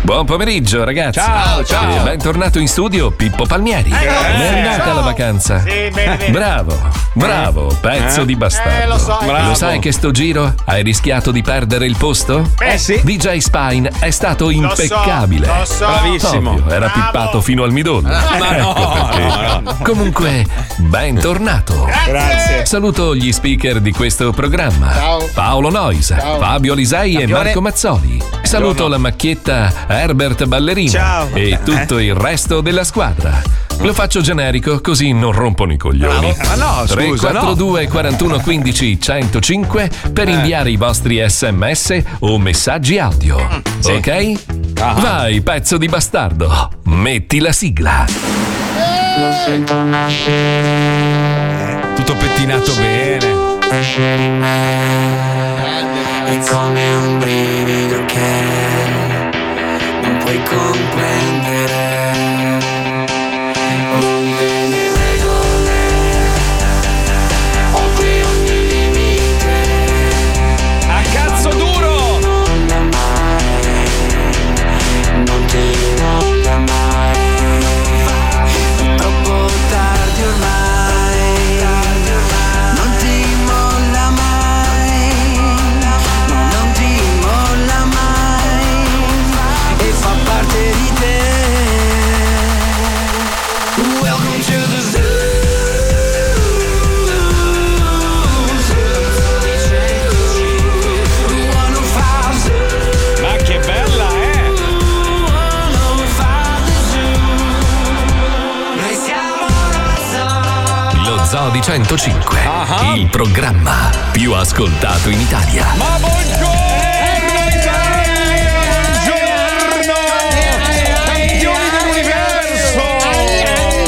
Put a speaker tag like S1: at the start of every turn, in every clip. S1: Buon pomeriggio ragazzi.
S2: Uh! Ciao, ciao. Eh.
S1: E bentornato in studio Pippo Palmieri. Come è andata la vacanza?
S2: Sì, bene, bene.
S1: Bravo, bravo, pezzo
S2: Eh?
S1: di bastardo.
S2: Eh, lo so, bravo.
S1: sai che sto giro hai rischiato di perdere il posto?
S2: Eh, sì.
S1: DJ Spine è stato impeccabile.
S2: lo so. Bravissimo. Ah,
S1: Ovvio, era pippato fino al midollo.
S2: Ma no,
S1: Ecco perché.
S2: no, no.
S1: Comunque, bentornato.
S2: Grazie.
S1: Saluto gli speaker di questo programma.
S2: Ciao.
S1: Paolo Nois,
S2: Ciao.
S1: Fabio Lisei e
S2: Campione.
S1: Marco Mazzoli. Saluto la macchietta Herbert Ballerina
S2: Ciao. Eh?
S1: e tutto il resto della squadra. Lo faccio generico così non rompono i coglioni.
S2: Bravo. Ma no, scusa,
S1: 342 41 15 105
S2: Eh.
S1: per inviare i vostri sms o messaggi audio.
S2: Mm,
S1: Ok?
S2: Ah.
S1: Vai, pezzo di bastardo. Metti la sigla.
S3: Eh,
S4: Tutto pettinato bene.
S5: È come un brivido che non puoi comprendere. Non me ne regole, oltre ogni limite.
S4: A cazzo duro!
S5: Non amare, non ti non amare. È troppo tardi ormai, non ti molla mai. Non ti molla mai e fa parte di te. Welcome to the zoo.
S4: Ma che bella, eh!
S5: Noi siamo la zoo.
S1: Lo Zoo di 105, il programma più ascoltato in Italia.
S4: Ma buongiorno Italia! Buongiorno! Campioni dell'universo!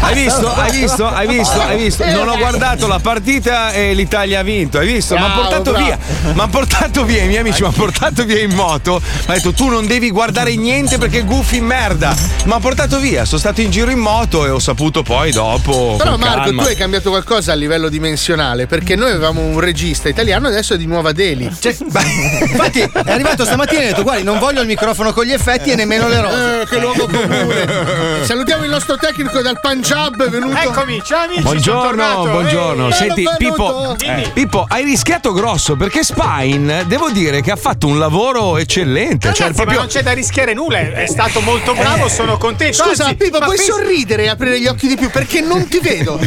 S3: Hai visto? Hai visto? Hai visto? Hai visto? Non ho guardato la partita e l'Italia ha vinto, hai visto? Mi hanno
S6: Bravo,
S3: portato
S6: bravo.
S3: via, mi hanno portato via, i miei amici mi hanno portato via in moto. Mi ha detto tu non devi guardare niente perché gufi merda. Mi hanno portato via, sono stato in giro in moto e ho saputo poi dopo.
S6: Però
S3: con
S6: Marco,
S3: calma.
S6: tu hai cambiato qualcosa a livello dimensionale, perché noi avevamo un regista italiano e adesso è di Nuova Delhi.
S7: Infatti è arrivato stamattina e ha detto guardi non voglio il microfono con gli effetti e nemmeno le rose.
S6: Eh, che luogo comune. Salutiamo il nostro tecnico dal Punjab, è venuto. Eccomi, ciao amici.
S3: Buongiorno, buongiorno. Senti, Pippo, eh, Pippo, hai rischiato grosso perché Spine, devo dire che ha fatto un lavoro eccellente.
S8: Ragazzi,
S3: cioè, proprio...
S8: ma non c'è da rischiare nulla, è stato molto bravo, sono contento.
S6: Eh. Scusa,
S8: Anzi,
S6: Pippo,
S8: ma
S6: puoi
S8: pensa-
S6: sorridere e aprire gli occhi di più perché non ti vedo.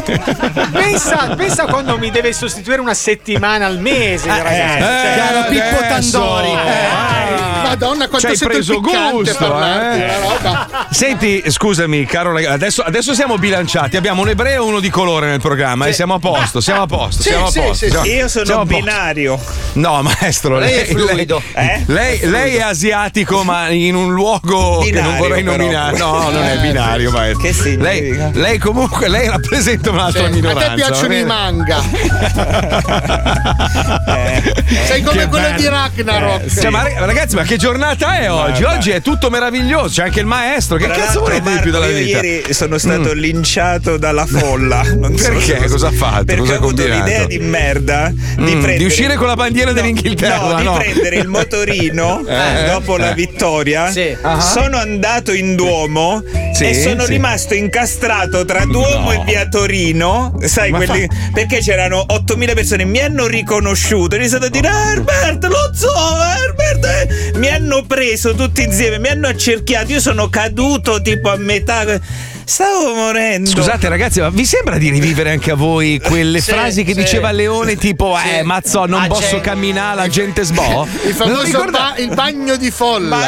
S8: Pensa, pensa quando mi deve sostituire una settimana al mese, ragazzi. Cioè,
S3: eh,
S8: Caro
S3: adesso.
S6: Eh, Madonna,
S3: Ci
S6: quanto
S3: hai
S6: sento
S3: preso
S6: il piccante
S3: gusto,
S6: parlarti,
S3: eh?
S6: una roba.
S3: Senti, scusami, caro ragazzo, adesso, adesso siamo bilanciati. Abbiamo un ebreo e uno di colore nel programma e siamo a posto, siamo a posto,
S6: Sì,
S3: siamo a
S6: sì,
S3: posto.
S6: sì,
S3: siamo-
S6: sì.
S9: Io sono
S3: siamo a posto.
S9: binario.
S3: No, maestro,
S9: Lei
S3: lei,
S9: è fluido.
S3: lei-
S9: Eh?
S3: lei- lei è asiatico, ma in un luogo che non
S9: Binario,
S3: vorrei
S9: però.
S3: nominare. No, non è binario, maestro.
S9: Che significa?
S3: Lei, lei comunque lei rappresenta
S6: Sì,
S3: un'altra eh. minoranza.
S6: a te piacciono i
S3: mani.
S6: manga.
S3: Eh,
S6: Sei come quello di Ragnarok.
S3: Cioè, ma rag- ragazzi, ma che giornata è oggi? Oggi è tutto meraviglioso. C'è anche il maestro. Che
S9: Tra
S3: cazzo
S9: l'altro,
S3: volete di più
S9: Marco,
S3: dalla
S9: io
S3: vita? Mm.
S9: Ieri sono stato linciato dalla folla. Non so
S3: Perché?
S9: se-
S3: Cosa ha fatto?
S9: Perché
S3: Cosa ha
S9: ho avuto
S3: combinato? Mm,
S9: l'idea di merda di, prendere...
S3: di uscire con la bandiera dell'Inghilterra,
S9: No, di
S3: no.
S9: prendere il motorino
S3: Eh,
S9: dopo
S3: eh.
S9: la vittoria.
S7: Sì.
S3: Ah.
S9: Sono andato in Duomo
S3: Sì,
S9: e sono
S3: sì.
S9: rimasto incastrato tra Duomo
S3: No.
S9: e via Torino. Sai,
S3: Ma
S9: quelli- perché c'erano 8.000 persone, mi hanno riconosciuto. Io sono stato a dire: "Ah, Herbert, lo so, Herbert. eh." Mi hanno preso tutti insieme, mi hanno accerchiato. Io sono caduto tipo a metà. Stavo morendo.
S3: Scusate ragazzi, ma vi sembra di rivivere anche a voi quelle
S9: Sì,
S3: frasi che
S9: sì.
S3: diceva Leone tipo eh mazzo non
S6: Ah,
S3: posso
S6: c'è-
S3: camminare, la gente sbo?
S6: Il famoso ba- il bagno di folla.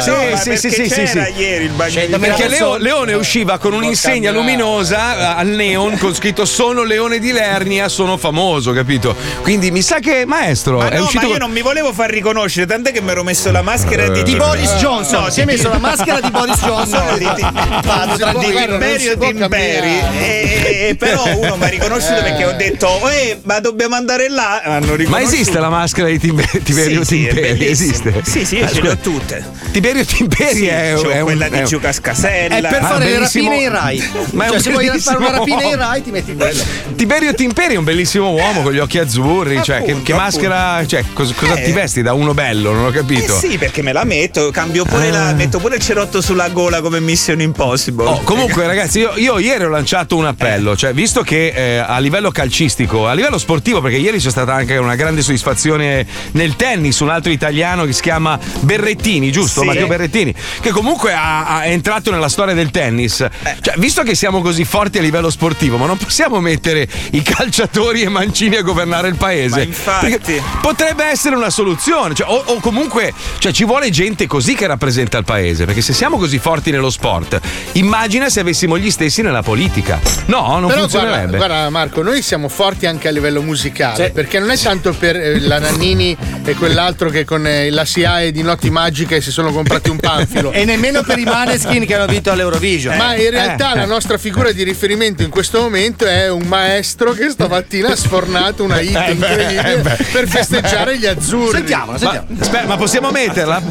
S3: Ma
S6: Cioè,
S3: Sì, no, ma sì, sì, perché sì, sì, c'era sì. ieri
S9: il bagno
S3: Perché Leo-
S6: eh,
S3: Leone usciva con un'insegna luminosa eh, al neon con scritto sono Leone di Lernia, sono famoso, capito? Quindi mi sa che maestro
S9: Ma
S3: è
S9: no,
S3: uscito
S9: Oh, ma io
S3: con-
S9: non mi volevo far riconoscere, tant'è che mi ero messo la maschera
S3: Eh.
S9: di,
S3: Di Boris
S7: Johnson, si è messo la maschera di Boris Johnson.
S9: No, di, di,
S7: Non si
S9: tra
S7: può,
S9: di
S7: guarda, non si
S9: imperio
S7: può
S9: di imperi.
S7: camminare.
S9: E- e- però uno mi ha riconosciuto perché ho detto, eh, ma dobbiamo andare là. Hanno
S3: Ma
S9: riconosciuto.
S3: esiste la maschera di Tibe- Tiberio
S9: Sì, sì, è
S3: Timperi?
S9: bellissima.
S3: esiste?
S9: Sì, sì, io
S3: Ah,
S9: ce
S3: scusa.
S9: le ho tutte.
S3: Tiberio Timperi
S9: Sì,
S3: è,
S9: c'ho
S3: è un-
S9: quella
S3: è
S9: di
S3: un-
S9: Giuca Scasella.
S7: Eh, È per
S3: Ma
S7: fare le
S3: Ah, bellissimo-
S7: rapine in
S3: Ma
S7: Rai.
S3: è
S7: cioè,
S3: un
S7: se vuoi fare una
S3: bellissimo
S7: rapina in
S3: uomo.
S7: Rai, ti metti in quello.
S3: Tiberio Timperi è un bellissimo uomo con gli occhi azzurri, cioè che, che
S9: Appunto,
S3: maschera, cioè cos- cosa
S9: Eh.
S3: ti vesti da uno bello, non ho
S9: Eh
S3: capito. Ah.
S9: sì, perché me la metto, cambio pure la, metto pure il cerotto sulla gola come Mission Impossible.
S3: Oh, comunque, ragazzi, io, io ieri ho lanciato un appello, cioè, visto che eh, a livello calcistico, a livello sportivo, perché ieri c'è stata anche una grande soddisfazione nel tennis, un altro italiano che si chiama Berrettini, giusto?
S9: Sì.
S3: Matteo Berrettini, che comunque ha- ha- è entrato nella storia del tennis.
S9: Eh.
S3: Cioè, visto che siamo così forti a livello sportivo, ma non possiamo mettere i calciatori e Mancini a governare il paese.
S9: Ma infatti.
S3: Perché potrebbe essere una soluzione, cioè, o, o comunque cioè, ci vuole gente così che rappresenta il paese, perché se siamo così forti nello sport, immagina se avessimo gli stessi nella politica. No, Oh, non
S6: Però guarda,
S3: funzionerebbe.
S6: guarda, Marco, noi siamo forti anche a livello musicale, perché non è tanto per eh, la Nannini e quell'altro che con eh, la SIAE di Notti Magiche si sono comprati un panfilo.
S7: E nemmeno per i Maneskin che hanno vinto Eh. all'Eurovision.
S6: Ma in realtà la nostra figura di riferimento in questo momento è un maestro che stamattina ha sfornato una hit
S3: Eh beh,
S6: incredibile
S3: eh beh.
S6: per festeggiare gli azzurri.
S7: Sentiamola,
S3: Ma,
S7: sentiamo.
S3: aspetta, ma possiamo metterla?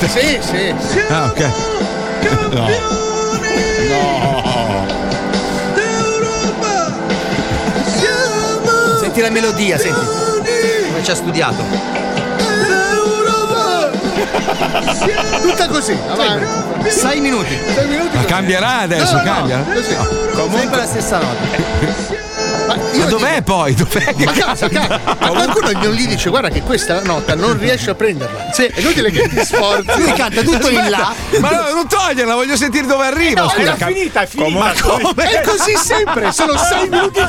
S6: Sì, sì.
S3: Ah, ok. No.
S7: Senti la melodia, senti. Come ci ha studiato.
S6: Tutta così, avanti.
S7: 6 minuti.
S6: Sei minuti.
S3: Ma cambierà adesso,
S6: No, no,
S3: cambia.
S6: così.
S7: Sempre la stessa nota.
S6: Ma io
S3: Ma dov'è poi? Dov'è? Che
S6: Ma cazzo,
S3: cambia?
S6: cazzo. Ma qualcuno non gli dice guarda che questa nota non riesce a prenderla. Sì. È inutile che ti sforzi.
S7: Lui canta tutto in là.
S3: Ma no, non toglierla, voglio sentire dove arriva.
S8: No,
S3: scusa.
S8: era finita, è finita.
S3: Ma come? Eh,
S6: È così sempre, sono sei minuti.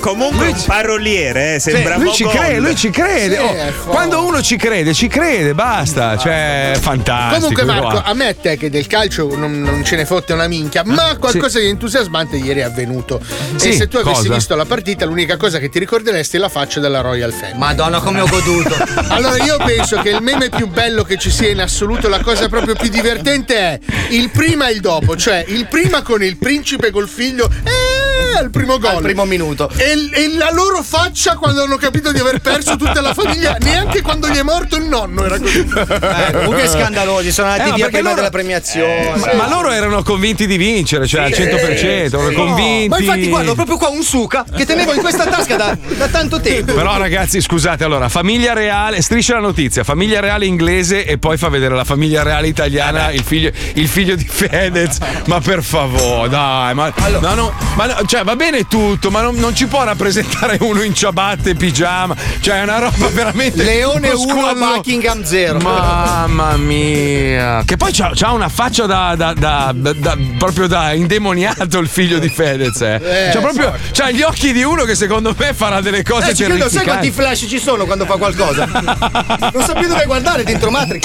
S9: Comunque un paroliere, eh, sembra
S3: lui ci
S9: Mogol.
S3: crede, lui ci crede.
S6: Sì,
S3: Oh,
S6: è forte.
S3: quando uno ci crede, ci crede, basta. ah, Cioè, è fantastico.
S6: Comunque Marco,
S3: guarda.
S6: a me te che del calcio non, non ce ne fotte una minchia, ma qualcosa di entusiasmante ieri è avvenuto.
S3: Ah, Sì,
S6: e se tu avessi
S3: cosa?
S6: visto la partita, l'unica cosa che ti ricorderesti è la faccia della Royal Family.
S7: Madonna, come ho goduto.
S6: Allora io penso che il meme più bello che ci sia in assoluto, la cosa proprio più divertente è il prima e il dopo, cioè il prima con il principe col figlio eh, al primo gol.
S7: Al primo minuto.
S6: E, e la loro faccia quando hanno capito di aver perso tutta la famiglia, neanche quando gli è morto il nonno era così.
S7: Eh, comunque scandalosi, sono
S3: Eh,
S7: andati
S3: ma
S7: via
S3: perché
S7: prima
S3: loro- Eh,
S7: della premiazione.
S3: Ma, ma loro erano convinti di vincere, cioè al 100%, erano convinti.
S7: Ma infatti guarda, ho proprio qua un suca che tenevo in questa tasca da, da tanto tempo.
S3: Però ragazzi, scusate, allora, famiglia reale, striscia la notizia, famiglia reale inglese e poi fa vedere la famiglia reale italiana, il figlio, il figlio di Fedez. Ma per favore, dai, ma, ma no- ma no- cioè, va bene tutto, ma non, non ci può rappresentare uno in ciabatte e pigiama, cioè è una roba veramente...
S7: Leone
S3: uno
S7: 1
S3: squallo-
S7: Buckingham 0.
S3: Mamma mia, che poi c'ha, c'ha una faccia da, da- da- da- da- proprio da indemoniato il figlio di Fedez. Eh.
S6: Eh,
S3: Cioè, proprio c'ha gli occhi di uno che secondo me farà delle cose
S7: esatto. Eh, ci credo, sai quanti
S3: terrificanti.
S7: flash ci sono quando fa qualcosa? Non so più dove guardare dentro Matrix.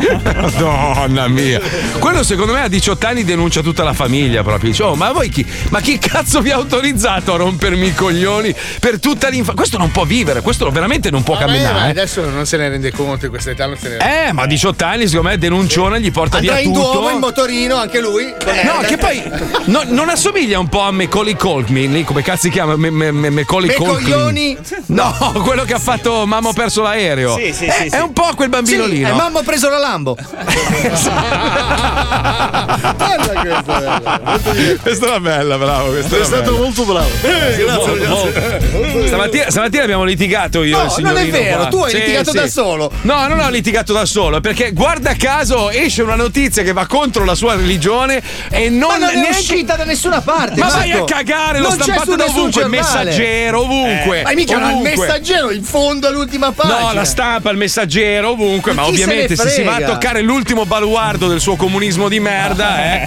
S3: Madonna mia, quello secondo me a 18 anni denuncia tutta la famiglia proprio. Dice, "Oh, ma voi chi, ma chi cazzo vi ha autorizzato a rompermi i coglioni per tutta l'infanzia? Questo non può vivere, questo veramente non può
S6: Ma eh, ma
S3: camminare.
S6: adesso non se ne rende conto in questa età, non se ne rende
S3: eh, ma a 18 anni, secondo me, denunciona gli porta
S7: Andrà
S3: via
S7: in
S3: tutto.
S7: Duomo, in motorino, anche lui. eh,
S3: No, che poi no- non assomiglia un po' a Macaulay Colkin, lì, come cazzo si chiama? Me, me, me, Macaulay
S7: Me
S3: Culkin?
S7: coglioni?
S3: No, quello che ha fatto Mamma ho perso l'aereo.
S9: Sì, sì,
S3: è,
S9: sì, sì.
S3: è un po' quel
S7: Sì,
S3: bambino lì,
S7: eh,
S3: no?
S7: mamma ha preso la Lambo.
S6: Bella questa, bella. Molto divertente.
S3: Questa era bella, bravo. Questa,
S6: Questa è
S3: bello.
S6: molto bravo.
S3: Molto, molto. Stamattina, stamattina abbiamo litigato io
S7: No,
S3: e il signorino.
S7: non è vero,
S3: qua.
S7: tu hai litigato da solo.
S3: No, non ho litigato da solo, perché guarda caso esce una notizia che va contro la sua religione e non,
S7: Ma non è
S3: neanche-
S7: uscita da nessuna parte.
S3: Ma
S7: Marco.
S3: vai a cagare, l'ho
S7: Non c'è
S3: stampato
S7: su
S3: da
S7: nessun
S3: ovunque,
S7: giornale.
S3: messaggero, ovunque.
S7: Eh, Ma mica era il
S3: ovunque.
S7: messaggero in fondo all'ultima pagina.
S3: No, la stampa, il messaggero, ovunque, ma,
S7: chi se
S3: ovviamente
S7: ne
S3: se si va
S7: frega?
S3: a toccare l'ultimo baluardo del suo comunismo di merda, eh,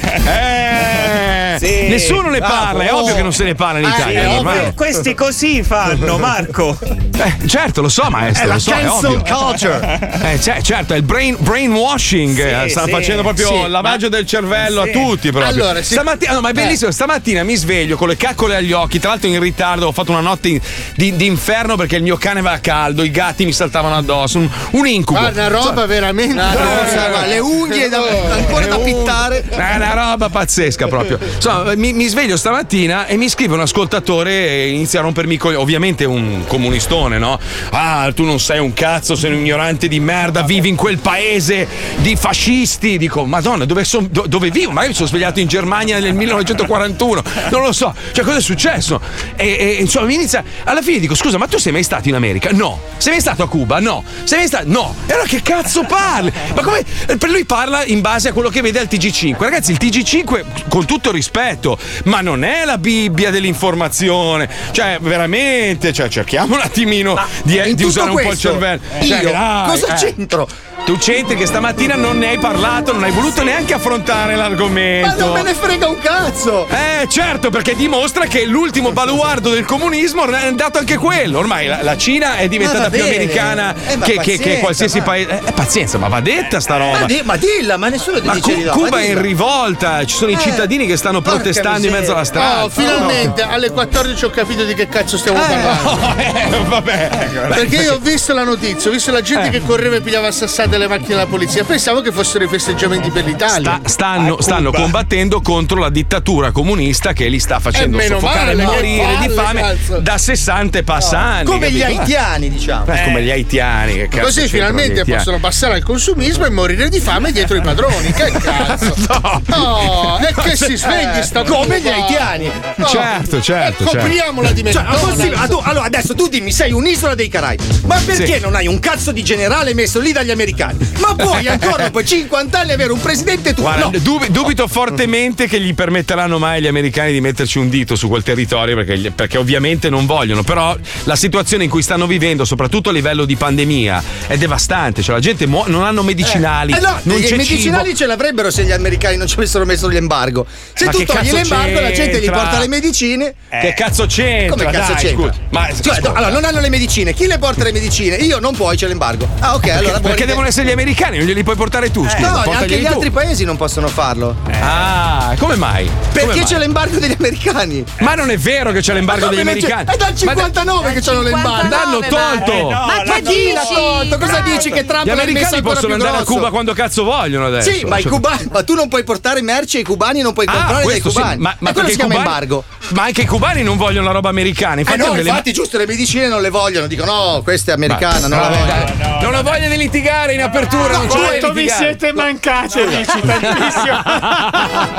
S3: eh,
S9: Sì.
S3: nessuno ne parla, è
S9: Bravo.
S3: ovvio che non se ne parla in
S9: Eh,
S3: Italia.
S9: sì,
S3: è normale.
S9: que- Questi così fanno, Marco.
S3: Eh, certo, lo so, maestro.
S9: È la
S3: lo so,
S9: cancel
S3: ovvio.
S9: culture.
S3: Eh, cioè, certo, è il brain- brainwashing. eh, stanno
S9: sì.
S3: facendo proprio
S9: Sì,
S3: lavaggio del cervello
S9: Sì.
S3: a tutti. Proprio.
S9: Allora, sì.
S3: stamattina, no, ma è bellissimo. Stamattina mi sveglio con le caccole agli occhi. Tra l'altro, in ritardo, ho fatto una notte in- di, di inferno perché il mio cane va a caldo, i gatti mi saltavano addosso. Un, un incubo.
S6: Guarda, una roba veramente.
S3: Cioè, Una rosa, ma le
S7: unghie da- ancora da pittare.
S3: È una roba pazzesca proprio. Insomma, mi, mi sveglio stamattina e mi scrive un ascoltatore e inizia a rompermi i coglioni. Ovviamente un comunistone, no? Ah, tu non sei un cazzo, sei un ignorante di merda, vivi in quel paese di fascisti. Dico, madonna, dove, son- do- dove vivo? Magari mi sono svegliato in Germania nel 1941, non lo so. Cioè, cosa è successo? E, e, insomma, mi inizia... Alla fine dico, scusa, ma tu sei mai stato in America? No. Sei mai stato a Cuba? No. Sei mai stato... No. E allora che cazzo parli? Ma come... Per lui parla in base a quello che vede al TG5. Ragazzi, il TG5, con tutto rispetto, ma non è la Bibbia dell'informazione. Cioè, veramente, cioè, cerchiamo un attimino di, eh, di
S7: tutto
S3: usare un po' il
S7: questo,
S3: cervello. Cioè,
S7: io
S3: dai,
S7: cosa
S3: eh.
S7: c'entro?
S3: Tu c'entri che stamattina non ne hai parlato, non hai voluto neanche affrontare l'argomento.
S7: Ma non me ne frega un cazzo!
S3: Eh, certo, perché dimostra che l'ultimo baluardo del comunismo è andato anche quello. Ormai la, la Cina è diventata
S7: Ma va
S3: più
S7: bene.
S3: americana
S7: Eh, ma
S3: che, che- che
S7: pazienza,
S3: qualsiasi paese. Eh, pazienza, ma va detta sta roba.
S7: Ma, di- ma dilla, ma nessuno ti
S3: Ma
S7: dice
S3: Cu-
S7: di no.
S3: Cuba
S7: ma
S3: è in
S7: dilla.
S3: rivolta, ci sono i
S7: Eh,
S3: cittadini che stanno
S7: porca
S3: protestando in mezzo alla strada. Eh,
S6: Oh, finalmente alle 14 ho capito di che cazzo stiamo parlando. Perché io ho visto la notizia, ho visto la
S3: Eh.
S6: gente che correva e pigliava a sassate le macchine della polizia. Pensavo che fossero i festeggiamenti per l'Italia.
S3: Stanno, stanno combattendo contro la dittatura comunista che li sta
S7: Eh,
S3: facendo
S6: meno
S3: soffocare
S6: male,
S3: e
S6: che
S3: morire di
S6: palle,
S3: fame
S7: cioè.
S6: cazzo.
S3: da 60 e passa anni.
S7: Come gli
S3: capito?
S7: haitiani, diciamo.
S3: Eh, come gli haitiani, che cazzo
S6: Così
S3: c'entrano gli
S6: finalmente
S3: haitiani?
S6: possono passare al consumismo e morire di fame dietro i padroni. Che cazzo!
S3: No,
S6: No, è che si svegli sta
S7: Certo. Come gli
S6: turba.
S7: haitiani.
S6: No.
S3: Certo, certo. certo.
S6: Copriamola di
S7: Cioè, ma
S6: McDonald's.
S7: possibile- ah, tu- allora adesso tu dimmi, sei un'isola dei Caraibi, ma perché
S3: Sì.
S7: non hai un cazzo di generale messo lì dagli americani? Ma puoi ancora dopo 50 anni avere un presidente tu?
S3: Guarda,
S7: no.
S3: dubi- dubito fortemente che gli permetteranno mai gli americani di metterci un dito su quel territorio perché, gli- perché ovviamente non vogliono. Però la situazione in cui stanno vivendo, soprattutto a livello di pandemia, è devastante. Cioè, la gente muo- non hanno medicinali.
S7: Eh no,
S3: non
S7: i
S3: c'è
S7: medicinali ce l'avrebbero se gli americani non ci avessero messo l'embargo. Se
S3: Ma
S7: tu
S3: che
S7: togli
S3: cazzo
S7: l'embargo, la gente gli
S3: c'entra?
S7: porta le medicine.
S3: cibo. Che cazzo c'entra?
S7: Come cazzo
S3: Dai,
S7: c'entra?
S3: scusa. Ma
S7: Cioè, no, allora, non hanno le medicine. Chi le porta le medicine? Io non puoi, c'è l'embargo. Ah, ok, allora buona
S3: perché
S7: idea.
S3: devono essere gli americani? Non glieli puoi portare tu, scusa.
S7: Eh. No, anche
S3: portaglieli
S7: gli
S3: tu.
S7: altri paesi non possono farlo.
S3: Ah, come mai? Come
S7: Perché
S3: mai?
S7: c'è l'embargo degli americani?
S3: Ma non è vero che c'è l'embargo
S7: Come
S3: degli
S7: non c'è-
S3: americani.
S7: È dal Eh,
S3: Ma da-
S7: 59 che c'hanno l'embargo.
S3: l'hanno tolto.
S9: Ma
S7: Ma chi l'ha tolto? Cosa dici che Trump
S3: Gli
S7: l'ha messo
S3: americani
S7: ancora
S3: possono
S7: più
S3: andare a
S7: grosso?
S3: Cuba quando cazzo vogliono adesso.
S7: Sì, ma, i
S3: Cioè,
S7: cubani, ma tu non puoi portare merci ai cubani, non puoi
S3: Ah,
S7: comprare dai
S3: questo sì,
S7: cubani.
S3: ma, ma
S7: e quello
S3: perché
S7: si chiama
S3: i cubani-
S7: embargo.
S3: Ma anche i cubani non vogliono la roba americana.
S7: Eh
S3: Infatti,
S7: no,
S3: hanno delle-
S7: infatti, giusto, le medicine non le vogliono. Dicono, no, questa è americana, non la voglio.
S3: non ho voglia di litigare in apertura. non ci voglio
S8: Quanto vi
S3: litigare.
S8: siete mancati, amici? Tantissimo.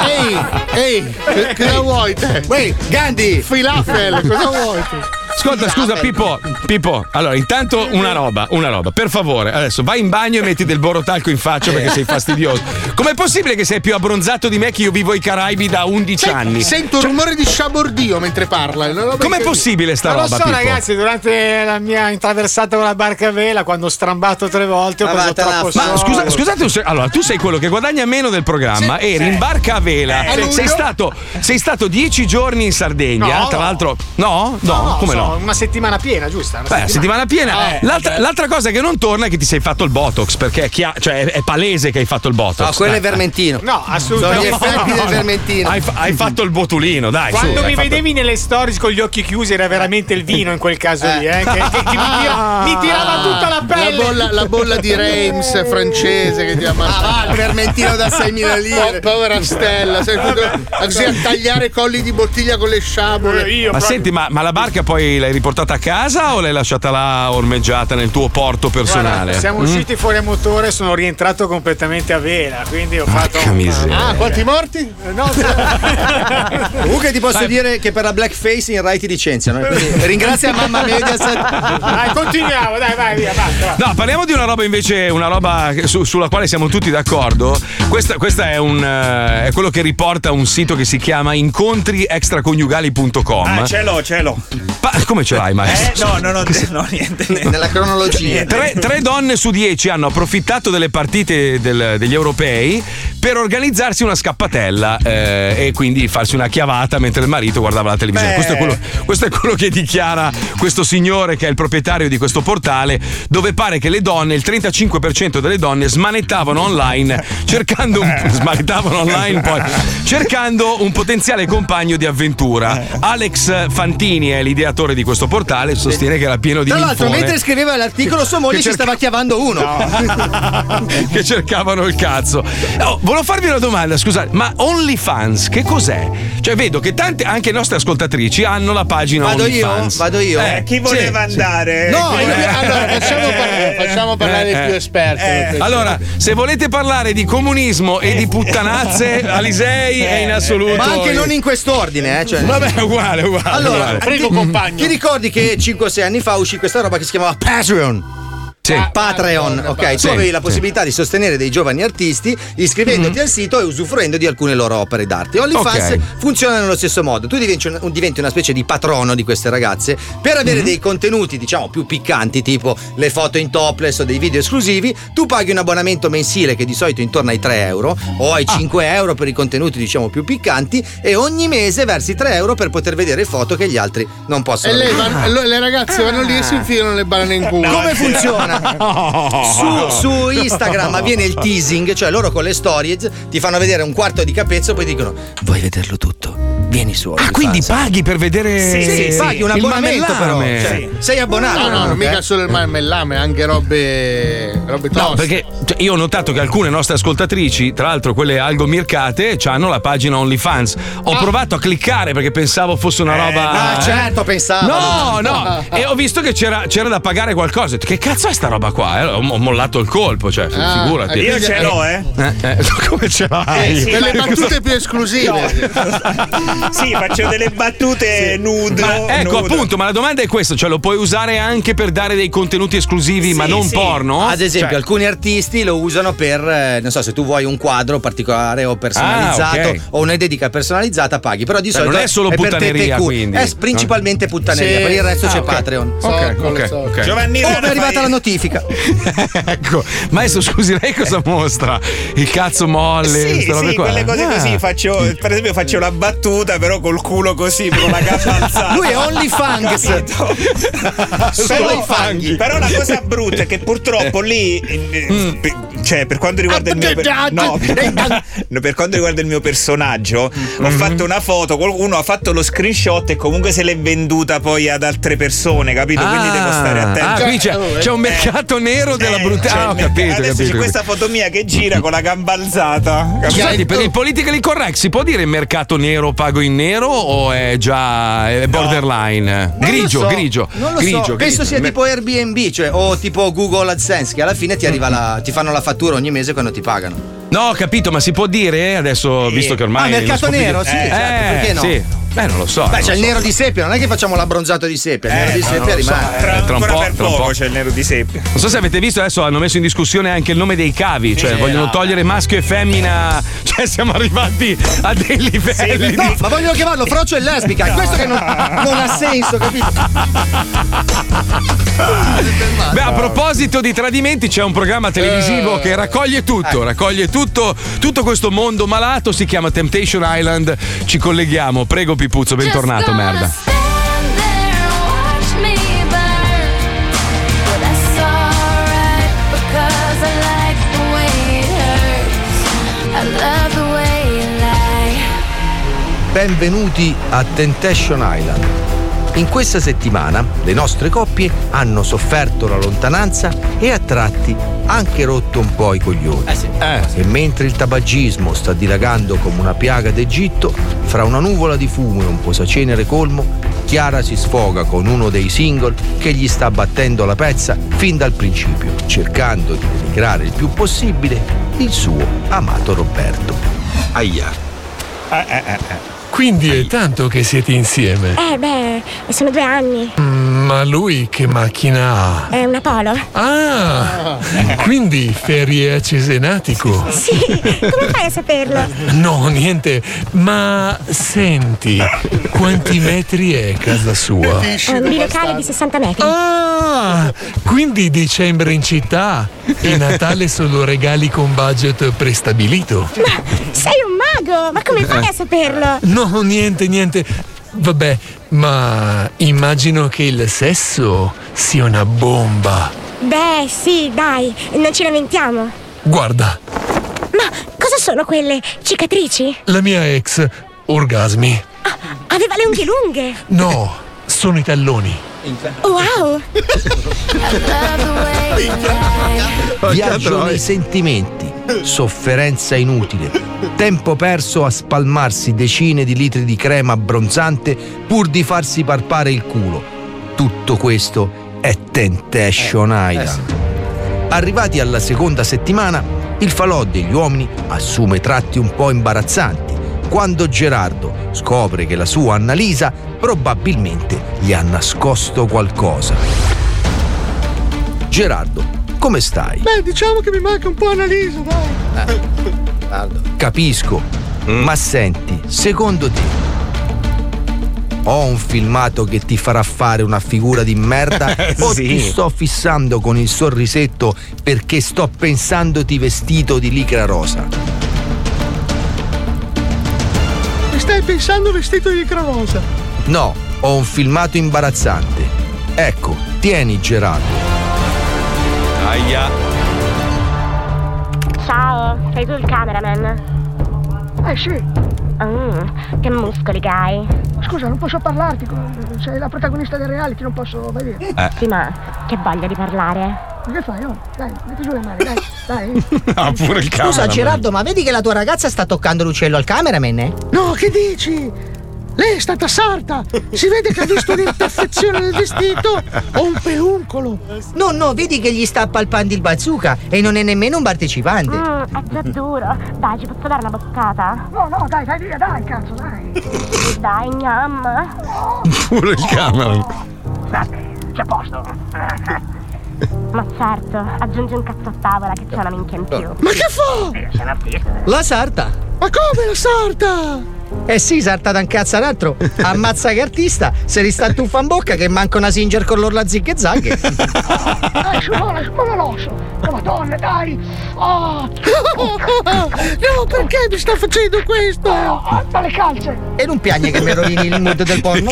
S6: Ehi, ehi, che- cosa vuoi te?
S7: Uè, Gandhi!
S6: Filafel, cosa vuoi te?
S3: Ascolta, scusa, Pippo. Pippo, allora, intanto una roba, una roba. Per favore, adesso vai in bagno e metti del borotalco in faccia perché sei fastidioso. Com'è possibile che sei più abbronzato di me che io vivo ai Caraibi da 11 anni?
S6: Sento un rumore di sciabordio mentre parla. è una roba
S3: Com'è
S6: incredibile.
S3: possibile sta
S8: Ma lo
S3: roba,
S8: so,
S3: Pippo?
S8: ragazzi, durante la mia intraversata con la barca a vela, quando ho strambato tre volte, ho
S7: Ma
S8: preso
S7: vattene a
S8: troppo
S7: fa-
S8: sole.
S3: Ma scusa, scusate un se- allora tu sei quello che guadagna meno del programma e rimbarca a vela.
S6: Eh, sì.
S3: sei, stato, sei stato dieci giorni in Sardegna,
S8: No.
S3: tra l'altro. No? No, come
S8: so,
S3: no?
S8: Una settimana piena, giusta? Una
S3: Beh, settimana piena.
S8: Eh,
S3: l'altra, l'altra cosa che non torna è che ti sei fatto il botox, perché è, chia- cioè, è- è palese che hai fatto il botox.
S7: No, quello
S3: dai.
S7: è Vermentino.
S8: No,
S7: Sono gli
S8: assolutamente. no.
S7: effetti del Vermentino.
S3: Hai, fa- hai fatto il botulino, dai. su,
S8: Quando
S3: hai
S8: mi
S3: fatto-
S8: vedevi nelle stories con gli occhi chiusi era veramente il vino in quel caso lì, eh, che, che- che mi, tira- mi tirava tutta la
S6: La
S8: pelle.
S6: bolla, la bolla di Reims francese che ti ha
S7: Ah,
S6: mandato.
S7: va, il Vermentino da 6.000
S6: Po-
S7: lire.
S6: povera Stella, sei tutto- così a tagliare colli di bottiglia con le sciabole.
S8: Io
S3: Ma
S8: proprio-
S3: senti, ma, ma la barca poi lì l'hai riportata a casa o l'hai lasciata là ormeggiata nel tuo porto personale?
S8: Guarda, siamo
S3: Mm?
S8: usciti fuori a motore, sono rientrato completamente a vela, quindi ho fatto. Eh,
S3: Porca miseria.
S6: Ah, quanti morti?
S8: No,
S7: Comunque ti posso dire che per la blackface in Rai ti licenziano. eh, quindi Ringrazia mamma Mediaset.
S8: Dai, continuiamo, dai, vai via, basta.
S3: No, parliamo di una roba invece, una roba che- su- sulla quale siamo tutti d'accordo. Questa, questa è, un, eh, è quello che riporta un sito che si chiama incontriextraconiugali.com.
S9: Ah, ce l'ho, ce l'ho.
S3: Pa- come ce l'hai, Max?
S9: Eh, no, no, no, no, niente.
S7: Nella cronologia.
S3: Tre, tre donne su dieci hanno approfittato delle partite del- degli europei per organizzarsi una scappatella eh, e quindi farsi una chiavata mentre il marito guardava la televisione.
S9: Beh.
S3: Questo è, quello, questo è quello che dichiara questo signore che è il proprietario di questo portale, dove pare che le donne, il 35% delle donne, smanettavano online cercando un,
S7: Eh.
S3: smanettavano online poi, cercando un potenziale compagno di avventura.
S7: Eh.
S3: Alex Fantini è l'ideatore di questo portale, sostiene che era pieno di
S7: Tra l'altro,
S3: ninfone.
S7: mentre scriveva l'articolo, sua moglie
S3: Che
S7: ci
S3: cerca-
S7: stava chiavando uno.
S3: che cercavano il cazzo. Oh, volevo farvi una domanda, scusate, ma OnlyFans che cos'è? Cioè, vedo che tante, anche nostre ascoltatrici hanno la pagina
S7: Vado io?
S3: OnlyFans.
S7: Vado io?
S3: Eh,
S9: Chi
S3: sì,
S9: voleva
S3: sì.
S9: andare?
S7: No,
S9: Chi-
S7: io-
S6: Eh, Allora, facciamo, par- facciamo parlare
S3: eh,
S6: il più esperto. perché-
S3: Allora, se volete parlare di comunismo e di
S9: Eh.
S3: puttanazze, Alisei è in assoluto.
S7: Eh, Ma anche non in quest'ordine, eh. Cioè,
S3: Vabbè, è uguale, uguale.
S7: allora,
S3: uguale.
S6: prego,
S7: ti-
S6: compagno.
S7: Ti ricordi che 5-6 anni fa uscì questa roba che si chiamava Patreon?
S3: Sì.
S7: Patreon, ok? Tu
S3: Sì,
S7: avevi la
S3: sì.
S7: possibilità di sostenere dei giovani artisti iscrivendoti al sito e usufruendo di alcune loro opere d'arte. OnlyFans
S3: Ok.
S7: funziona nello stesso modo. Tu diventi, un- un- diventi una specie di patrono di queste ragazze per avere dei contenuti, diciamo, più piccanti, tipo le foto in topless o dei video esclusivi. Tu paghi un abbonamento mensile che di solito è intorno ai 3 euro o ai 5 euro per i contenuti, diciamo, più piccanti e ogni mese versi 3 euro per poter vedere foto che gli altri non possono
S6: E lei
S7: vedere.
S6: va- lo- le ragazze vanno lì e si infilano le banane in culo. Eh.
S7: Come funziona? Su, su Instagram avviene il teasing, cioè loro con le stories ti fanno vedere un quarto di capezzo e poi dicono
S3: Eh,
S7: vuoi vederlo tutto? Vieni su
S3: Ah, quindi
S7: OnlyFans."
S3: paghi per vedere.
S9: Sì, sì,
S7: Sì, paghi un
S3: il eh.
S7: abbonamento però.
S3: mamellame.
S7: Cioè, sei abbonato.
S6: No, no,
S7: comunque,
S6: mica
S7: eh.
S6: solo il marmellame, anche robe. robe toste.
S3: No, perché cioè, io ho notato che alcune nostre ascoltatrici, tra l'altro quelle algo mircate, hanno la pagina OnlyFans. Ho
S9: Ah.
S3: provato a cliccare perché pensavo fosse
S9: Eh,
S3: una roba.
S7: Ah, certo, pensavo.
S3: No, no, e ho visto che c'era, c'era da pagare qualcosa. Ho detto, Che cazzo è sta roba qua? Eh, ho, ho mollato il colpo, cioè, fi-
S6: Ah,
S3: figurati.
S9: Io ce l'ho, eh.
S3: Eh, eh, come ce l'hai?
S9: Eh, sì,
S6: Per le
S9: ma-
S6: battute più esclusive.
S9: sì, faccio delle battute nudo.
S3: Ma ecco
S9: nudo.
S3: appunto, ma la domanda è questa: cioè lo puoi usare anche per dare dei contenuti esclusivi, ma
S9: Sì,
S3: non
S9: sì.
S3: porno?
S7: Ad esempio,
S3: Cioè,
S7: alcuni artisti lo usano per, eh, non so, se tu vuoi un quadro particolare o personalizzato
S3: Ah, ok.
S7: o una dedica personalizzata, paghi. Però di
S3: Cioè,
S7: solito
S3: non è solo
S7: per tette e
S3: puttaneria,
S7: cu-
S3: quindi.
S7: È principalmente puttaneria,
S6: Sì.
S7: per il resto
S6: Ah,
S7: c'è
S6: ok.
S7: Patreon.
S6: So,
S3: ok,
S6: con le
S3: ok,
S6: so.
S3: ok.
S9: Giovanni
S7: Oh, mi è
S9: Raffaele-
S7: arrivata la notifica.
S3: ecco, maestro, scusi, lei cosa mostra? Il cazzo molle,
S9: Sì,
S3: queste robe
S9: sì,
S3: qua.
S9: quelle cose
S3: Ah.
S9: così faccio. Per esempio, faccio la battuta, però col culo così, con la gamba alzata.
S7: Lui è OnlyFans.
S9: Capito?
S7: Solo i
S9: però,
S7: fanghi.
S9: però la cosa brutta è che purtroppo lì, eh,
S3: Mm.
S9: per- cioè per quanto
S7: Ah,
S9: riguarda il mio per- no, per, no, per quanto riguarda il mio personaggio,
S3: Mm-hmm.
S9: ho fatto una foto, qualcuno ha fatto lo screenshot e comunque se l'è venduta poi ad altre persone, capito? Quindi devo stare attento.
S3: Ah,
S9: Cioè,
S3: qui c'è,
S7: Certo,
S3: c'è un mercato nero della
S9: eh,
S3: brutta.
S9: cioè,
S3: ah, ho
S9: mentre-
S3: capito,
S9: adesso
S3: capito,
S9: c'è questa foto mia che gira con la gamba alzata. capito?
S3: Scusate, per il politically correct si può dire mercato nero pago in nero o è già è borderline?
S7: Non lo
S3: Grigio,
S7: so,
S3: grigio.
S7: Non lo
S3: grigio,
S7: so. Penso
S3: grigio.
S7: sia
S3: Me-
S7: tipo Airbnb, cioè, o tipo Google AdSense, che alla fine ti, arriva la, ti fanno la fattura ogni mese quando ti pagano.
S3: No, ho capito, ma si può dire adesso, visto che ormai.
S7: Ah, mercato
S3: lo scoprire-
S7: nero, sì,
S3: Eh,
S7: certo, perché no?
S3: Sì. Beh, non lo so.
S7: Beh,
S3: non
S7: c'è
S3: lo
S7: il
S3: so.
S7: nero di seppia, non è che facciamo l'abbronzato di seppia, il nero di seppia rimane.
S9: Tra,
S3: Eh, tra un
S9: ancora
S3: po',
S9: per
S3: tra un
S9: poco
S3: po'.
S9: c'è il nero di seppia.
S3: Non so se avete visto, adesso hanno messo in discussione anche il nome dei cavi, cioè vogliono togliere maschio e femmina. Cioè, siamo arrivati a dei livelli.
S7: No, ma vogliono chiamarlo frocio e lesbica, è questo che non, non ha senso, capito?
S3: Beh, a proposito di tradimenti, c'è un programma televisivo che raccoglie tutto, raccoglie tutto, tutto questo mondo malato, si chiama Temptation Island. Ci colleghiamo, prego Pipuzzo, bentornato, merda.
S7: Benvenuti a Temptation Island. In questa settimana le nostre coppie hanno sofferto la lontananza e a tratti anche rotto un po' i coglioni. Eh, E mentre il tabagismo sta dilagando come una piaga d'Egitto, fra una nuvola di fumo e un posacenere colmo, Chiara si sfoga con uno dei single che gli sta battendo la pezza fin dal principio, cercando di denigrare il più possibile il suo amato Roberto. Aia.
S10: Quindi è tanto che siete insieme.
S11: Eh beh, sono due anni.
S10: Mm, Ma lui che macchina ha?
S11: È una polo.
S10: Ah! Quindi ferie cesenatico.
S11: Sì, come fai a saperlo?
S10: No, niente. Ma senti, quanti metri è casa sua?
S11: È Eh, un bilocale di 60 metri.
S10: Ah, quindi dicembre in città e Natale solo regali con budget prestabilito.
S11: Ma sei un mago! Ma come fai a saperlo?
S10: No, niente, niente. Vabbè, ma immagino che il sesso sia una bomba.
S11: Beh, sì, dai, non ci lamentiamo.
S10: Guarda,
S11: Ma cosa sono quelle? Cicatrici?
S10: la mia ex, orgasmi.
S11: Aveva le unghie lunghe.
S10: No, sono i talloni.
S11: Wow!
S7: Viaggio nei sentimenti, sofferenza inutile, tempo perso a spalmarsi decine di litri di crema abbronzante pur di farsi parpare il culo. Tutto questo è Temptation Island. Arrivati alla seconda settimana, il falò degli uomini assume tratti un po' imbarazzanti quando Gerardo scopre che la sua Annalisa probabilmente gli ha nascosto qualcosa. Gerardo, come stai?
S6: Beh, diciamo che mi manca un po' Annalisa, dai.
S7: Capisco, ma senti, secondo te ho un filmato che ti farà fare una figura di merda o
S9: Sì.
S7: ti sto fissando con il sorrisetto perché sto pensandoti vestito di licra rosa?
S6: Mi stai pensando vestito di cronosa.
S7: No, ho un filmato imbarazzante. Ecco, tieni Gerardo.
S3: Aia.
S11: Ciao, sei tu il cameraman? Eh sì. che muscoli che hai.
S12: Scusa, non posso parlarti, co- sei la protagonista del reality, non posso vedere.
S11: Sì, ma che voglia di parlare.
S12: Ma che fai? Oh? Dai, metti giù le mani, dai, dai.
S3: Ah, pure il
S13: Scusa
S3: cameraman.
S13: Gerardo, ma vedi che la tua ragazza sta toccando l'uccello al cameraman? eh?
S12: No, che dici? Lei è stata sarta! Si vede che ha visto un'imperfezione nel vestito o un peluncolo!
S13: No, no, vedi che gli sta palpando il bazooka e non è nemmeno un partecipante.
S11: Mm, è già duro. Dai, ci posso dare una boccata?
S12: No, no, dai, dai via, dai, cazzo, dai!
S11: Dai, gnam.
S3: Pure il cameraman.
S11: C'è posto. Ma certo, aggiungi un cazzo a tavola che c'è una minchia in più.
S12: Ma che fa?
S11: Sei un artista.
S13: La sarta!
S12: Ma come la sarta?
S13: Eh sì, sarta da un cazzo all'altro. Ammazza che artista, se li sta tuffa in bocca che manca una Singer con l'orla zig e zag.
S12: Dai, scivola, scivola l'osso! Oh, madonna, dai! Oh. No, perché mi sta facendo questo? Ah, Dalle calze!
S13: E non piagne che mi rovini il mood del porno?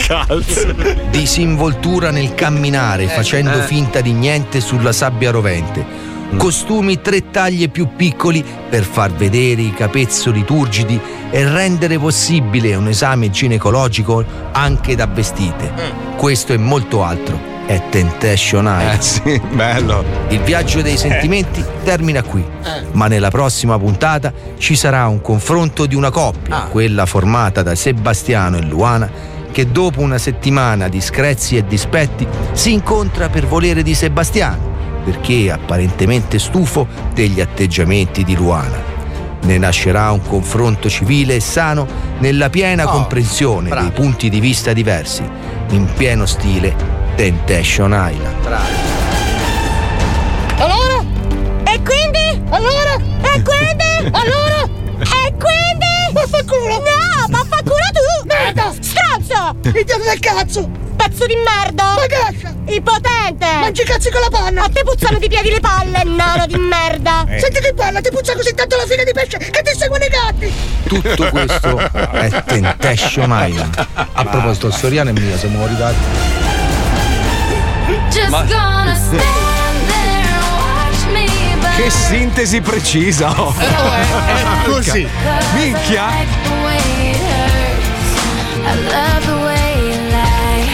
S7: Disinvoltura nel camminare, facendo
S13: eh.
S7: finta di niente sulla sabbia rovente.
S3: Mm.
S7: Costumi tre taglie più piccoli per far vedere i capezzoli turgidi e rendere possibile un esame ginecologico anche da vestite.
S13: Mm.
S7: Questo e molto altro è Temptation Island.
S3: Eh, sì, bello.
S7: Il viaggio dei sentimenti termina qui, ma nella prossima puntata ci sarà un confronto di una coppia, quella formata da Sebastiano e Luana, che dopo una settimana di screzi e dispetti si incontra per volere di Sebastiano, perché è apparentemente stufo degli atteggiamenti di Luana. Ne nascerà un confronto civile e sano nella piena comprensione dei punti di vista diversi, in pieno stile Temptation Island.
S12: Allora?
S11: E quindi?
S12: Allora?
S11: E quindi?
S12: Allora?
S11: E quindi?
S12: Vaffanculo!
S11: No, vaffanculo tu!
S12: Merda!
S11: Stronzo!
S12: Idiota del cazzo!
S11: Pezzo di merda!
S12: Magaccia!
S11: Impotente!
S12: Mangi i cazzi con la panna!
S11: A te puzzano di piedi le palle, nano di merda!
S7: Eh.
S12: Senti che parla, ti puzza così tanto la fine di pesce che ti seguono i gatti!
S7: Tutto questo è Temptation Island. A proposito, il Soriano è mio, siamo arrivati.
S14: Just
S3: Ma-
S14: gonna stand there and watch me burn.
S3: Che sintesi precisa. oh.
S14: così.
S3: Minchia.
S14: I like the way it hurts. I love the way you lie.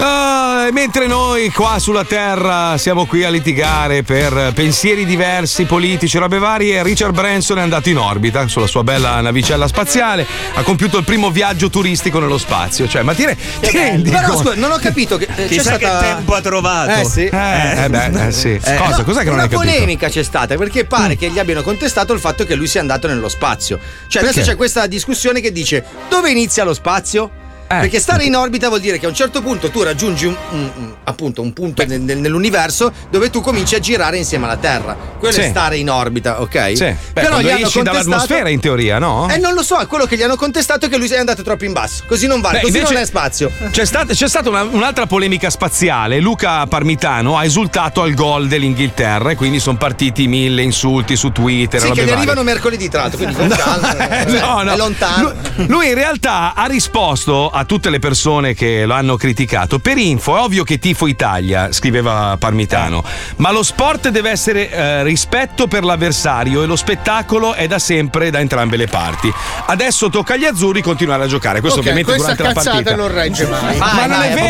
S3: Ah, Eh, mentre noi qua sulla terra siamo qui a litigare per pensieri diversi, politici, robe varie, Richard Branson è andato in orbita sulla sua bella navicella spaziale, ha compiuto il primo viaggio turistico nello spazio. Cioè, ma ti, re- ti rendi
S7: Però
S3: conto?
S7: scusa, non ho capito che eh, c'è
S9: Chissà che
S7: stata...
S9: tempo ha trovato.
S7: Eh sì.
S3: Eh, eh, beh, eh, sì. Cosa?
S7: no,
S3: Cos'è che non
S7: una
S3: hai capito? Mm.
S7: polemica c'è stata perché pare che gli abbiano contestato il fatto che lui sia andato nello spazio. Cioè adesso
S3: Perché?
S7: c'è questa discussione che dice dove inizia lo spazio?
S3: Eh.
S7: Perché stare in orbita vuol dire che a un certo punto tu raggiungi un, un- un- appunto un punto nel- nel- nell'universo dove tu cominci a girare insieme alla Terra. Quello
S3: Sì.
S7: è stare in orbita, ok?
S3: Sì. Beh, quando esci dall'atmosfera in teoria, no?
S7: Eh non lo so, è quello che gli hanno contestato è che lui è andato troppo in basso. Così non vale,
S3: Beh,
S7: così
S3: invece
S7: non è spazio.
S3: C'è stata, c'è stata una- un'altra polemica spaziale. Luca Parmitano ha esultato al gol dell'Inghilterra e quindi sono partiti mille insulti su Twitter.
S7: Sì,
S3: robe
S7: che gli
S3: varie.
S7: arrivano mercoledì, tra l'altro, quindi con calma. eh,
S3: no, no.
S7: È lontano.
S3: Lui in realtà ha risposto a tutte le persone che lo hanno criticato. Per info, è ovvio che tifo Italia, scriveva Parmitano, ma lo sport deve essere eh, rispetto per l'avversario e lo spettacolo è da sempre da entrambe le parti. Adesso tocca agli azzurri continuare a giocare. Questo
S6: Ok,
S3: ovviamente
S6: questa
S3: durante la partita.
S6: cazzata non regge mai.
S3: Ma, non è, vero.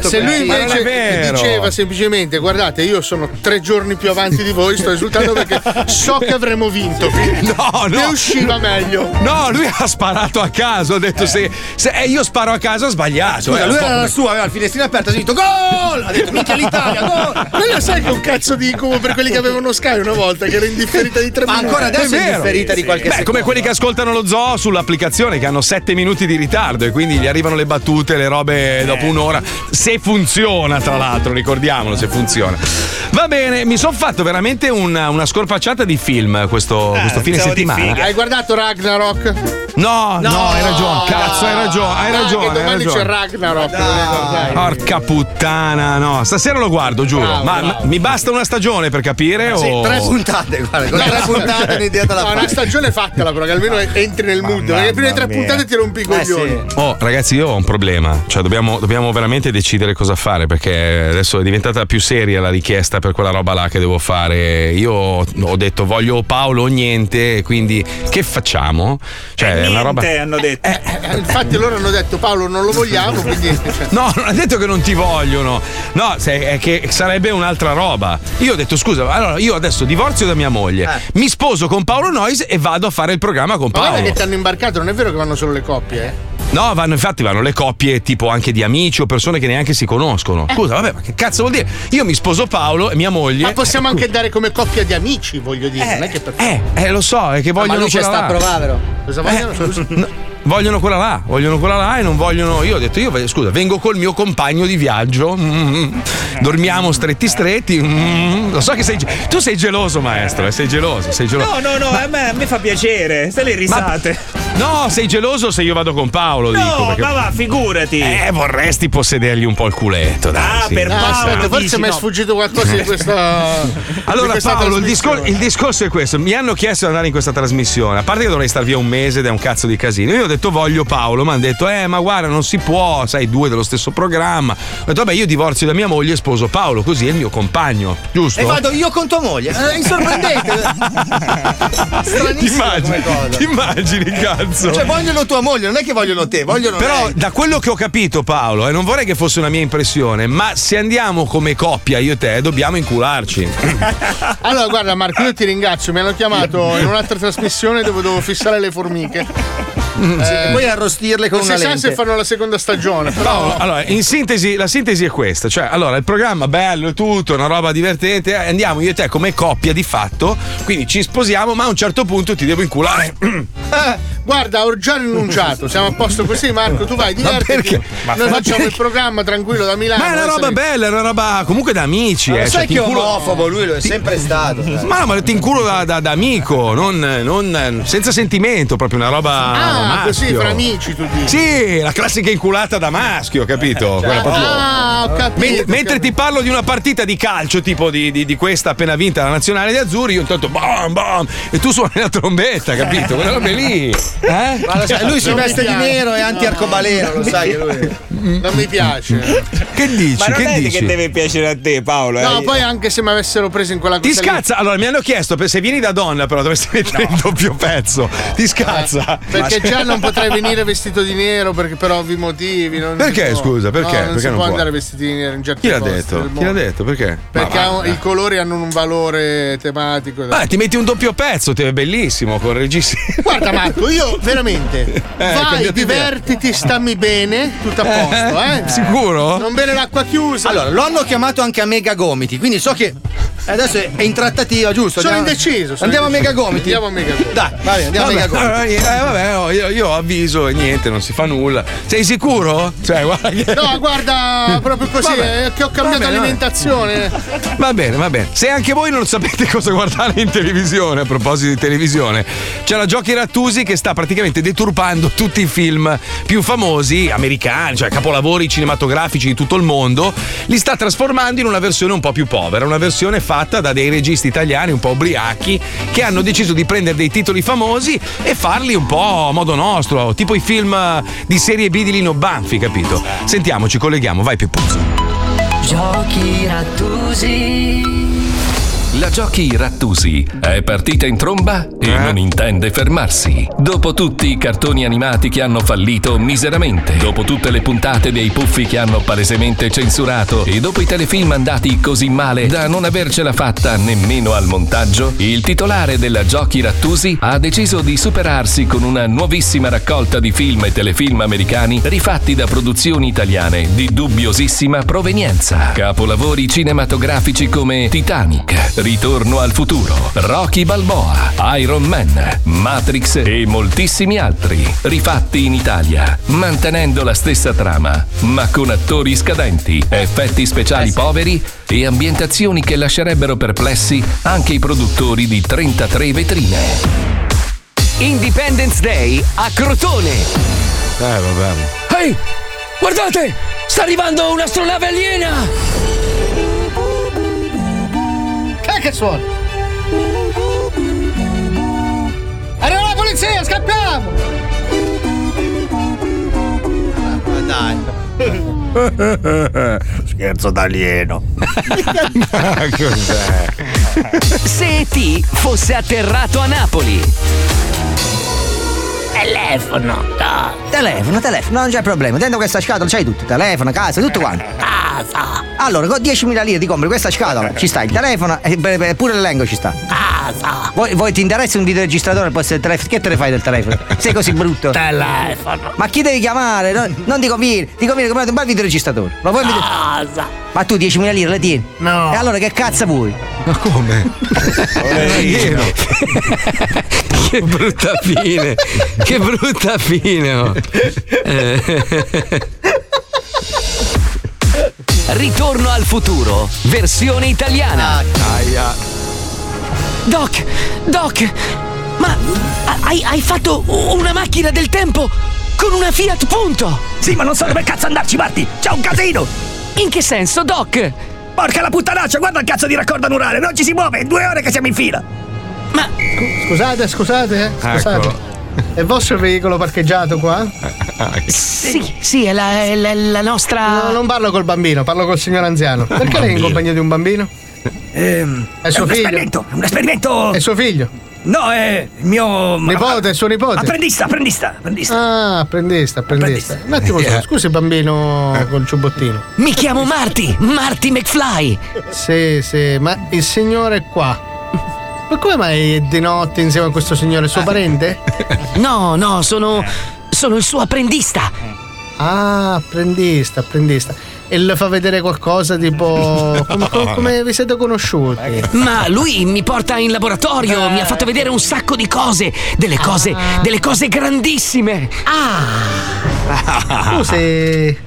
S6: Se lui
S3: Ma non è
S6: invece
S3: vero.
S6: diceva semplicemente: Guardate, io sono tre giorni più avanti di voi, sto esultando perché so che avremmo vinto.
S3: No, no.
S6: Ne usciva meglio.
S3: No, lui ha sparato a caso, ha detto se, se eh, io sparo a caso ho sbagliato.
S6: Scusa,
S3: eh,
S6: lui
S3: un po'
S6: era
S3: come-
S6: la
S7: sua, aveva il finestrino aperto, ha detto gol! Ha detto minchia l'Italia, gol!
S6: Quello sai che è un cazzo di incubo per quelli che avevano Sky una volta, che era indifferita di tre
S7: Ma
S6: minuti.
S7: ancora adesso è
S3: vero.
S7: indifferita di qualche
S3: Beh,
S7: secondo.
S3: come quelli che ascoltano lo zoo sull'applicazione che hanno 7 minuti di ritardo e quindi gli arrivano le battute, le robe
S7: Eh.
S3: dopo un'ora. Se funziona, tra l'altro, ricordiamolo se funziona. Va bene, mi sono fatto veramente una, una scorpacciata di film questo,
S7: Eh,
S3: questo fine settimana.
S6: Hai guardato Ragnarok?
S3: No, no, hai ragione. Cazzo, hai ragione, hai
S6: Dai,
S3: ragione,
S6: Che
S3: hai
S6: domani
S3: ragione.
S6: c'è Ragnarok. dai.
S3: Porca puttana, no, stasera lo guardo, giuro.
S6: Bravo,
S3: ma
S6: bravo.
S3: ma mi basta una stagione per capire?
S6: Sì,
S3: o...
S6: tre puntate,
S7: guarda,
S6: No,
S7: tre puntate un'idea te la
S6: no,
S7: fai.
S6: una stagione fattela, però, che almeno entri nel mood. Perché prima di tre
S3: mia.
S6: puntate ti rompi i coglioni.
S3: Oh, ragazzi, io ho un problema. Cioè, dobbiamo, dobbiamo veramente decidere cosa fare perché adesso è diventata più seria la richiesta per quella roba là che devo fare. Io ho detto voglio Paolo o niente, quindi che facciamo? Cioè, è una roba. Eh,
S6: hanno detto. infatti loro hanno detto Paolo non lo vogliamo, quindi
S3: No, non ha detto che non ti vogliono. No, se- è che sarebbe un'altra roba. Io ho detto scusa, allora io adesso divorzio da mia moglie, mi sposo con Paolo Noyes e vado a fare il programma con
S6: Ma guarda
S3: Paolo.
S6: che ti hanno imbarcato, non è vero che vanno solo le coppie, eh?
S3: No, vanno, infatti vanno le coppie tipo anche di amici o persone che neanche si conoscono. Scusa, vabbè, ma che cazzo vuol dire? Io mi sposo Paolo e mia moglie.
S6: Eh. Ma possiamo anche dare come coppia di amici, voglio dire, non è che per
S3: Eh, eh, lo so,
S6: Ah,
S3: è che vogliono quella là. Eh,
S6: Cosa vogliono? Scusa.
S3: Vogliono quella là, vogliono quella là e non vogliono. Io ho detto, io scusa, vengo col mio compagno di viaggio. mm, dormiamo stretti stretti. mm. lo so che sei. ge- Tu sei geloso, maestro, eh, sei geloso, sei geloso.
S9: No, no, no, a, me, a me fa piacere. Stai le risate.
S3: No, sei geloso se io vado con Paolo, dico. Perché...
S9: ma va, figurati.
S3: Eh, vorresti possedergli un po' il culetto, dai.
S9: Ah,
S3: sì.
S9: per
S6: Ah, aspetta, forse mi è sfuggito qualcosa di questa. di
S3: Allora
S6: questa
S3: Paolo, il, discor-
S6: trasmissione.
S3: il discorso è questo. Mi hanno chiesto di andare in questa trasmissione. A parte che dovrei star via un mese ed è un cazzo di casino. Io ho detto voglio Paolo, mi hanno detto eh ma guarda non si può, sai due dello stesso programma. Ho detto vabbè io divorzio da mia moglie e sposo Paolo, così è il mio compagno, giusto?
S7: E vado io con tua moglie. Eh, è sorprendente.
S3: Ti immagini,
S7: come cosa.
S3: ti immagini cazzo.
S7: Cioè, vogliono tua moglie, non è che vogliono te, vogliono
S3: Però
S7: lei.
S3: da quello che ho capito Paolo, e non vorrei che fosse una mia impressione, ma se andiamo come coppia io e te dobbiamo incularci.
S6: Allora, guarda, Marco, io ti ringrazio. Mi hanno chiamato in un'altra trasmissione dove dovevo fissare le formiche.
S7: Sì,
S6: Eh,
S7: e poi arrostirle con
S6: non
S7: una
S6: si sa
S7: lente.
S6: se fanno la seconda stagione, però.
S3: Paolo, Eh, allora, in sintesi, la sintesi è questa: cioè, allora, il programma bello e tutto, una roba divertente. eh, Andiamo io e te come coppia di fatto. Quindi ci sposiamo, ma a un certo punto ti devo inculare.
S6: Eh, guarda, ho già rinunciato. Siamo a posto così, Marco. Tu vai,
S3: Ma
S6: divertiti.
S3: perché? Ma
S6: Noi
S3: perché?
S6: facciamo il programma tranquillo da Milano.
S3: Ma è una
S6: adesso
S3: roba
S6: ne-
S3: bella, è una roba comunque da amici.
S7: eh, Ma
S3: eh,
S7: lo
S3: cioè,
S7: sai
S3: ti
S7: che è
S3: inculo-
S7: omofobo, lui lo è
S3: ti-
S7: sempre stato. sai.
S3: Ma no, ma ti inculo da, da- da amico, non, non- senza sentimento, proprio una roba.
S6: Ah,
S3: maschio.
S6: così fra amici tu dici. Cioè,
S3: Sì, la classica inculata da maschio, capito? Quella proprio-
S6: Certo. Ah, ho capito.
S3: Mentre, mentre ti parlo di una partita di calcio, tipo di, di- di questa appena vinta la nazionale di Azzurri, io intanto bam bam e tu suoni la trombetta, capito? Quella roba lì. Eh?
S7: Ma lo sai, lui si
S3: Non mi
S7: veste di
S3: piace.
S7: nero, è anti-arcobaleno, lo sai che lui.
S6: Non mi piace.
S3: Che dici?
S9: Ma non
S3: che
S9: è
S3: dici?
S9: che deve piacere a te, Paolo. eh.
S6: No, poi anche se mi avessero preso in quella
S3: Ti
S6: cosa lì-
S3: scazza? Allora, mi hanno chiesto per- se vieni da donna, però dovresti mettere il doppio pezzo. Ti scazza.
S6: Perché già non potrei venire vestito di nero perché per ovvi motivi. non si
S3: Perché,
S6: può.
S3: scusa, perché?
S6: No, non
S3: Perché
S6: si
S3: non
S6: può
S3: può?
S6: andare vestiti di nero in certi
S3: Chi l'ha
S6: posti
S3: detto?
S6: del
S3: Chi l'ha
S6: mondo.
S3: detto? Perché?
S6: Perché
S3: Ma
S6: ha un-
S3: va.
S6: i colori hanno un valore tematico.
S3: Ah, ti metti un doppio pezzo, te è bellissimo con il regista. Eh,
S6: Guarda Marco, io veramente vai,
S3: cambiate idea.
S6: divertiti, stammi bene, tutto a posto, eh?
S3: Sicuro?
S6: Non bere l'acqua chiusa.
S7: Allora, lo hanno chiamato anche a Mega Gomiti, quindi so che adesso è in trattativa, giusto?
S6: Sono
S7: Andiamo-
S6: indeciso. sono
S7: andiamo
S6: indeciso.
S7: a Mega Gomiti.
S6: Andiamo a Mega Gomiti.
S7: Dai, va bene, andiamo a
S3: vabbè,
S7: Mega Gomiti.
S3: allora, eh, vabbè, no, io, io avviso e niente, non si fa nulla. Sei sicuro? Cioè, guarda che-
S6: No, guarda, proprio così,
S3: Mm. Vabbè.
S6: eh, che ho cambiato eh.
S3: Vabbè, vabbè.
S6: alimentazione.
S3: Va bene, va bene. Se anche voi non sapete cosa guardare in televisione, a proposito di televisione, c'è la Giochi Rattusi che sta praticamente deturpando tutti i film più famosi americani, cioè capolavori cinematografici di tutto il mondo, li sta trasformando in una versione un po' più povera, una versione fatta da dei registi italiani un po' ubriachi che hanno deciso di prendere dei titoli famosi e farli un po' a modo nostro, tipo i film di serie B di Lino Banfi, capito? Sentiamo, ci colleghiamo, vai Pipuzzo.
S5: Giochi rattusi.
S1: La Giochi Rattusi è partita in tromba e non intende fermarsi. Dopo tutti i cartoni animati che hanno fallito miseramente, dopo tutte le puntate dei puffi che hanno palesemente censurato e dopo i telefilm andati così male da non avercela fatta nemmeno al montaggio, il titolare della Giochi Rattusi ha deciso di superarsi con una nuovissima raccolta di film e telefilm americani rifatti da produzioni italiane di dubbiosissima provenienza. Capolavori cinematografici come Titanic, Ritorno al futuro, Rocky Balboa, Iron Man, Matrix e moltissimi altri, rifatti in Italia, mantenendo la stessa trama, ma con attori scadenti, effetti speciali poveri e ambientazioni che lascerebbero perplessi anche i produttori di 33 vetrine.
S15: Independence Day a Crotone.
S3: Eh, vabbè.
S15: Ehi, guardate! Sta arrivando un'astronave aliena!
S6: Che che suona? Arriva la polizia, scappiamo!
S7: Ma dai.
S9: Scherzo d'alieno.
S3: Ma cos'è?
S15: Se E.T. fosse atterrato a Napoli. Telefono.
S16: Telefono, telefono, non c'è problema. Dentro questa scatola c'hai tutto: telefono, casa, tutto quanto. Casa. Allora, con 10.000 lire ti compri questa scatola, ci sta il telefono e beh, beh, pure l'elenco ci sta. Casa. Voi, voi ti interessa un videoregistratore al posto del telefono? Che te ne fai del telefono? Sei così brutto.
S15: Telefono.
S16: Ma chi devi chiamare? Non, non ti conviene, ti conviene comprare un bel videoregistratore. Ma voi mi- Ma tu 10.000 lire le tieni? No. E allora che cazzo vuoi?
S3: Ma come?
S15: che brutta fine! che brutta fine! oh. Eh. Ritorno al futuro, versione italiana. Doc, Doc, ma hai, hai fatto una macchina del tempo con una Fiat Punto? Sì, ma non so dove cazzo andarci, Marti. C'è un casino. In che senso, Doc? Porca la puttanaccia, guarda il cazzo di raccordo anulare, non ci si muove, è due ore che siamo in fila.
S16: Scusate, scusate, eh, scusate.
S6: È vostro il veicolo parcheggiato qua?
S3: Ah,
S15: Sì, sì, è la, è la- la nostra.
S16: non
S6: parlo col bambino, parlo col signor anziano. Perché lei è in
S15: Bambino.
S6: compagnia di un bambino? è suo
S15: un
S6: figlio.
S15: esperimento, è un esperimento.
S6: È suo figlio.
S15: No, è mio.
S6: Nipote, è suo nipote.
S15: Apprendista, apprendista, Eh, apprendista.
S6: Ah, apprendista, apprendista. Un attimo, solo, scusi bambino col ciubottino.
S15: Eh. Mi chiamo Marty, Marty McFly.
S6: Sì, sì, ma il signore è qua. Ma come mai è di notte insieme a questo signore? Suo parente?
S15: Ah. No, no, sono. sono il suo apprendista.
S6: Ah, apprendista, apprendista. E le fa vedere qualcosa tipo. Come, come- come vi siete conosciuti?
S15: Ma lui mi porta in laboratorio, mi ha fatto vedere un sacco di cose, delle cose, delle cose grandissime. Ah!
S6: Tu sei.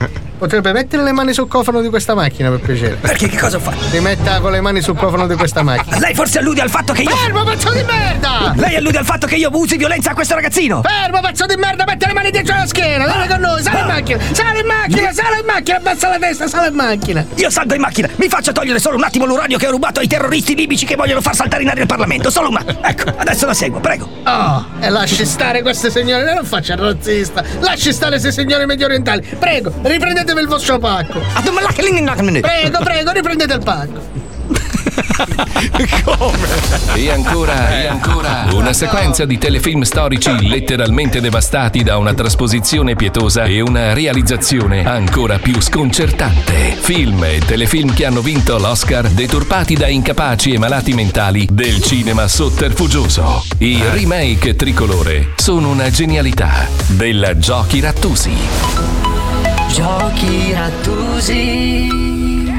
S6: potrebbe mettere le mani sul cofano di questa macchina per piacere.
S15: Perché che cosa ho fatto?
S6: Si metta con le mani sul cofano di questa macchina.
S15: Lei forse allude al fatto che io.
S6: Fermo, pezzo di merda!
S15: Lei allude al fatto che io usi violenza a questo ragazzino!
S6: Fermo, pezzo di merda, metti le mani dietro la schiena, dai con noi, sali in
S15: Ah.
S6: macchina, sali in macchina, sali in macchina, abbassa la testa, sali in macchina.
S15: Io salgo in macchina, mi faccia togliere solo un attimo l'uranio che ho rubato ai terroristi libici che vogliono far saltare in aria il Parlamento. Solo un attimo. Ecco, adesso la seguo, prego.
S6: Oh, e lasci stare queste signore, lei non faccia il razzista. Lasci stare queste signore medio orientali. Prego, riprendetevi il vostro pacco. Prego, prego, riprendete il pacco.
S1: E ancora, e ancora una sequenza di telefilm storici letteralmente devastati da una trasposizione pietosa e una realizzazione ancora più sconcertante. Film e telefilm che hanno vinto l'Oscar deturpati da incapaci e malati mentali del cinema sotterfugioso. I remake tricolore sono una genialità della Giochi Rattusi.
S5: Giochi rattusi.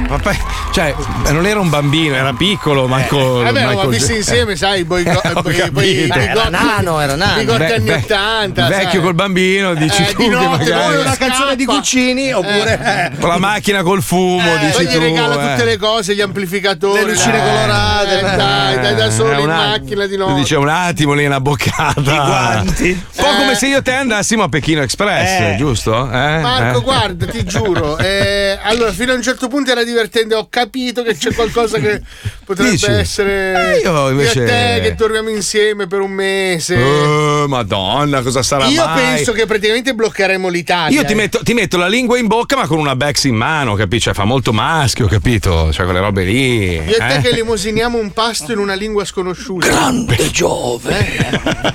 S3: Ma poi- cioè, non era un bambino, era piccolo, manco.
S6: Vabbè,
S3: Michael
S6: Eh, ma visti
S3: Jackson.
S6: insieme, sai, poi
S3: Eh, ho capito. Era
S7: nano, era nano.
S6: Bigotti
S3: Beh,
S6: anni
S3: beh,
S6: 80.
S3: vecchio
S6: sai.
S3: col bambino, dici
S6: Eh,
S3: tu
S6: di
S3: che
S6: notte,
S3: magari.
S6: poi una Eh. canzone di Cuccini oppure
S3: Con la macchina col fumo,
S6: eh,
S3: dici
S6: poi gli
S3: tu.
S6: regala
S3: eh.
S6: tutte le cose, gli amplificatori, le lucine colorate, dai, dai da
S3: Eh,
S6: solo in
S3: un attimo.
S6: macchina di
S3: Tu
S6: notte.
S3: dice un attimo lì una boccata.
S6: guanti.
S3: Un po' come se io e te andassimo a Pechino Express,
S6: Eh.
S3: giusto? Eh?
S6: Marco,
S3: Eh?
S6: guarda, ti giuro. eh, allora, fino a un certo punto era divertente. Ho capito che c'è qualcosa che potrebbe
S3: Dici?
S6: essere.
S3: Eh, io invece-
S6: Io e te che dormiamo insieme per un mese.
S3: Eh, Madonna, cosa sarà
S6: Io
S3: mai?
S6: penso che praticamente bloccheremo l'Italia. eh.
S3: Io ti metto, ti metto la lingua in bocca, ma con una Bex in mano, capisci? Cioè, fa molto maschio, capito? Cioè, quelle robe lì.
S6: Io e te
S3: eh?
S6: che limosiniamo un pasto in una lingua sconosciuta.
S1: Grande Giove! Eh.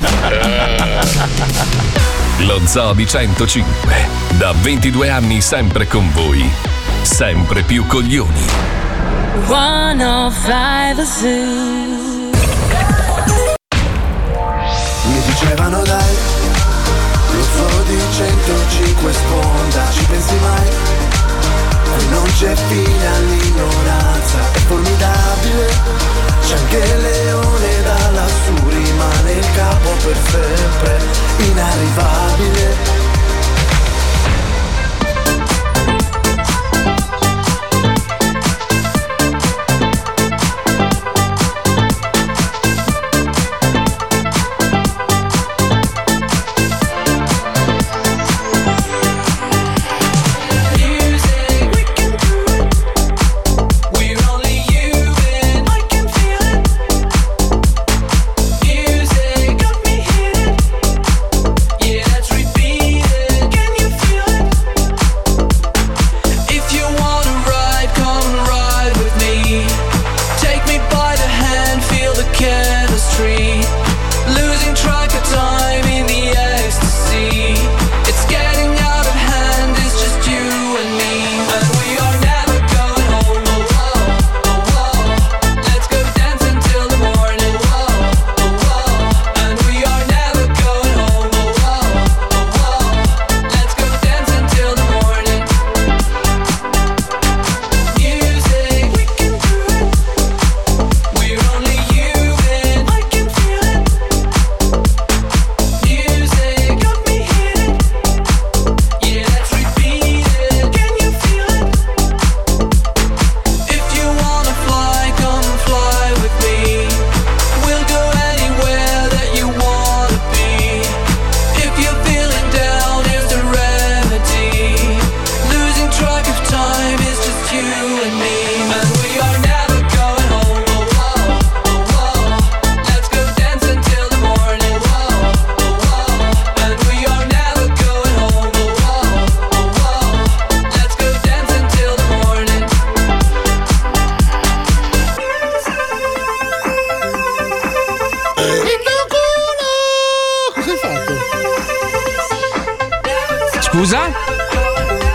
S1: Lo Zoo di 105, da 22 anni sempre con voi, sempre più coglioni.
S14: 105 Zoo.
S17: Mi dicevano dai, lo zoo di 105 sponda, ci pensi mai? Non c'è fine all'ignoranza, è formidabile, c'è anche il leone da lassù, rimane il capo per sempre, inarrivabile.
S18: If you wanna ride, come ride with me. Take me by the hand, feel the chemistry. Losing track of time in the ecstasy. It's getting out of hand, it's just you and me. And we are never going home. Oh whoa, oh whoa. Let's go dancing till the morning. Whoa, oh whoa. And we are never going home. Oh whoa, oh whoa. Let's go dancing till the morning. Music, we can do it. We're only human. I can feel it. Music got me hidden. Yeah, let's repeat it. Can you feel it? If you wanna fly, come fly with me. We'll go anywhere that you wanna be. If you're feeling down, here's the remedy. Losing track of time is just you and me. And we are never going home. Oh whoa, oh whoa. Let's go dance until the morning. Whoa, oh whoa. And we are never going home. Oh whoa, oh whoa. Let's go dance until the morning.
S6: Cosa hai fatto?
S3: Scusa?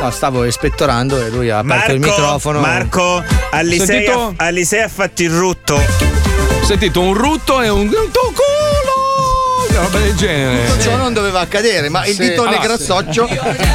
S7: No, stavo ispettorando e lui ha aperto
S9: Marco,
S7: il microfono.
S9: Marco, Alisei ha,
S7: Sentito?
S9: Alisei ha fatto il rutto.
S3: Ho sentito un rutto e un. un tuculo! una roba del genere.
S7: Tutto ciò non doveva accadere, ma il
S3: Sì.
S7: dito
S3: Allora,
S7: negrazzoccio.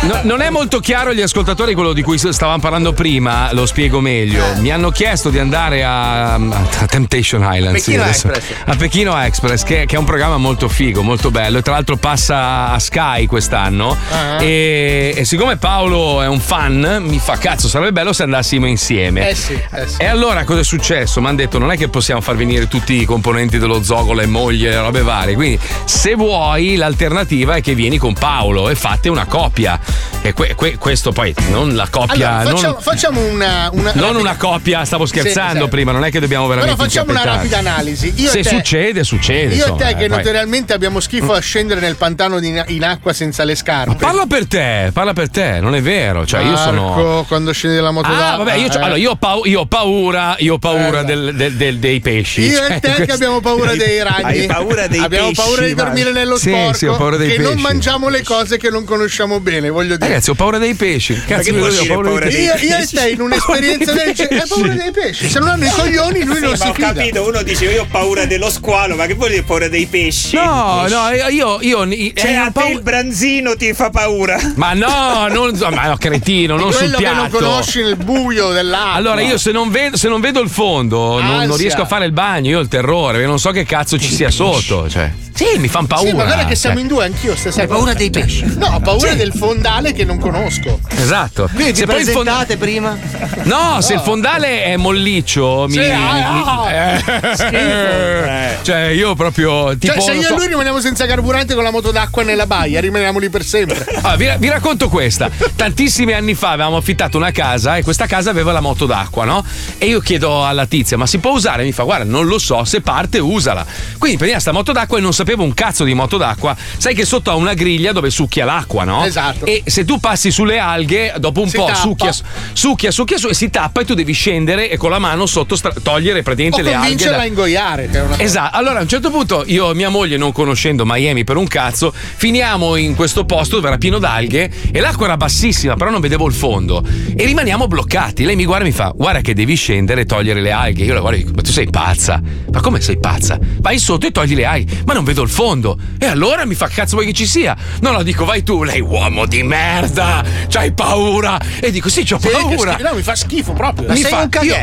S3: No- non è molto chiaro agli ascoltatori quello di cui stavamo parlando prima, lo spiego meglio. Mi hanno chiesto di andare a, a Temptation Island. sì,
S7: Pechino
S3: adesso-
S7: Express.
S3: A Pechino Express, che, che è un programma molto figo, molto bello. E tra l'altro passa a Sky quest'anno.
S4: Ah.
S3: E, e siccome Paolo è un fan, mi fa cazzo, sarebbe bello se andassimo insieme.
S4: Eh sì, eh sì.
S3: E allora cosa è successo? Mi hanno detto non è che possiamo far venire tutti i componenti dello zogo, le moglie, le robe varie. Quindi se vuoi l'alternativa è che vieni con Paolo e fate una coppia. E que- que- questo poi non la coppia...
S6: Allora, facciamo,
S3: non...
S6: facciamo una, una,
S3: non
S6: rapida-
S3: una coppia, stavo
S6: Sì,
S3: scherzando
S6: esatto.
S3: prima, non è che dobbiamo veramente.
S6: Però facciamo una
S3: incappettarci.
S6: rapida analisi. Io
S3: Se
S6: e te-
S3: succede, succede.
S6: Io
S3: insomma,
S6: e te, che
S3: eh, vai. Mm.
S6: notoriamente abbiamo schifo a scendere nel pantano di- in acqua senza le scarpe.
S3: Parla per te, parla per te, non è vero. Cioè, io sono.
S6: Marco, quando scendi dalla moto
S3: Ah, vabbè, io, c'ho-
S6: Eh.
S3: allora, io, ho pau- io ho paura, io ho paura del- del- del- dei pesci.
S6: Io
S3: Cioè,
S6: e te che
S3: questo-
S6: abbiamo paura dei ragni. abbiamo paura di dormire nello
S3: Sì,
S6: sporco.
S3: sì, ho paura dei
S6: che non
S3: pesci.
S6: mangiamo le cose che non conosciamo bene, voglio dire.
S3: Ragazzi, ho paura dei pesci. Cazzo, io ho paura, dei pesci.
S6: io, io e te in un'esperienza
S9: Paura dei
S6: del genere. Hai paura
S9: pesci.
S6: dei pesci? Se non hanno i coglioni, lui
S9: Sì,
S6: non
S9: ma
S6: si
S9: ho
S6: fida.
S9: capito, uno dice io ho paura dello squalo, ma che vuol dire paura dei pesci?
S3: No, no, io. io, io
S9: Cioè,
S3: eh,
S9: a
S3: ho
S9: te
S3: paura-
S9: il branzino ti fa paura.
S3: Ma no, non, ma no, cretino, non sul
S6: quello che non
S3: piatto.
S6: conosci nel buio dell'acqua.
S3: Allora, io se non vedo, se non vedo il fondo, non, non
S6: Ansia.
S3: riesco a fare il bagno. Io ho il terrore, perché non so che cazzo ci sia sotto. Cioè. Sì, mi fanno paura.
S6: Sì, ma guarda che
S3: cioè.
S6: siamo in due, anch'io stessa
S3: Hai
S6: cosa.
S3: paura dei pesci?
S6: No, ho paura del fondale che non conosco.
S3: Esatto.
S6: Quindi
S3: Se poi il fond-
S6: prima?
S3: No, se il fondale è molliccio, mi.
S6: ah, ah.
S3: Eh. Cioè, io proprio. Tipo,
S6: cioè, se
S3: non
S6: io
S3: so-
S6: e lui rimaniamo senza carburante con la moto d'acqua nella baia, rimaniamo lì per sempre.
S3: Ah, vi, vi racconto questa. Tantissimi anni fa avevamo affittato una casa e questa casa aveva la moto d'acqua, no? E io chiedo alla tizia, ma si può usare? Mi fa, guarda, non lo so, se parte usala. Quindi prendeva sta moto d'acqua e non sapevo un cazzo di moto d'acqua. Sai che sotto ha una griglia dove succhia l'acqua, no?
S6: Esatto.
S3: E se tu passi sulle alghe, dopo un
S6: Si
S3: po'
S6: tappa.
S3: succhia, succhia, succhia, su- e si tappa e tu devi scendere e con la mano sotto stra- togliere praticamente
S6: o
S3: le alghe.
S6: convincerla
S3: da-
S6: a ingoiare. Che è una cosa.
S3: Esatto, allora a un certo punto io e mia moglie, non conoscendo Miami per un cazzo, finiamo in questo posto dove era pieno d'alghe e l'acqua era bassissima, però non vedevo il fondo e rimaniamo bloccati. Lei mi guarda e mi fa, guarda che devi scendere e togliere le alghe. Io la guardo e dico, ma tu sei pazza? Ma come sei pazza? Vai sotto e togli le alghe, ma non vedo il fondo. E allora mi fa, cazzo vuoi che ci sia? No, no, dico, vai tu, lei uomo di merda, c'hai paura. E dico, sì, c'ho
S6: Sì, che
S3: paura.
S6: schifo. No, mi fa schifo proprio.
S3: Mi fa- Io,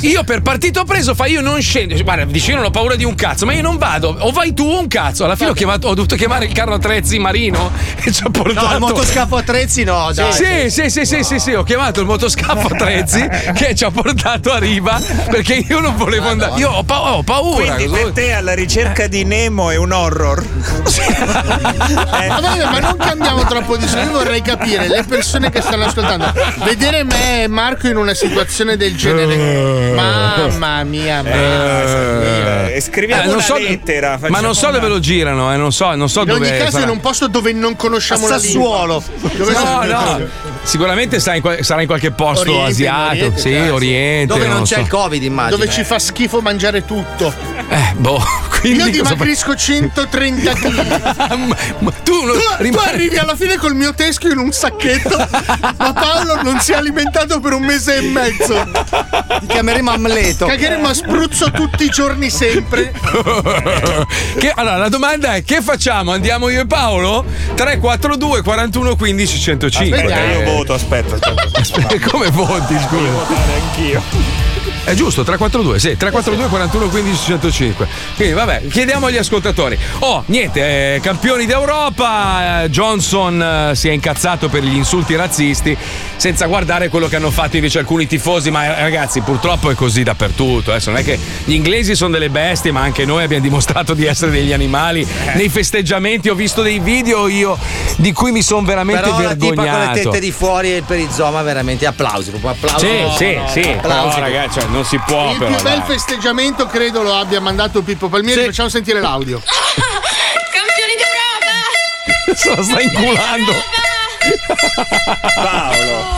S3: io per partito preso fa io non scendo. Cioè, Guarda, dice io non ho paura di un cazzo, ma io non vado. O vai tu o un cazzo. Alla fine ho, chiamato- ho dovuto chiamare il carro attrezzi marino e ci ha portato.
S7: No, il motoscafo attrezzi no, dai.
S3: Sì, sì, sì, sì, sì, sì, ho chiamato il motoscafo Trezzi che ci ha portato a riva perché io non volevo andare. Io ho, pa- ho paura.
S9: Quindi per te alla ricerca di Nemo è un horror.
S6: Ma vabbè, ma non cambiamo troppo di io vorrei capire le persone che stanno ascoltando. Vedere me e Marco in una situazione del
S3: Eh.
S6: genere. Mamma mia, mamma mia.
S9: E scriviamo
S3: Eh, non
S9: una
S3: so-
S9: lettera.
S3: Ma
S9: facciamo
S3: non so
S9: una-
S3: dove lo girano, eh, non so, non so
S6: In
S3: dove.
S6: ogni caso
S3: sarà.
S6: in un posto dove non conosciamo
S7: A
S6: la lingua.
S7: Sassuolo.
S6: Dove
S3: No,
S6: sono-
S3: no, sicuramente sarà in, qual- sarà in qualche posto
S6: Oriente,
S3: asiatico,
S6: Oriente,
S3: sì,
S6: cazzo.
S3: Oriente.
S6: Dove non
S3: lo
S6: c'è
S3: so.
S6: il Eh.
S7: Covid immagino.
S6: Dove ci fa schifo mangiare tutto.
S3: Eh, boh, quindi
S6: Io
S3: cosa
S6: dimagrisco 130 kg.
S3: tu,
S6: tu arrivi alla fine col mio teschio in un sacchetto, ma Paolo non si è alimentato per un mese e mezzo. Ti
S7: chiameremo Amleto.
S6: Cagheremo a spruzzo tutti i giorni sempre.
S3: Che- allora la domanda è che facciamo? Andiamo io e Paolo? 342 41 15 105
S9: Aspetta,
S3: Eh,
S9: io voto, aspetta, aspetta.
S3: aspetta, come voti scusa?
S9: Anch'io.
S3: È giusto, 342, sì, 342 41 15 105. Quindi vabbè, chiediamo agli ascoltatori. Oh, niente, eh, campioni d'Europa, eh, Johnson eh, si è incazzato per gli insulti razzisti, senza guardare quello che hanno fatto invece alcuni tifosi, ma eh, ragazzi, purtroppo è così dappertutto, adesso non è che gli inglesi sono delle bestie, ma anche noi abbiamo dimostrato di essere degli animali.
S7: Eh.
S3: Nei festeggiamenti ho visto dei video io di cui mi sono veramente
S7: Però la tipa con le
S3: vergognato.
S7: tette di fuori e il perizoma, veramente applausi. Proprio applausi.
S3: Sì,
S7: No,
S3: sì,
S7: no,
S3: sì.
S7: applausi.
S3: No, ragazzi, cioè, non si può
S6: Il
S3: però.
S6: più bel
S3: dai.
S6: festeggiamento credo lo abbia mandato Pippo Palmieri. Facciamo sentire l'audio.
S3: Se la sta inculando.
S9: Paolo.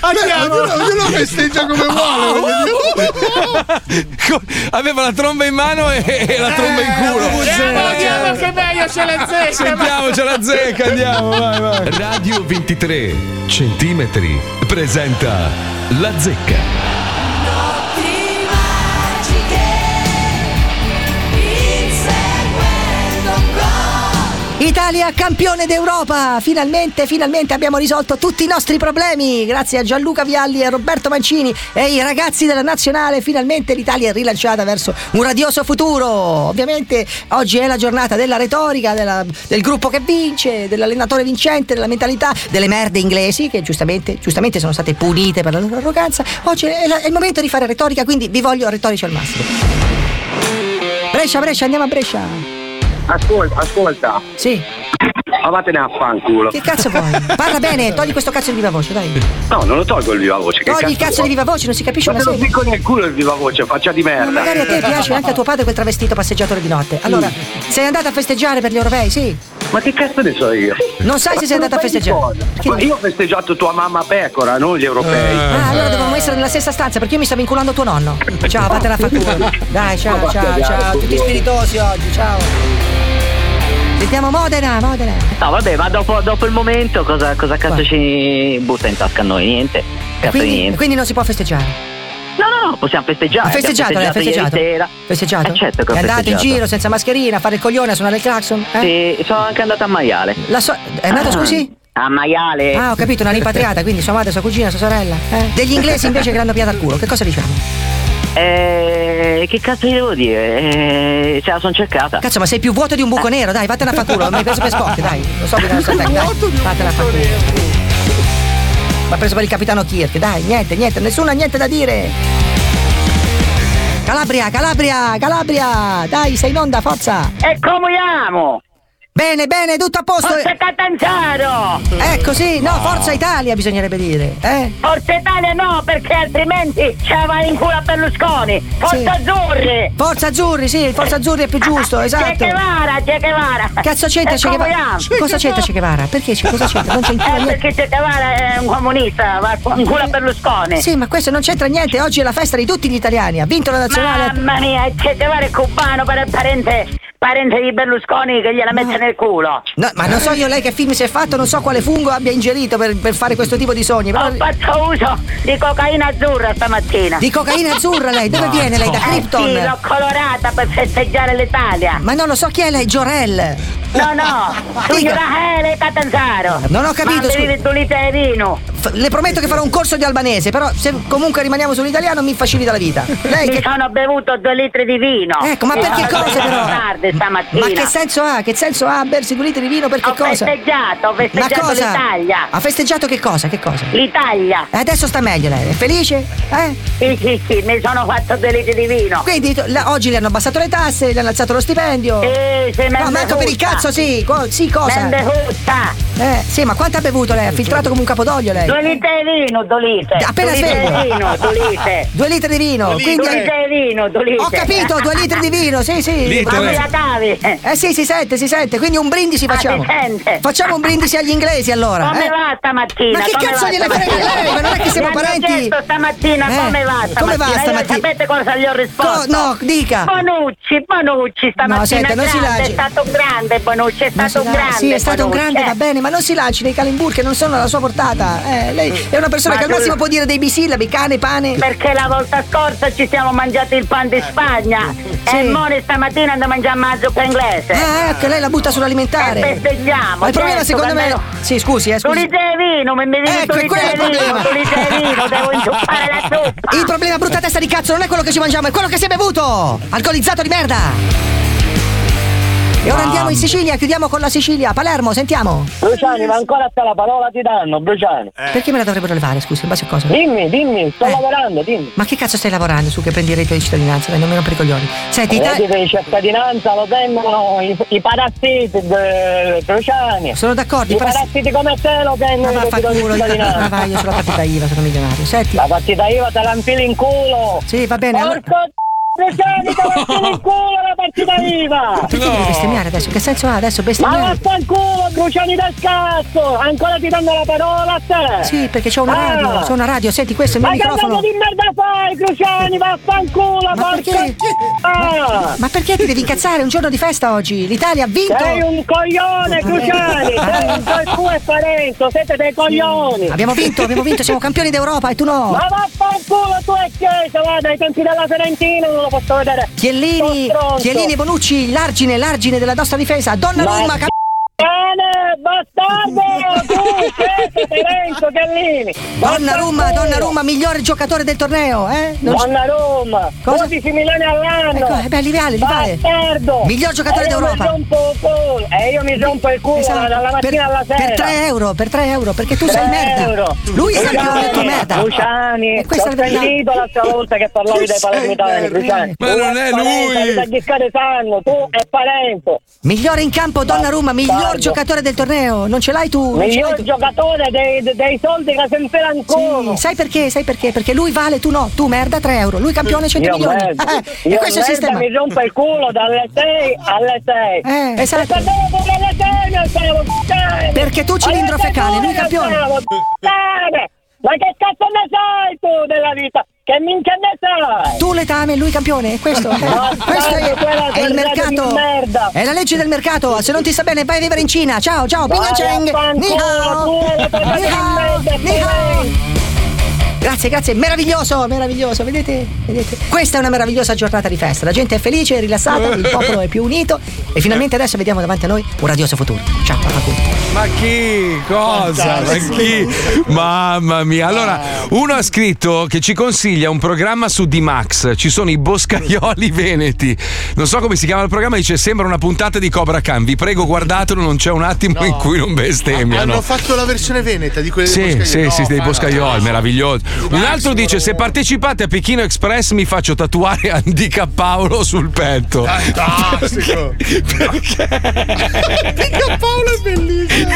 S4: Andiamo.
S6: Beh, ognuno- ognuno festeggia come
S4: Oh,
S6: vuole, voglio
S3: Co- Aveva la tromba in mano e, e
S6: Eh,
S3: la tromba in culo.
S4: Andiamo, che meglio c'è la zecca.
S3: Sentiamo, c'è la zecca, andiamo,
S6: eh,
S3: vai, vai.
S1: Radio 23 centimetri presenta La Zecca.
S19: Italia campione d'Europa! Finalmente, finalmente abbiamo risolto tutti i nostri problemi! Grazie a Gianluca Vialli e Roberto Mancini e i ragazzi della nazionale, finalmente l'Italia è rilanciata verso un radioso futuro! Ovviamente oggi è la giornata della retorica, della- del gruppo che vince, dell'allenatore vincente, della mentalità, delle merde inglesi che giustamente, giustamente sono state punite per la loro arroganza. Oggi è, la- è il momento di fare retorica, quindi vi voglio retorici al massimo. Brescia, Brescia, andiamo a Brescia!
S20: Ascolta, ascolta.
S19: Sì.
S20: Ma vattene a fanculo.
S19: Che cazzo vuoi? Parla bene, togli questo cazzo di viva voce, dai!
S20: No, non lo tolgo il viva voce. Che
S19: Togli il cazzo di viva voce, non si capisce una
S20: Ma te lo
S19: serie.
S20: dico nel culo il viva voce, faccia di merda.
S19: Ma magari a te piace anche a tuo padre quel travestito passeggiatore di notte. Allora,
S21: Mm.
S19: sei andata a festeggiare per gli europei, sì?
S20: Ma che cazzo ne so io?
S19: Non sai
S20: Ma
S19: se sei
S20: tu
S19: andata a
S20: fai di
S19: festeggiare.
S20: cosa? Ma io ho festeggiato tua mamma pecora, non gli europei.
S19: Ah,
S21: Eh.
S19: allora dovevamo essere nella stessa stanza perché io mi stavo inculando tuo nonno. Ciao, vattene a far culo. Dai, ciao, ciao, ciao, tutti spiritosi oggi, ciao. Sentiamo Modena, Modena.
S21: No, vabbè, ma dopo, dopo il momento cosa, cosa cazzo ci butta in tasca a noi? Niente. Cazzo di
S19: Quindi,
S21: niente.
S19: quindi non si può festeggiare.
S21: No, no, possiamo festeggiare.
S19: Ha festeggiato,
S21: Abbiamo
S19: lei ha festeggiato.
S21: ieri sera.
S19: Festeggiato?
S21: Eh, certo che ho
S19: È andata in
S21: festeggiato.
S19: giro senza mascherina, a fare il coglione, a suonare il claxon? Eh?
S21: Sì, sono anche andata a maiale.
S19: La so- è andata,
S21: Ah,
S19: Eh, scusi?
S21: A maiale.
S19: Ah, ho capito, una rimpatriata, quindi sua madre, sua cugina, sua sorella. eh? Degli inglesi invece che l'hanno piata al culo, che cosa diciamo?
S21: Eh, che cazzo gli devo dire? Eh, ce la sono cercata. Eh.
S19: Cazzo, ma sei più vuoto di un buco nero, dai, vattene a far culo, mi hai preso per spocchio, dai. Lo so che non so dai, vattene a far culo. Mi ha preso per il capitano Kirk, dai, niente, niente, nessuno ha niente da dire. Calabria, Calabria, Calabria, dai, sei in onda, forza. E comuniamo. Bene, bene, tutto a posto.
S4: Forza
S19: Catanzaro. Ecco, sì, no, forza Italia bisognerebbe dire, eh.
S4: Forza Italia no, perché altrimenti ce va in culo a Berlusconi. Forza Azzurri. Ah,
S19: Forza Azzurri, sì, il Forza Azzurri è più giusto, esatto.
S4: Che Guevara, Che Guevara. Eh,
S19: Cazzo c'entra
S4: E
S19: Che Guevara?
S4: comuniamo.
S19: Cosa c'entra Che Guevara? Perché c'è, cosa c'entra? Non c'entra
S4: Eh,
S19: niente.
S4: perché Che Guevara è un comunista, va in culo a Berlusconi.
S19: Sì, ma questo non c'entra niente. Oggi è la festa di tutti gli italiani. Ha vinto la nazionale.
S4: Mamma mia, Che Guevara è cubano, per- parente, parente di Berlusconi che gliela mette nel culo.
S19: No, ma non so io lei che film si è fatto, non so quale fungo abbia ingerito per, per fare questo tipo di sogni. Però...
S4: Ho fatto uso di cocaina azzurra stamattina.
S19: Di cocaina azzurra lei? Dove viene lei? Da
S4: Eh
S19: Krypton?
S4: sì, l'ho colorata per festeggiare l'Italia.
S19: Ma non lo so chi è lei, Jorel.
S4: No, no, tu
S19: Dica.
S4: Giorahele Catanzaro.
S19: Non ho capito,
S4: Ma
S19: scusi.
S4: devi tu l'italiano.
S19: F- le prometto che farò un corso di albanese, però se comunque rimaniamo sull'italiano mi facilita la vita. Lei
S4: Mi
S19: che.
S4: sono bevuto due litri di vino.
S19: Ecco, ma per che
S4: Sono
S19: cosa però?
S4: tardi stamattina.
S19: Ma che senso ha? Che senso ha bersi due litri di vino per che
S4: Ho
S19: cosa?
S4: festeggiato, ho festeggiato
S19: Ma cosa?
S4: l'Italia.
S19: Ha festeggiato che cosa? Che cosa? Eh,
S4: L'Italia.
S19: Adesso sta meglio lei, è felice? Eh?
S4: Sì, sì, sì, mi sono fatto due litri di vino.
S19: Quindi to- la- oggi le hanno abbassato le tasse, le hanno alzato lo stipendio.
S4: Sì, sì,
S19: No,
S4: m'è
S19: manco per il
S4: bevuta.
S19: cazzo, sì. co- sì, cosa?
S4: M'è bevuta.
S19: Eh, sì, ma quanto ha bevuto lei? Ha filtrato come un capodoglio lei.
S4: Due litri di vino, due litri.
S19: Eh. Appena
S4: due litri
S19: sveglio.
S4: di vino, due litri.
S19: Due litri di vino.
S4: Due
S19: quindi-
S4: litri di vino, due litri.
S19: Ho capito, due litri di vino, sì, sì.
S4: Litri. Ma me la davi?
S19: Eh sì, si sente, si sente. Quindi un brindisi
S4: Ah,
S19: facciamo.
S4: si sente.
S19: Facciamo un brindisi agli inglesi allora.
S4: Come
S19: eh?
S4: va stamattina?
S19: Ma che
S4: Come
S19: cazzo
S4: va
S19: gliene frega
S4: stamattina?
S19: lei? Ma non è che siamo
S4: Mi hanno
S19: parenti?
S4: chiesto stamattina
S19: Eh,
S4: come va stamattina?
S19: come va
S4: Io
S19: stamattina?
S4: sapete cosa gli ho risposto?
S19: Co- no, dica.
S4: Bonucci, Bonucci stamattina
S19: No, senta, non si
S4: grande,
S19: lanci.
S4: è stato un grande Bonucci, è
S19: Non
S4: stato un
S19: si la-
S4: grande eh.
S19: Sì, è stato un grande, va bene, ma non si lanci nei calembur che non sono alla sua portata. Eh, lei è una persona
S4: Ma
S19: che al
S4: tu-
S19: massimo può dire dei bisillabi, cane, pane.
S4: Perché la volta scorsa ci siamo mangiati il pan
S19: Eh.
S4: di Spagna e Mone stamattina andiamo a mangiare mazzucca inglese.
S19: Ah, ecco, lei la butta sull'alimentare.
S4: E festeggiamo,
S19: Ma il problema
S4: certo,
S19: secondo me.
S4: almeno-
S19: Sì, scusi, eh,
S4: Tu
S19: scusi.
S4: li devi vino, mi mi vieni
S19: Ecco,
S4: tu
S19: è
S4: li
S19: quello il
S4: devi vino,
S19: problema.
S4: tu li devi vino, devo inzuppare la zuppa.
S19: Il problema, brutta testa di cazzo, non è quello che ci mangiamo, è quello che si è bevuto! Alcolizzato di merda! E ora andiamo in Sicilia, chiudiamo con la Sicilia. Palermo, sentiamo.
S22: Bruciani, ma ancora sta la parola ti danno, Bruciani.
S19: Perché me la dovrebbero levare, scusi, in base a cosa?
S22: Dimmi, dimmi, sto lavorando, dimmi.
S19: Ma che cazzo stai lavorando su che prendi il reddito di cittadinanza? Dai, non mi rompere i coglioni. Senti,
S22: Il
S19: Ita-
S22: reddito di cittadinanza lo tengono i, i parassiti, eh, Bruciani.
S19: Sono d'accordo,
S22: I
S19: i parass-
S22: parassiti come te lo tengono
S19: Ma
S22: il reddito di
S19: vaffanculo, io-
S22: cittadinanza.
S19: ma vai, io sono la partita IVA, sono milionario. Senti.
S22: La partita IVA te la infili in culo.
S19: Sì, va bene. allora-
S22: Porco c***o, Bruciani, te la infili in culo la partita
S14: arriva!
S19: Perché devi bestemmiare adesso? Che senso ha adesso
S14: Ma
S19: bestemmiare?
S14: vaffanculo, bruciani del cazzo! Ancora ti danno la parola a te!
S19: Sì, perché c'ho una radio, c'ho una radio, senti questo è il mio
S14: Ma che
S19: microfono.
S14: cazzo di merda fai, Cruciani? Vaffanculo,
S19: Ma
S14: porca
S19: perché?
S14: Ah!
S19: Ma, ma perché ti devi incazzare? È un giorno di festa oggi. L'Italia ha vinto.
S14: Sei un coglione, Cruciani! Sei un coi- tu e Parenzo, siete dei coglioni!
S19: Abbiamo vinto, abbiamo vinto, siamo campioni d'Europa e tu no.
S14: Ma vaffanculo tu e Chiesa, guarda, ai tempi della Fiorentina non lo posso vedere!
S19: Chiellini,
S14: Sono stronzo.
S19: Chiellini e Bonucci, l'argine, l'argine della nostra difesa. Donnarumma,
S14: Ma-
S19: cap-
S14: Bene, bastardo! Tu, Chiesa, Parenzo, Chiellini!
S19: Donnarumma,
S14: Vaffanculo.
S19: Donnarumma, migliore giocatore del torneo, eh?
S14: Donnarumma, 12 milioni all'anno.
S19: Ecco, eh beh, li vale, li vale.
S14: Bastardo!
S19: Miglior giocatore
S14: E io
S19: d'Europa.
S14: mi rompo il culo. E io mi rompo il culo
S19: Esatto,
S14: dalla mattina
S19: per,
S14: alla sera.
S19: per 3 euro, per 3 euro, perché tu
S14: Tre
S19: sei merda.
S14: euro.
S19: Lui è campione, tu
S14: Luciani,
S19: merda.
S14: Luciani,
S19: E questa
S14: l'ho
S19: è la verità.
S14: sentito l'altra volta che parlavi dei palermitani, Luciani.
S19: Ma non è lui.
S14: Tagliascate sanno, tu e Parenzo.
S19: Migliore in campo Donnarumma, miglior
S14: Bastardo.
S19: giocatore del torneo. Non ce l'hai tu. non ce l'hai
S14: Miglior
S19: tu.
S14: giocatore dei, dei soldi che sempre ancora.
S19: Sai perché? Sai perché? Perché lui vale, tu no. Tu merda 3 euro. Lui campione 100
S14: Io
S19: milioni.
S14: merda.
S19: Eh,
S14: Io
S19: e questo è il
S14: merda
S19: sistema.
S14: mi rompo il culo dalle 6 alle 6.
S19: Eh, esatto.
S14: dalle 6 non stavo, c***o.
S19: Perché tu cilindro
S14: Alle sei
S19: fecale, lui
S14: non
S19: campione.
S14: stavo, c***o. Eh, Ma che cazzo ne sai tu della vita? Che minchia ne sai?
S19: Tu letame, lui campione, e questo, eh,
S14: Bastardo,
S19: questo è,
S14: quella
S19: è
S14: qualità
S19: il
S14: di
S19: mercato.
S14: merda.
S19: È la legge del mercato. Se non ti sta bene, vai a vivere in Cina. Ciao, ciao,
S14: Vai
S19: Pingan Cheng.
S14: affanculo,
S19: Ni hao.
S14: tu, la qualità di
S19: Ni hao.
S14: merda,
S19: Ni hao. Grazie, grazie, meraviglioso, meraviglioso, vedete, vedete? Questa è una meravigliosa giornata di festa, la gente è felice, è rilassata, il popolo è più unito e finalmente adesso vediamo davanti a noi un radioso futuro. Ciao, papà.
S3: Ma chi? Cosa? Ma
S19: Fantastico.
S3: chi? Mamma mia. Allora, uno ha scritto che ci consiglia un programma su D-Max. Ci sono i boscaioli veneti. Non so come si chiama il programma, dice sembra una puntata di Cobra Khan. Vi prego, guardatelo, non c'è un attimo in cui non bestemmiano.
S6: Hanno fatto la versione veneta di quelle
S3: Sì,
S6: dei
S3: sì,
S6: boscaioli.
S3: sì,
S6: No,
S3: dei
S6: ma-
S3: boscaioli, meraviglioso. Un altro dice: Se partecipate a Pechino Express, mi faccio tatuare Andica Paolo sul petto.
S6: Fantastico.
S23: Perché Paolo è bellissimo.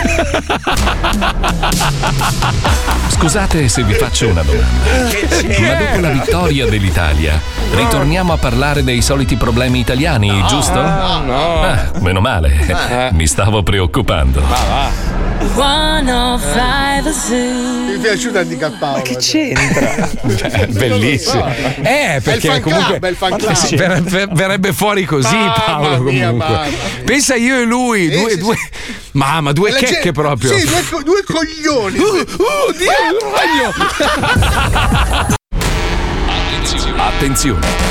S1: Scusate se vi faccio una domanda.
S14: Eh,
S1: Ma dopo la vittoria dell'Italia, ritorniamo a parlare dei soliti problemi italiani, giusto?
S3: no, no. Eh.
S1: Ah, meno male, mi stavo preoccupando.
S6: Eh. Mi è piaciuta cioè. Andy Cappaolo. Ma che
S24: c'entra?
S3: Beh, Cioè, bellissimo.
S6: Non lo so. È
S3: Eh,
S6: il
S3: perché
S6: fan club,
S3: comunque
S6: è il fan club.
S3: Eh sì, ver- ver- verrebbe fuori così
S6: Mamma
S3: Paolo
S6: mia,
S3: comunque.
S6: mamma mia.
S3: Pensa io e lui, due, due- Mamma, due
S6: La
S3: checche
S6: gente-
S3: proprio.
S6: Sì, due, co- due coglioni.
S3: uh,
S1: Attenzione!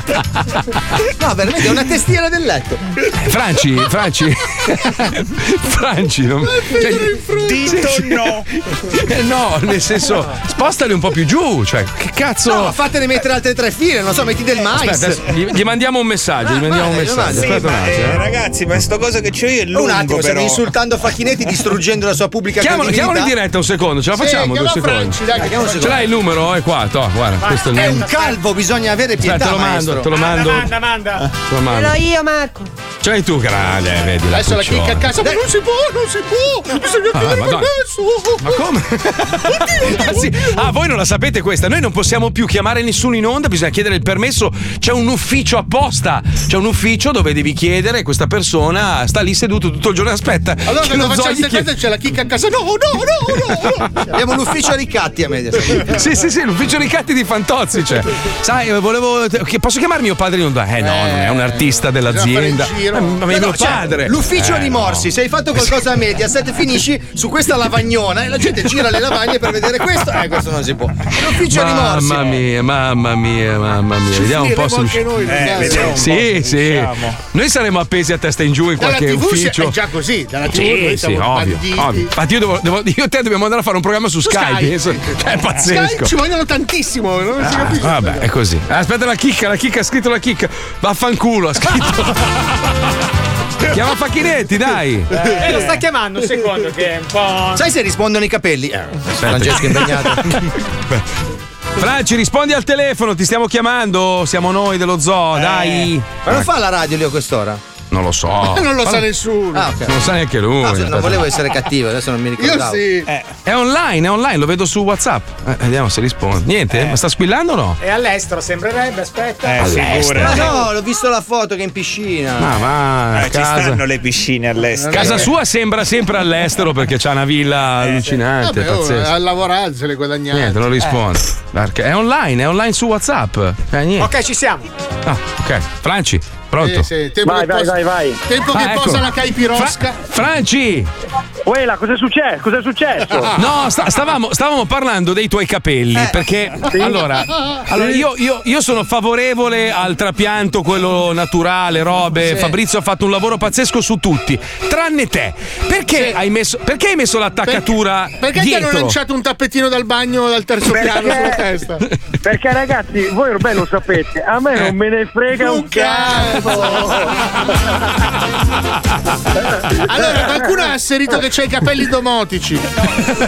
S13: No, veramente è una testiera del letto.
S3: Franci, Franci, Franci, non...
S13: Dito no.
S3: Eh, no, nel senso, spostali un po' più giù, cioè, che cazzo.
S13: No, fatene mettere altre tre file, non so, metti del mais.
S3: Aspetta, adesso gli, gli mandiamo un
S9: Ah,
S13: Ah,
S3: messaggio, gli mandiamo
S13: eh,
S3: un messaggio.
S9: Sì,
S3: aspetta un
S9: ma,
S3: attimo,
S9: eh,
S3: eh.
S9: ragazzi, ma sto cosa che c'ho io è lungo
S13: un attimo,
S9: però.
S13: stavi insultando Facchinetti distruggendo la sua pubblica
S3: Chiamalo,
S13: credibilità.
S3: chiamalo in diretta un secondo, ce la
S13: Sì,
S3: facciamo due
S13: chiama
S3: secondi.
S13: Franci, dai, che chiama un
S3: Ce
S13: secondo.
S3: l'hai il numero? È qua, toh, guarda,
S13: Ma
S3: questo è il
S13: è un
S3: numero.
S13: calvo, bisogna avere pietà.
S3: Aspetta, te lo mando,
S13: maestro.
S3: te lo mando.
S13: Manda, manda, manda.
S3: Te lo mando.
S11: Ero io, Marco.
S3: Ce l'hai tu, grande, eh, vedi.
S6: Adesso la
S3: cucciona.
S6: chicca a casa, ma non si può, non si può, bisogna
S3: Ah,
S6: chiedere
S3: Madonna.
S6: permesso.
S3: Ma come? Ah, sì. Ah, voi non la sapete questa. Noi non possiamo più chiamare nessuno in onda, bisogna chiedere il permesso. C'è un ufficio apposta. C'è un ufficio dove devi chiedere, questa persona sta lì seduto tutto il giorno e aspetta.
S6: Allora,
S3: che
S6: quando
S3: lo zoo
S6: facciamo
S3: gli
S6: queste
S3: chieda-
S6: cose c'è la chicca a casa, no, no, no, no.
S13: Abbiamo l'ufficio a ricatti a media.
S3: Sì, sì, sì, l'ufficio ricatti di Fantozzi. Cioè. Sai, volevo. che- Posso chiamare mio padre in onda? Eh no, non è un artista dell'azienda. Eh, ma mio
S13: No, cioè,
S3: padre.
S13: l'ufficio
S3: Eh,
S13: rimorsi,
S3: no.
S13: se hai fatto qualcosa a media, se finisci su questa lavagnona e la gente gira le lavagne per vedere questo. Eh, questo non si può. L'ufficio rimorsi.
S3: Mamma mia, mamma mia, mamma mia. Vediamo un po' Eh, se
S13: finiremo anche
S3: riusci-
S13: noi, ragazzi.
S6: vediamo un po'
S3: Sì,
S6: se
S3: sì.
S6: riusciamo.
S3: diciamo. Noi saremo appesi a testa in giù in
S6: Dalla
S3: qualche
S6: TV si-
S3: ufficio.
S6: è già così, dalla TV
S3: Sì,
S6: noi
S3: sì,
S6: siamo
S3: ovvio,
S6: banditi.
S3: ovvio. Infatti io, devo- devo- io e te dobbiamo andare a fare un programma su,
S6: Su
S3: Skype.
S6: Skype.
S3: È pazzesco.
S6: Sky ci vogliono tantissimo, non si
S3: Ah,
S6: capisce.
S3: vabbè, è così. Aspetta la chicca, la chicca ha scritto la chicca. Vaffanculo, ha scritto. Chiama Facchinetti, dai.
S5: Eh, lo sta chiamando un secondo che è un po'.
S13: Sai se rispondono i capelli? Eh, Francesco è impegnato.
S3: Franci, rispondi al telefono, ti stiamo chiamando. Siamo noi dello zoo, dai.
S13: Eh, Ma non fa la radio lì a quest'ora?
S3: Non lo so.
S6: non lo sa
S3: Parla-
S6: nessuno.
S13: Ah, ok.
S3: Non lo sa neanche lui.
S13: No, non
S3: Aspetta.
S13: volevo essere cattivo, adesso non mi ricordavo.
S3: Eh, È online, è online, lo vedo su WhatsApp. Eh, vediamo se risponde. Niente,
S13: Eh.
S3: ma sta squillando o no?
S5: È all'estero, sembrerebbe, aspetta.
S20: Eh,
S13: Ma no, l'ho visto la foto che è in piscina.
S3: Ma va,
S9: Eh, ci
S3: casa.
S9: stanno le piscine all'estero.
S3: Casa
S9: Eh.
S3: sua sembra sempre all'estero perché c'ha una villa allucinante.
S6: Eh, Vabbè, oh,
S3: pazzesca.
S6: a lavorare se le guadagnate. Eh.
S3: Niente, non risponde. Perché È online, è online su WhatsApp. Eh, niente.
S5: Ok, ci siamo.
S3: Ah, ok. Franci, pronto?
S6: Sì, sì, tempo
S20: Vai,
S6: che
S20: vai,
S6: posa-
S20: vai, vai.
S6: Tempo che
S3: Ah, ecco.
S6: posa la caipirosca.
S3: Franci!
S20: Uela, cos'è successo? Cos'è successo?
S3: No, sta- stavamo, stavamo parlando dei tuoi capelli perché
S20: Sì.
S3: allora, allora
S20: Sì.
S3: io, io- io sono favorevole al trapianto, quello naturale, robe.
S5: Sì.
S3: Fabrizio ha fatto un lavoro pazzesco su tutti, tranne te. Perché, hai, messo, perché hai messo l'attaccatura
S6: Perché ti
S3: dietro?
S6: hanno lanciato un tappettino dal bagno dal terzo piano sulla testa?
S20: Perché ragazzi, voi ormai lo sapete, a
S3: Eh.
S20: me non me ne frega un cazzo.
S6: allora, qualcuno ha asserito che c'hai i capelli domotici.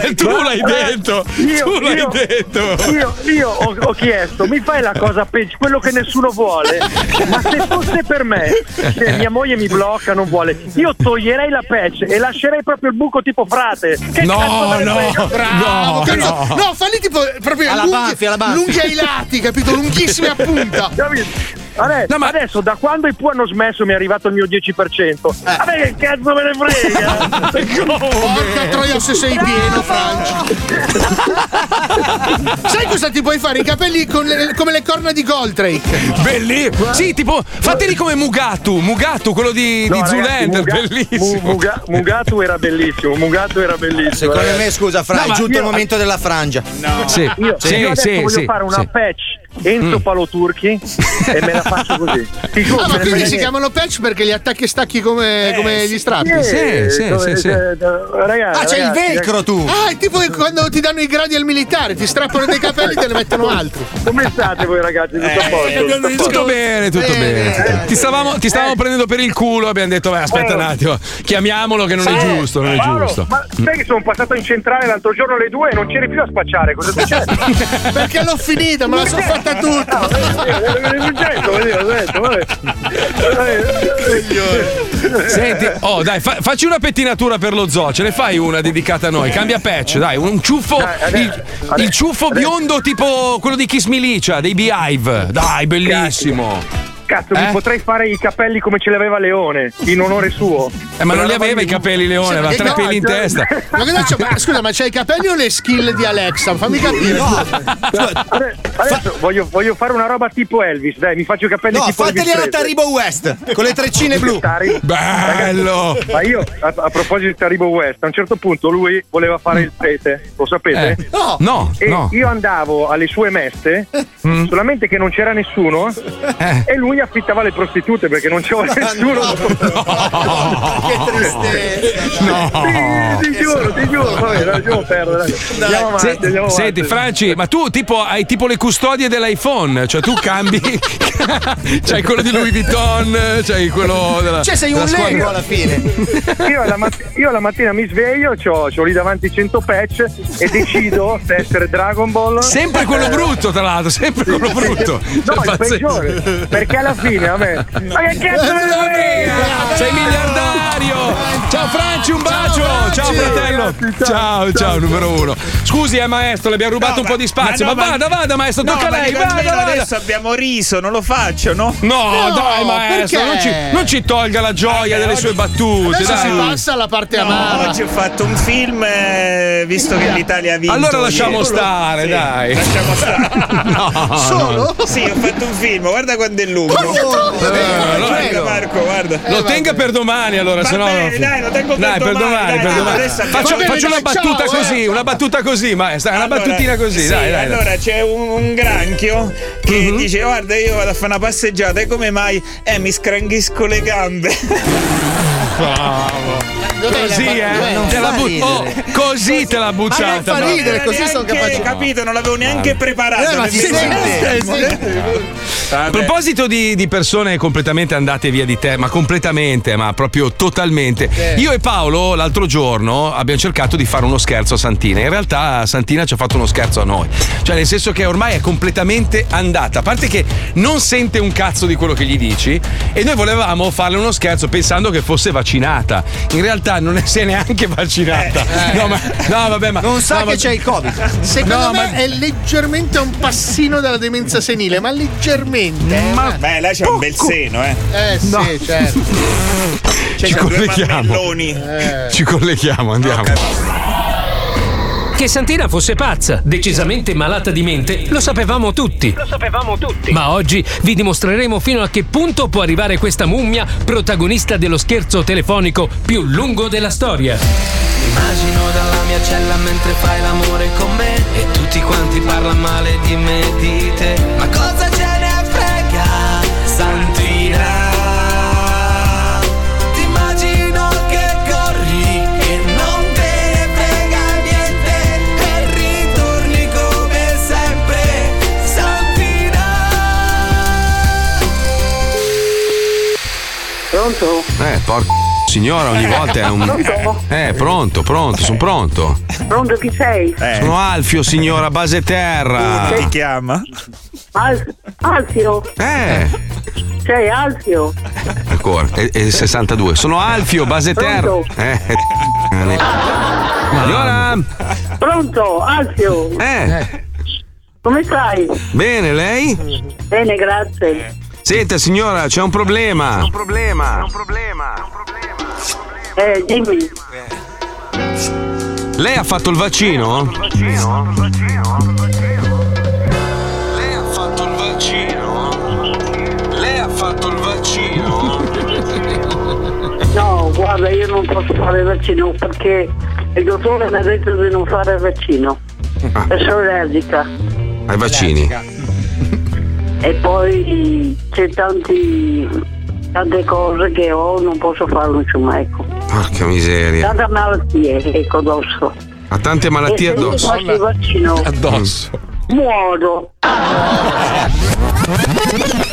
S6: Eh,
S3: tu l'hai detto!
S20: Io,
S6: Tu l'hai
S20: io-
S3: detto.
S20: Io, io ho, ho chiesto, mi fai la cosa peggio, quello che nessuno vuole. Ma se fosse per me, se mia moglie mi blocca, non vuole, io toglierei la patch e lascerei proprio il buco tipo frate. Che
S3: No,
S20: cazzo me ne
S3: no,
S20: frega? Ah,
S3: no.
S6: Capito?
S3: no.
S6: no. falli tipo proprio
S20: Alla
S6: lunghi,
S20: Buffy, alla Buffy.
S6: lunghi ai lati, capito? Lunghissimi a punta.
S20: Capito? Adesso, adesso, da quando i PU hanno smesso mi è arrivato il mio 10%.
S7: Eh.
S20: A me che cazzo me ne frega?
S6: Porca troia se sei
S15: Ah.
S6: pieno, Francia. Sai cosa ti puoi fare? I capelli con le- come le corna di Goldrake.
S3: Bellissimo. Sì, tipo, fateli come Mugatu, Mugatu, quello di, di
S20: No, ragazzi,
S3: Zoolander,
S20: Muga-
S3: bellissimo.
S20: Mu- Muga- Mugatu era bellissimo, Mugatu era bellissimo.
S7: Secondo
S20: ragazzi.
S7: me, scusa, Fra,
S20: No,
S7: è
S20: ma
S7: giunto
S20: io-
S7: il momento della frangia.
S20: No. Io, io adesso voglio fare una patch
S3: Mm.
S20: Enzo Paloturchi e me la faccio così. Ti giuro,
S6: Ah,
S20: me
S6: ma quindi
S20: ne frega
S6: si
S20: niente.
S6: chiamano patch perché li attacchi e stacchi come, come gli strappi?
S20: Eh, sì, sì, Come- sì, sì. eh, ragazzi,
S6: ah, c'è il
S20: ragazzi,
S6: velcro
S20: ragazzi.
S6: tu! Ah, è tipo che quando ti danno i gradi al militare, ti strappano dei capelli e te ne mettono altri. Eh,
S20: Come state voi
S3: Eh,
S20: ragazzi? Tutto a posto? Tutto a posto?
S3: Tutto bene, tutto bene. Ti stavamo, ti
S20: Eh.
S3: stavamo prendendo per il culo, abbiamo detto, beh, aspetta un attimo, chiamiamolo che non è
S20: Eh,
S3: giusto, non è
S20: Paolo,
S3: giusto.
S20: Eh.
S3: Mm.
S20: Ma sai che sono passato in centrale l'altro giorno alle due e non c'eri più a spacciare, cosa succede?
S6: Perché l'ho finita, me la sono fatta tutta.
S3: Senti, oh dai, fa- facci una pettinatura per lo zoo, ce ne fai una dedicata a noi. Cambia patch, dai, un ciuffo. il, il ciuffo biondo tipo quello di Kiss Milicia, dei Beehive. Dai, bellissimo.
S20: Cazzo, mi
S3: Eh?
S20: potrei fare i capelli come ce li aveva Leone, in onore suo.
S3: Eh, ma non li aveva i capelli Leone, aveva
S6: Eh,
S3: tre
S6: no,
S3: peli in
S6: cioè-
S3: testa.
S6: Ma, cosa c'è? Ma scusa, ma c'hai i capelli o le skill di Alexa? Fammi capire.
S20: Adesso voglio, voglio fare una roba tipo Elvis, dai, mi faccio i capelli
S6: No,
S20: tipo Elvis.
S6: fateli alla
S20: Presley.
S6: Taribo West, con le treccine blu.
S20: Tari-
S3: Bello!
S20: Ragazzi, Ma io, a, a proposito di Taribo West, a un certo punto lui voleva fare il prete, lo sapete?
S3: Eh, no. No,
S20: E
S3: no.
S20: io andavo alle sue messe, mm, solamente che non c'era nessuno,
S3: Eh.
S20: e lui affittava le prostitute perché non c'era nessuno.
S3: Che
S20: tristezza!
S3: No.
S20: Ti giuro, ti giuro, vabbè, lasciamo perdere. dai. Andiamo avanti,
S3: Se-
S20: andiamo avanti.
S3: senti, Franci, ma tu tipo hai tipo le custodie dell'iPhone, cioè tu cambi, c'hai quello di Louis Vuitton, c'hai quello della.
S7: Cioè,
S20: Cioè,
S3: della squadra-
S20: Io alla, mat- io alla mattina mi sveglio, c'ho, c'ho lì davanti 100 patch e decido se essere Dragon Ball.
S3: Sempre quello
S20: Eh,
S3: brutto, tra l'altro, sempre quello brutto.
S20: No,
S3: Cioè,
S20: il
S3: pazzesco.
S20: peggiore. Perché alla fine a me. Ma che cazzo me ne frega?
S3: Sei miliardario! Ciao Franci, un bacio! Ciao, fratello! Ciao, ciao, numero uno. Scusi, eh, maestro, le abbiamo rubato un po' di spazio, ma, vada, vada, maestro,
S9: No,
S3: tocca a
S9: ma
S3: lei,
S9: dico,
S3: vada,
S9: almeno
S3: vada!
S9: Adesso abbiamo riso, non lo faccio, no?
S3: No, dai, maestro, non ci, non ci tolga la gioia delle sue battute,
S9: adesso
S3: dai.
S9: si passa
S6: alla parte
S9: amara. Oggi ho fatto un film, eh, visto che l'Italia ha vinto.
S3: Allora lasciamo
S9: ieri.
S3: stare,
S9: Sì,
S3: dai.
S9: Lasciamo stare.
S3: No, no.
S9: Sì, ho fatto un film, guarda quando è lungo.
S3: Eh, allora-
S9: guarda Marco, guarda.
S3: Lo tenga per domani allora,
S9: Va
S3: se no.
S9: bene, dai, lo tengo per
S3: Dai, per
S9: domani,
S3: domani,
S9: dai,
S3: per
S9: dai,
S3: domani.
S9: adesso abbiamo-
S3: Faccio,
S9: Va bene,
S3: faccio una
S9: dai, ciao,
S3: battuta
S9: eh.
S3: così, una battuta così, maestra, una
S9: Allora,
S3: battutina così,
S9: sì,
S3: dai, Mhm. dai. dai.
S9: Allora c'è un, un granchio che dice: Guarda, io vado a fare una passeggiata e come mai? Eh, mi scranghisco le gambe.
S3: Così, eh? Te la but- oh, così te l'ha buttata. ma-
S9: Ho capito, non l'avevo neanche
S3: Vabbè.
S9: preparato.
S3: Eh, ma
S9: non
S3: si
S9: mi
S3: sente,
S9: sento.
S3: si A proposito di, di persone completamente andate via di te, ma completamente, ma proprio totalmente.
S9: Sì.
S3: Io e Paolo l'altro giorno abbiamo cercato di fare uno scherzo a Santina. In realtà Santina ci ha fatto uno scherzo a noi. Cioè, nel senso che ormai è completamente andata. A parte che non sente un cazzo di quello che gli dici. E noi volevamo farle uno scherzo pensando che fosse vaccinata. In realtà non è, si è neanche vaccinata. No, ma, no, vabbè, ma.
S6: Eh, Non sa
S3: no,
S6: che
S3: ma-
S6: c'è il Covid. Secondo
S3: No,
S6: me
S3: ma-
S6: è leggermente a un passino dalla demenza senile, ma leggermente.
S9: Beh, là c'è un bel seno, eh.
S6: Eh sì, certo.
S9: C'è
S3: Ci
S9: due
S3: colleghiamo.
S9: mammelloni.
S6: Eh.
S3: Ci colleghiamo, andiamo.
S11: Che Santina fosse pazza, decisamente malata di mente, lo sapevamo tutti. Lo sapevamo tutti. Ma oggi vi dimostreremo fino a che punto può arrivare questa mummia, protagonista dello scherzo telefonico più lungo della storia.
S12: Immagino dalla mia cella mentre fai l'amore con me E tutti quanti parlano male di me e di te Ma cosa ce ne frega, Santina? Ti immagino che corri e non te ne frega niente E ritorni come sempre, Santina
S3: Pronto? Eh, porca signora, ogni volta è un.
S12: Pronto?
S3: Eh, pronto, pronto, sono pronto.
S12: Pronto chi sei?
S3: Sono Alfio, signora, base terra.
S12: Chi ti
S9: chiama?
S12: Al- Alfio?
S3: Eh.
S12: Sei Alfio?
S3: Ancora, è, è 62. Sono Alfio, base terra.
S12: Pronto?
S3: Eh, eh, Signora,
S12: Pronto, Alfio?
S3: Eh.
S12: Come stai?
S3: bene, lei?
S12: Bene, grazie.
S3: Senta signora, c'è un problema. Un problema.
S22: Eh, dimmi.
S3: Lei ha fatto il vaccino?
S18: Lei ha fatto il vaccino? Lei ha fatto il vaccino?
S22: No, guarda, io non posso fare il vaccino perché il dottore mi ha detto di non fare il vaccino.
S3: Ah.
S22: E sono allergica.
S3: Ai vaccini.
S22: E poi c'è tanti, tante cose che ho, non posso farlo, insomma, ecco.
S3: Porca miseria.
S22: Tante malattie, ecco, addosso.
S3: Ha tante malattie
S22: E se io
S3: addosso.
S22: faccio il vaccino,
S3: Addosso.
S22: muoio.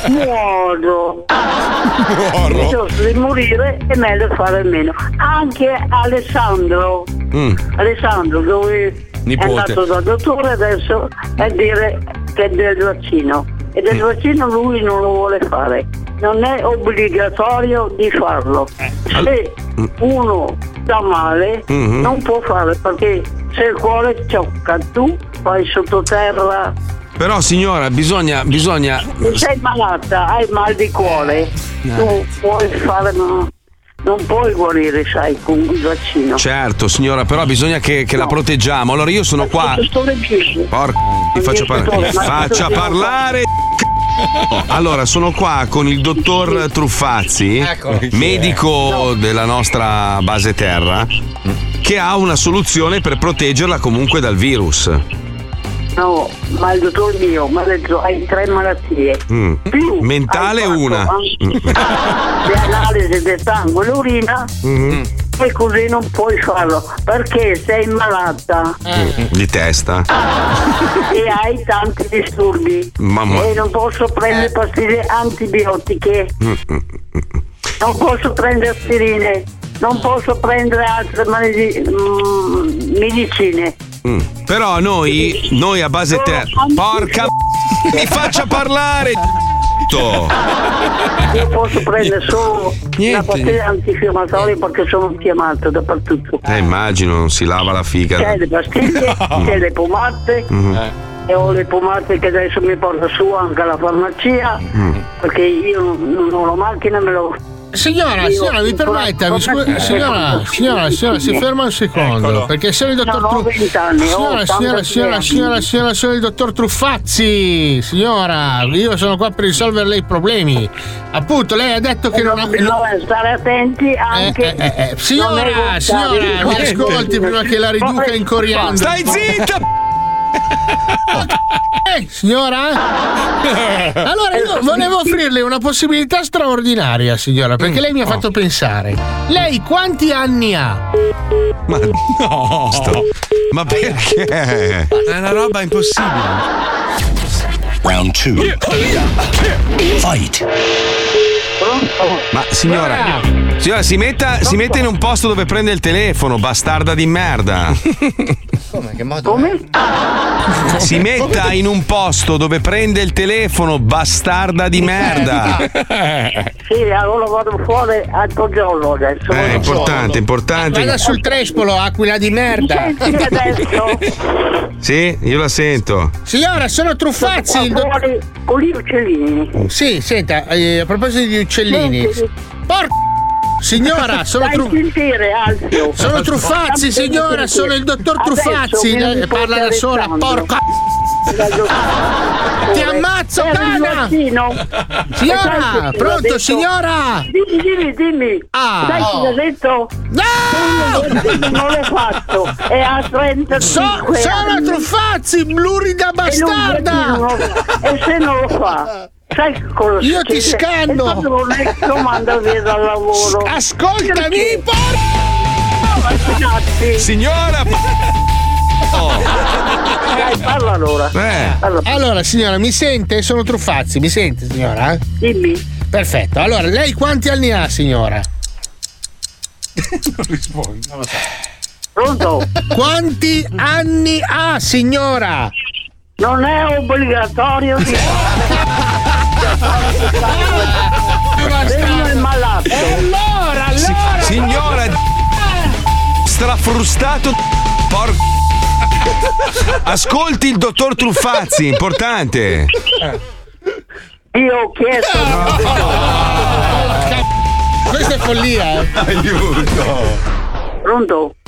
S22: Muoio.
S18: Muoro.
S22: Piuttosto di morire è meglio fare meno. Anche Alessandro, Alessandro dove
S18: Nipote.
S22: è andato dal dottore adesso a dire che è del vaccino. E del vaccino lui non lo vuole fare. Non è obbligatorio di farlo.
S18: Eh.
S22: Se uno sta male
S18: Mhm.
S22: non può fare perché se il cuore ciocca tu vai sottoterra
S3: Però signora, bisogna bisogna
S22: se sei malata, hai mal di cuore,
S18: Eh.
S22: tu puoi fare, ma non puoi guarire, sai, con il vaccino.
S3: Certo, signora, però bisogna che, che la proteggiamo. Allora io sono
S18: Ah.
S3: qua. Porca, ti faccio parlare.
S18: dottore, ma-
S3: Faccia parlare. c***o. Allora, sono qua con il dottor Truffazzi,
S18: Eccolo.
S3: medico della nostra base terra, che ha una soluzione per proteggerla comunque dal virus.
S22: No, ma il dottor mio mi ha detto hai tre malattie.
S3: Mm. Mentale una.
S22: Le analisi del sangue, l'urina
S3: Mm.
S22: e così non puoi farlo perché sei malata
S3: Mm. Di testa.
S22: e hai tanti disturbi
S3: Mamma. Eh.
S22: e non posso prendere pastiglie antibiotiche.
S3: Mm, mm.
S22: non posso prendere aspirine, non posso prendere altre maledi- mm, medicine.
S3: Mm. Però noi, noi a base terra. Porca mi faccia parlare! c***o.
S22: Io posso prendere solo la pastiglia antinfiammatoria perché sono infiammato dappertutto.
S3: Eh, immagino, non si lava la figa.
S22: C'è le pastiglie, c'è le pomate
S3: Mm.
S6: Eh.
S22: e ho le pomate che adesso mi porta su anche alla farmacia
S3: Mm.
S22: perché io non ho la macchina me lo.
S6: Signora,
S22: Io-
S6: signora, mi permetta, mi scu- signora, signora, signora, si ferma un secondo.
S22: Eccolo.
S6: Perché sono il dottor
S22: Non ho
S6: Truffazzi.
S22: 20 anni, ho
S6: Signora,
S22: 80
S6: signora, signora,
S22: anni.
S6: signora, signora, sono il dottor Truffazzi. Signora, io sono qua per risolvere lei i problemi. Appunto, lei ha detto che non ha.
S22: Eh, No, stare attenti anche.
S6: Eh, eh, eh,
S22: Non è
S6: Signora,
S22: volontario,
S6: signora, mi
S22: niente.
S6: ascolti prima che la riduca in coriandolo.
S18: Stai zitta!
S6: Eh, signora? Allora io volevo offrirle una possibilità straordinaria, signora, perché lei mi ha fatto pensare. Lei quanti anni ha?
S3: Ma no! Ma perché? È una roba impossibile.
S18: Round 2.
S3: Fight! Ma signora, signora si, metta, si metta in un posto dove prende il telefono, bastarda di merda.
S13: Come? Che modo? Come?
S3: Si metta in un posto dove prende il telefono, bastarda di merda. Eh,
S22: Sì, allora vado fuori altro giorno adesso.
S3: È importante, importante.
S6: Vada sul trespolo, aquila di merda.
S3: Sì, io la sento.
S6: Signora, sono truffazzi.
S22: Con gli uccellini.
S6: Sì, senta, eh, a proposito di uccellini. Porca Signora, sono,
S22: Dai,
S6: tru- sono truffazzi, signora, sono il dottor
S22: Adesso
S6: Truffazzi.
S22: mi
S6: Eh,
S22: riporti
S6: Parla da sola,
S22: Alessandro.
S6: porca
S22: Ti ammazzo,
S6: Dana! eh, Signora, pronto, signora?
S22: Dimmi, dimmi, dimmi!
S6: Ah.
S22: Sai chi l'ha detto? No! Non l'ho fatto! È a 35
S6: So- sono
S22: anni.
S6: Truffazzi, blurida bastarda!
S22: E, non continuo. E se non lo fa? Sai cosa
S6: Io ti
S22: succede?
S6: scanno.
S22: E quando non è lo manda via dal lavoro!
S6: Ascoltami,
S22: porca!
S3: Signora!
S22: Dai, Eh, parla allora!
S6: Allora, signora, mi sente? Sono Truffazzi, mi sente, signora? eh?
S22: Dimmi.
S6: Perfetto. Allora, lei quanti anni ha, signora?
S18: Non rispondo. Non lo so.
S22: Pronto?
S6: Quanti anni ha, signora?
S22: Non è obbligatorio di Meno è malato.
S6: allora, allora.
S3: Signora strafrustato porco
S22: Eh.
S3: Ascolti il dottor Truffazzi, importante.
S22: Io ho chiesto.
S6: Questa è follia, eh.
S22: Aiuto. Pronto?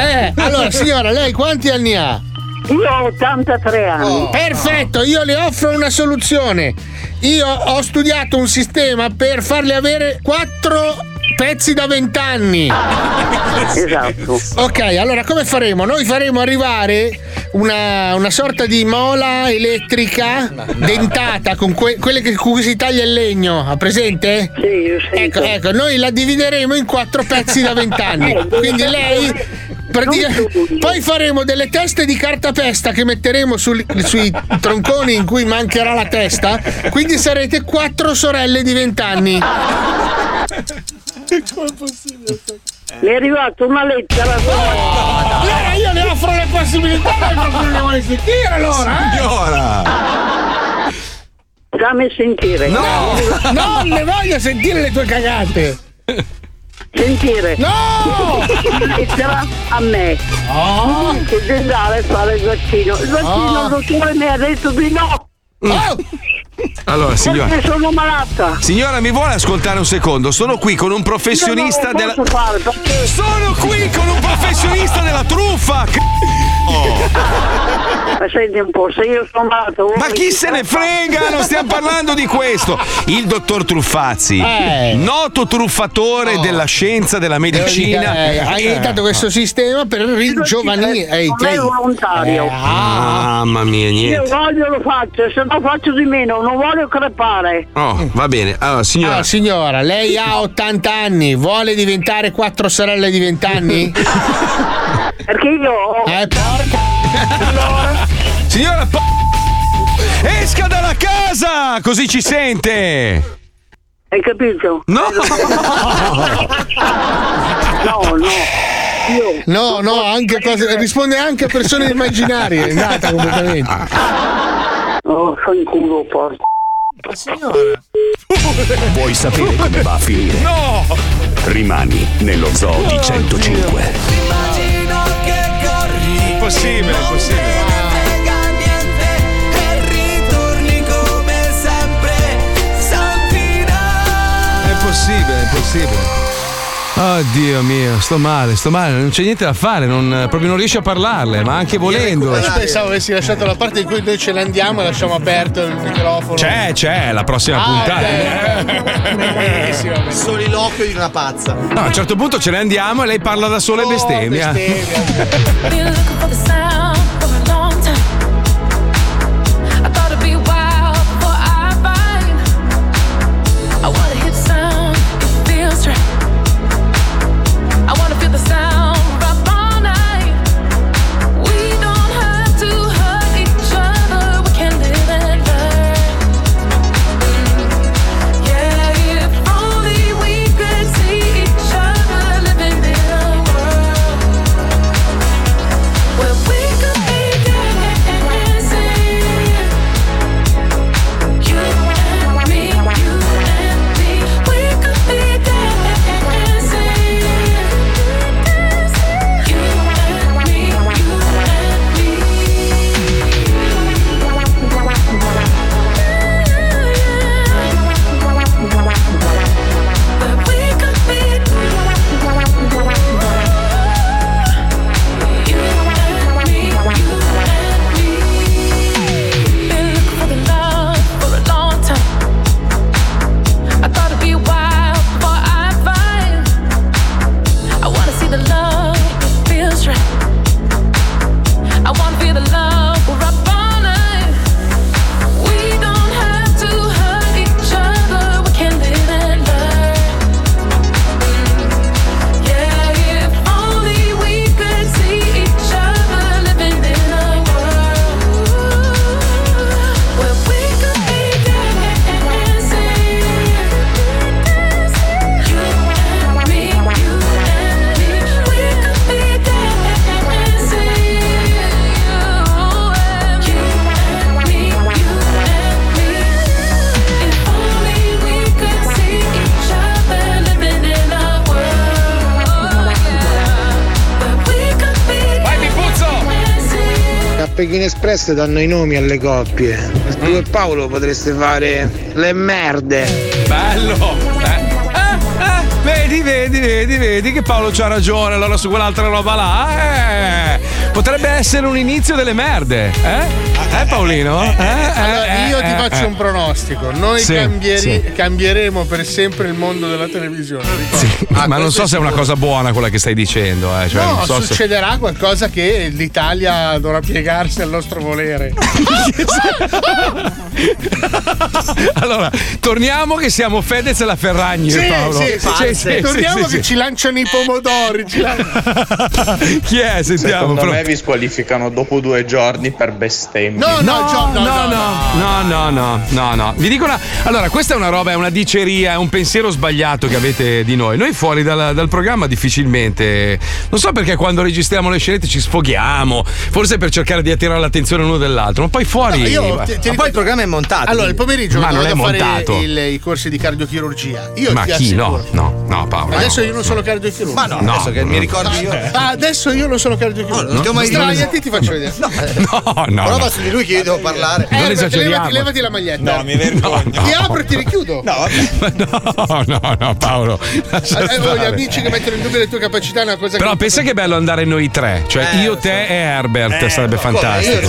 S6: Eh, allora signora, lei quanti anni ha? Oh.
S22: Io ho 83 anni.
S6: Perfetto, io le offro una soluzione. Io ho studiato un sistema per farle avere 4 pezzi da 20 anni.
S22: Esatto.
S6: Ok, allora come faremo? Noi faremo arrivare una, una sorta di mola elettrica dentata con que- quelle che- con cui si taglia il legno, ha presente?
S22: Sì,
S6: ecco, ecco, noi la divideremo in quattro pezzi da 20 anni.
S22: Eh,
S6: Quindi lei pratica- poi faremo delle teste di carta pesta che metteremo sul- sui tronconi in cui mancherà la testa. Quindi sarete quattro sorelle di 20 anni.
S22: Ah, Mi è arrivata una lettera.
S6: Allora io le offro le possibilità, lei proprio non le vuole sentire allora, eh?
S22: Dammi sentire.
S6: No! Non le voglio sentire le tue cagate!
S22: Sentire.
S6: No!
S22: Lettera a me. Oh. Che devi andare a fare il vaccino. Il vaccino
S3: Oh.
S22: il dottore mi ha detto di no.
S6: Mm.
S3: Allora, signora.
S22: Perché sono malata.
S3: Signora, mi vuole ascoltare un secondo? Sono qui con un professionista
S22: Io non
S3: della.
S22: lo posso fare perché-
S3: Sono qui con un professionista della truffa!
S22: Ma senti un po', se io sono malato.
S3: Ma
S22: vuoi
S3: chi
S22: che
S3: se ne
S22: faccia?
S3: frega? Non stiamo parlando di questo. Il dottor Truffazzi,
S6: Eh.
S3: noto truffatore della scienza, della medicina.
S6: Eh, hai inventato questo sistema per ringiovanire. eh, i
S22: Non è
S6: tre- Eh,
S22: volontario.
S3: Eh.
S6: ah,
S3: Mamma mia,
S22: Io
S3: niente.
S22: voglio lo faccio, se no faccio di meno, non voglio crepare.
S3: Oh, va bene. Allora, signora.
S6: Ah, signora, lei ha 80 anni, vuole diventare quattro sorelle di 20 anni?
S22: Perché io ho.
S6: Eh, porca!
S3: Signora, po- esca dalla casa! Così ci sente.
S22: Hai capito?
S3: No!
S22: No, no. Io
S6: No, no, anche cose- risponde anche a persone immaginarie. È nata completamente.
S22: Oh, sono in culo, porco.
S6: Signora.
S1: Vuoi sapere come va a finire?
S3: No!
S1: Rimani nello zoo di 105.
S2: Immagino che corri.
S3: Possibile, possibile.
S2: E ritorni come sempre. Santina.
S3: È possibile, è possibile. Oddio mio, sto male, sto male, non c'è niente da fare, non- proprio non riesci a parlarle, ma anche volendo.
S6: Io pensavo avessi lasciato la parte in cui noi ce l'andiamo e lasciamo aperto il microfono.
S3: C'è, c'è, la prossima
S6: Ah,
S3: puntata.
S6: ok.
S7: Soliloquio di una pazza.
S3: No, a un certo punto ce ne andiamo e lei parla da
S6: Oh,
S3: sola e bestemmia.
S2: Been looking for the sound for a long time. I thought it'd be a while before I find. I want a hip sound, it feels right. I wanna feel the sound right all night. We don't have to hurt each other, we can live and learn. Yeah, if only we could see each other living in a world. Where we could
S15: Pechino Express danno i nomi alle coppie. Tu e Paolo potreste fare le merde.
S3: Bello! Eh, Vedi, vedi, vedi, vedi che Paolo c'ha ragione. Allora su quell'altra roba là, eh, potrebbe essere un inizio delle merde, eh? Eh, Paolino? Eh,
S6: Allora,
S3: eh,
S6: io
S3: eh,
S6: ti
S3: eh,
S6: faccio
S3: eh.
S6: un pronostico. Noi
S3: Sì,
S6: cambieri-
S3: sì.
S6: cambieremo per sempre il mondo della televisione.
S3: eh. Ma non so se è una cosa buona quella che stai dicendo, eh. Cioè,
S6: Ah, no,
S3: non so se-
S6: succederà qualcosa che l'Italia dovrà piegarsi al nostro volere.
S3: Allora, torniamo che siamo Fedez e la Ferragni,
S6: Sì,
S3: Paolo.
S6: sì, sì,
S3: Cioè,
S6: sì. Torniamo che ci lanciano i pomodori. ci lanciano-
S3: Chi è? Sentiamo,
S25: Secondo
S3: pronto.
S25: me vi squalificano dopo due giorni per bestemmie.
S6: No, no, Gio- no, no,
S3: No, no, no, no, no. Vi dico una. Allora, questa è una roba, è una diceria, è un pensiero sbagliato che avete di noi. Noi fuori dal, dal programma difficilmente. Non so perché quando registriamo le scenette ci sfoghiamo. Forse per cercare di attirare l'attenzione l'uno dell'altro. Ma poi fuori.
S6: Io, ti- ti ricordo- Allora, il pomeriggio
S3: Ma
S6: quando
S3: non è
S6: vado a
S3: montato.
S6: fare il- i corsi di cardiochirurgia. Io
S3: Ma
S6: ti
S3: chi?
S6: assicuro-
S3: No, no, no, Paolo.
S6: adesso
S3: no.
S6: io non sono cardiochirurgo. Ma
S3: no, No. adesso che mi ricordo io.
S6: adesso io non sono cardiochirurgo.
S3: No, non ti ho mai detto.
S6: Sdraiati, ti faccio vedere. Eh,
S3: No, no.
S13: Prova
S3: no.
S13: su di lui che io devo parlare.
S6: Herbert, levati, levati la maglietta.
S3: mi vergogno.
S6: Ti apro e ti richiudo.
S3: No, no, no, Paolo. lascia
S6: Eh, oh, gli
S3: stare.
S6: amici che mettono in dubbio le tue capacità è una cosa
S3: Però
S6: che.
S3: pensa che è bello andare noi tre, cioè
S6: Eh,
S3: io, te e Herbert, sarebbe fantastico.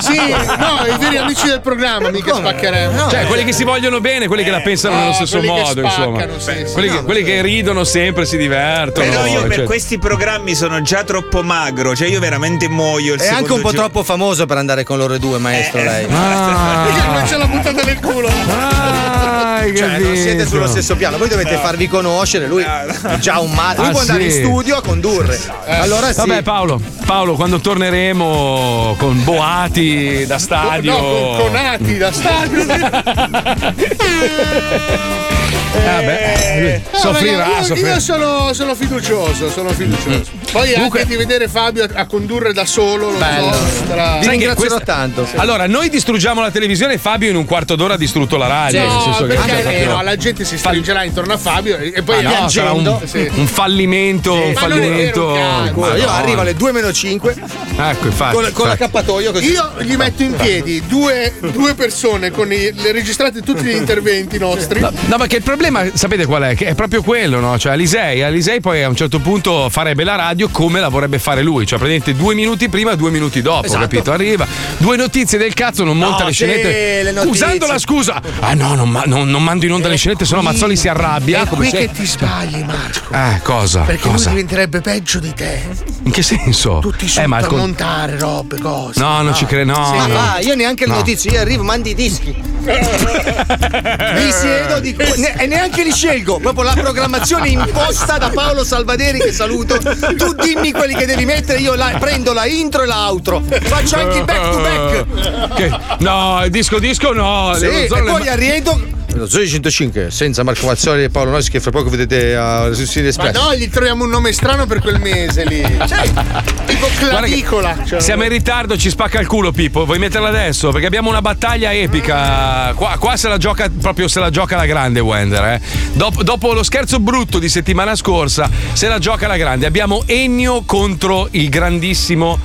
S6: Sì, no, i veri amici del programma mica spaccheremo.
S3: Cioè, quelli che si vogliono bene, quelli che la pensano
S6: eh. no,
S3: nello stesso
S6: quelli che
S3: modo,
S6: spaccano,
S3: insomma.
S6: sì, sì.
S3: quelli
S6: No,
S3: che, quelli che ridono sempre, si divertono.
S9: Però io per
S3: cioè-
S9: questi programmi sono già troppo magro, cioè io veramente muoio. Il
S7: È anche un po'
S9: secondo
S7: troppo famoso per andare con loro due,
S14: Eh,
S7: maestro. lei.
S3: Ah.
S6: non ce l'ha buttata nel culo.
S7: Cioè,
S20: Ah,
S7: non siete sullo stesso piano, voi dovete
S13: No.
S7: farvi conoscere. Lui è già un matto. Lui
S3: Ah,
S7: può andare in
S3: sì.
S7: studio a condurre.
S20: Eh.
S7: Allora sì.
S3: eh, Vabbè Paolo, Paolo, quando torneremo con Boati da stadio. Ah,
S6: No, con conati da stadio.
S3: Vabbè, soffrirà,
S6: Eh, No, raga, io-
S3: soffrirà. Mm.
S6: Io sono, sono fiducioso, sono fiducioso. Poi
S3: Comunque-
S6: anche di vedere Fabio a, a condurre da solo, lo so, sarà-
S3: Sai che questa- Allora, noi distruggiamo la televisione e Fabio in un quarto d'ora ha distrutto la radio. Ah, nel
S6: No,
S3: senso che- certo,
S6: perché
S3: proprio-
S6: no, la gente si stringerà intorno a Fabio e e poi
S3: Ah, no, sarà un,
S6: piangendo. sì.
S3: un fallimento, un
S6: Ma non è vero
S3: fallimento.
S6: un cazzo.
S3: Madonna.
S6: Io arrivo alle
S7: 2 meno 5
S3: Ecco, infatti. infatti.
S7: l'accappatoio
S3: così.
S6: Io gli metto in piedi due, due persone con i, le registrate tutti gli interventi nostri.
S3: No, no, ma che il problema, sapete qual è? Che è proprio quello, no? Cioè, Alisei, Alisei poi a un certo punto farebbe la radio come la vorrebbe fare lui, cioè praticamente due minuti prima, due minuti dopo,
S6: Esatto.
S3: capito? Arriva, due notizie del cazzo, non monta le
S13: sì,
S3: scenette.
S13: le notizie.
S3: usando la scusa, ah no, non, ma- non- non mando in onda le scenette, sennò Mazzoli si arrabbia.
S6: È
S3: come
S6: qui
S3: se-
S6: che ti sbagli, Marco.
S3: Eh, cosa?
S6: Perché
S3: cosa?
S6: lui diventerebbe peggio di te.
S3: In che senso?
S6: Tutti sono
S3: eh, ma al con-
S6: tramontare, robe, cose. Ah.
S3: No, non ci credo, no,
S7: Ma
S3: no.
S7: va, io neanche le
S3: No.
S7: notizie, io arrivo, mandi i dischi. Mi siedo dico, ne- e neanche li scelgo. Proprio la programmazione imposta da Paolo Salvaderi che saluto. Tu dimmi quelli che devi mettere, io la- prendo la intro e la outro. Faccio anche il back to back.
S3: Eh, Che- no, il disco disco no.
S7: Sì,
S3: le-
S7: e
S3: zone-
S7: poi arrivo. Lo 105 senza Marco Mazzoli e Paolo Nois che fra poco vedete ah, a Siri
S6: Ma no, gli troviamo un nome strano per quel mese lì. Cioè, tipo clavicola. Cioè,
S3: Siamo in ritardo, ci spacca il culo, Pippo. Vuoi metterla adesso? Perché abbiamo una battaglia epica. Qua, qua se la gioca proprio se la gioca la grande, Wender. eh. Dopo, dopo lo scherzo brutto di settimana scorsa, se la gioca la grande. Abbiamo Ennio contro il grandissimo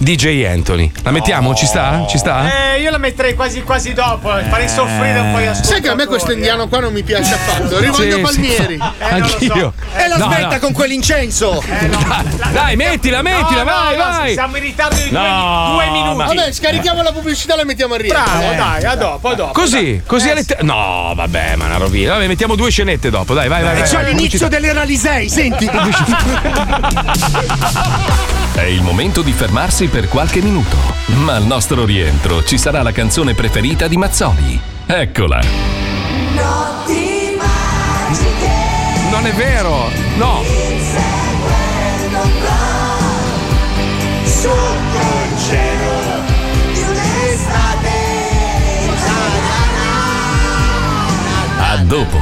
S3: DJ Anthony. La mettiamo? Ci sta? Ci sta?
S5: Eh, io la metterei quasi quasi dopo, farei soffrire un po' gli ascoltatori. eh.
S6: Sai che a me questo indiano qua non mi piace affatto. Rivoglio
S3: Sì,
S6: Palmieri.
S3: sì.
S7: Eh,
S3: Anch'io.
S7: E la
S3: No,
S7: smetta
S3: no.
S7: con quell'incenso.
S5: Eh,
S3: Dai, mettila, mettila,
S6: No, no,
S3: vai,
S6: no,
S3: vai.
S6: siamo
S5: in ritardo di
S3: due- No, due minuti. ma- Eh.
S6: Vabbè, scarichiamo la pubblicità e la mettiamo a rientro.
S5: Bravo, dai, a dopo, a dopo.
S3: Così, così alle te- No, vabbè, ma è una rovina. Vabbè, mettiamo due scenette dopo. Dai, vai, vai.
S14: Eh,
S3: vai, vai.
S13: dell'era Lisei, senti.
S1: È il momento di fermarsi per qualche minuto, ma al nostro rientro ci sarà la canzone preferita di Mazzoli. Eccola.
S3: Non è vero, no.
S18: Sotto il cielo di un'estate
S1: A dopo.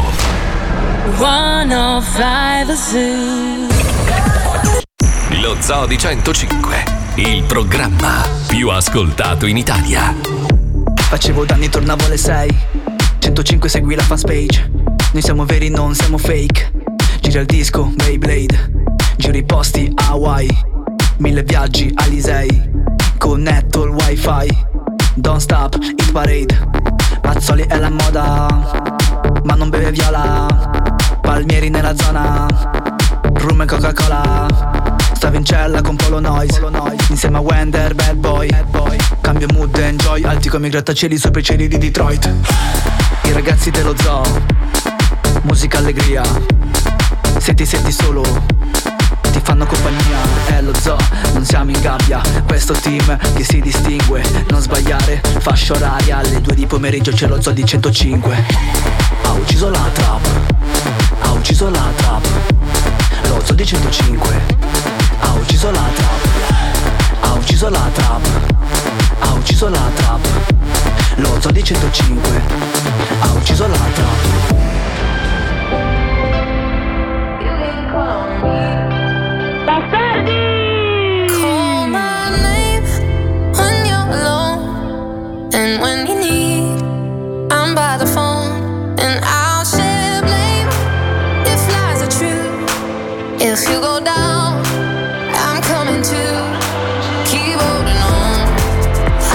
S18: 105 Zoo
S1: Lo Zoo di 105, il programma più ascoltato in Italia.
S17: Facevo danni, tornavo alle 6. 105 segui la fanpage. Noi siamo veri, non siamo fake. Gira il disco, Beyblade. Giro i posti, Hawaii. Mille viaggi, Alisei. Connetto il wifi Don't stop, hit parade Mazzoli è la moda Ma non beve viola Palmieri nella zona Rum e Coca-Cola Stavo in cella con Polo Noise Insieme a Wender, bad boy Cambio mood, enjoy Alti come i grattacieli sopra i cieli di Detroit I ragazzi dello zoo Musica allegria Se ti senti solo Ti fanno compagnia È lo zoo, non siamo in gabbia Questo team che si distingue Non sbagliare, fascia oraria Alle due di pomeriggio c'è lo zoo di 105 Ha ucciso la trap Ha ucciso la trap Lo zoo di 105 Ha ucciso la trap Ha ucciso la trap Ha ucciso la trap Lo zoo di 105 Ha ucciso la trap
S2: Bastardi! Call my name when you're alone and when you need. I'm by the phone and I'll share blame if lies are true. If you go down, I'm coming too. Keep holding on.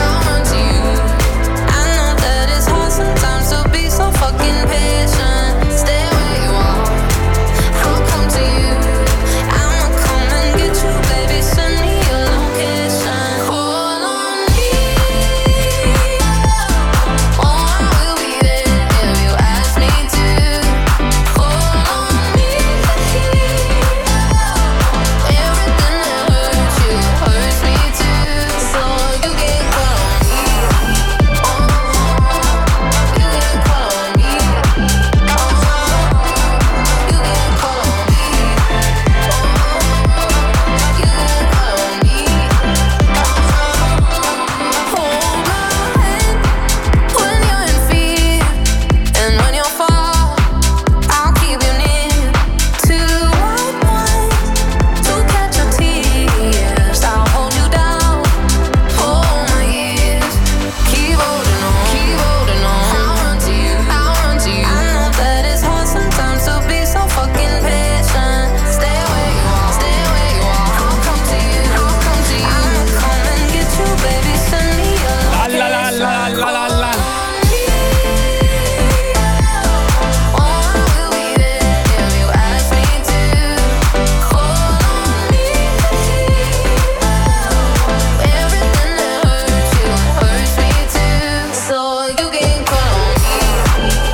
S2: I'll run to you. I know that it's hard sometimes to be so fucking patient. Stay where you are. I'll come to you. I'ma come and get you, baby. Send me your location. Call on me. Oh, I will be there if you ask me to. Call on me. Everything that hurts you hurts me too. So you can call on me. Oh, you can call on me. Oh, you can call on me. Stay where you are, stay where you are. I'll come to you, I'll come to you. I'll come and get you, baby. Send me your
S14: Ah,
S2: location.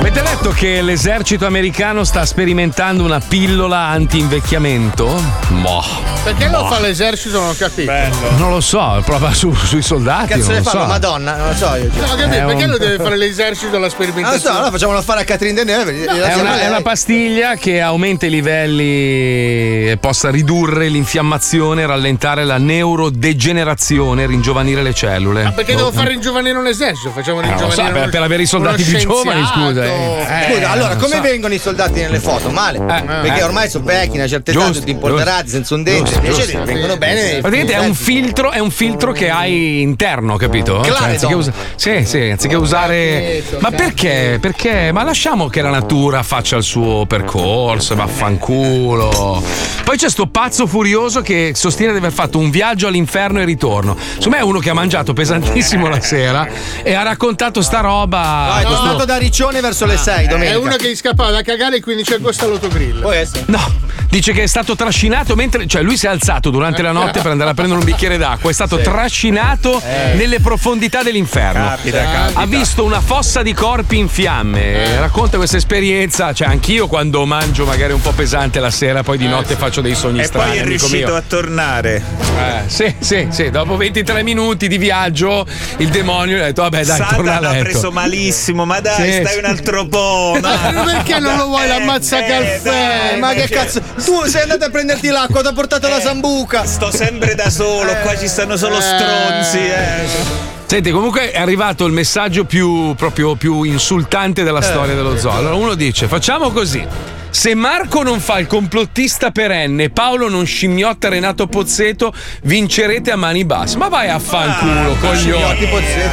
S3: Avete letto che l'esercito americano sta sperimentando una pillola anti-invecchiamento? Moh.
S6: Perché
S3: Moh.
S6: lo fa l'esercito? Non ho capito.
S3: Non lo so, prova su- sui soldati.
S6: Cazzo
S3: non
S6: ne
S3: Ah, lo
S6: fa
S3: so.
S6: la
S7: Madonna, non lo so io.
S6: No, ho capito,
S3: È
S6: perché
S3: un-
S6: lo deve fare l'esercito la sperimentazione?
S7: Non lo so, allora facciamolo fare a Catherine Deneuve. gliela
S3: È
S7: chiamiamo
S3: una, è
S7: lei.
S3: una pastiglia che aumenta i livelli e possa ridurre l'infiammazione, rallentare la neurodegenerazione, ringiovanire le cellule.
S6: Ah, Perché
S3: No.
S6: devo far ringiovanire un esercito? Facciamo
S3: Eh, non lo so,
S6: ringiovanire
S3: per, per avere i soldati più giovani, scusa. eh. Eh,
S7: Scusa, allora,
S3: non
S7: come
S3: so.
S7: vengono i soldati nelle foto? Male. Perché
S3: eh.
S7: ormai sono vecchi, una certa età,
S3: Giusto,
S7: tutti impolverati,
S3: giusto.
S7: senza un dente.
S3: Giusto,
S7: Invece
S3: giusto.
S7: vengono bene.
S3: Praticamente è un filtro, è un filtro che hai interno, capito? Cioè,
S7: Claridon.
S3: anziché usa- sì, sì, anziché
S7: Ah,
S3: usare. Ma perché? Perché? Ma lasciamo che la natura faccia il suo percorso, vaffanculo. Poi c'è sto pazzo furioso che sostiene di aver fatto un viaggio all'inferno e ritorno. Secondo me è uno che ha mangiato pesantissimo la sera e ha raccontato sta roba.
S7: è
S3: questo- Ah, eh.
S7: tornato da Riccione verso le 6
S6: È
S7: domenica.
S6: uno che gli scappava da cagare il 15 agosto all'autogrill.
S7: Può essere.
S3: No. Dice che è stato trascinato mentre. cioè lui si è alzato durante la notte per andare a prendere un bicchiere d'acqua. È stato trascinato nelle profondità dell'inferno.
S9: Eh. Capita,
S3: Eh.
S9: capita. Eh.
S3: Ha visto una fossa di corpi in fiamme. Racconta questa esperienza. Cioè, anch'io quando mangio magari un po' pesante la sera, poi di notte faccio dei sogni
S9: Eh. E
S3: strani.
S9: poi è
S3: amico
S9: riuscito
S3: mio.
S9: a tornare.
S3: Eh, sì, sì, sì, dopo 23 minuti di viaggio il demonio gli ha detto vabbè dai torna a
S9: Satana l'ha
S3: letto.
S9: preso malissimo, ma dai,
S3: Sì,
S9: stai
S3: sì.
S9: un altro po'.
S6: Ma perché non lo vuoi
S9: Eh,
S6: l'ammazza
S7: Eh,
S6: caffè?
S7: ma che cazzo? Tu sei andato a prenderti l'acqua, ti ha portato la sambuca.
S9: Sto sempre da solo, qua ci stanno solo
S7: Eh.
S9: stronzi. Eh.
S3: Senti, comunque è arrivato il
S13: Eh.
S3: messaggio più proprio più insultante della storia dello zoo. Allora uno dice: facciamo così. Se Marco non fa il complottista perenne, Paolo non scimmiotta Renato Pozzetto, vincerete a mani basse. Ma vai a
S13: Ah,
S3: fanculo, coglione.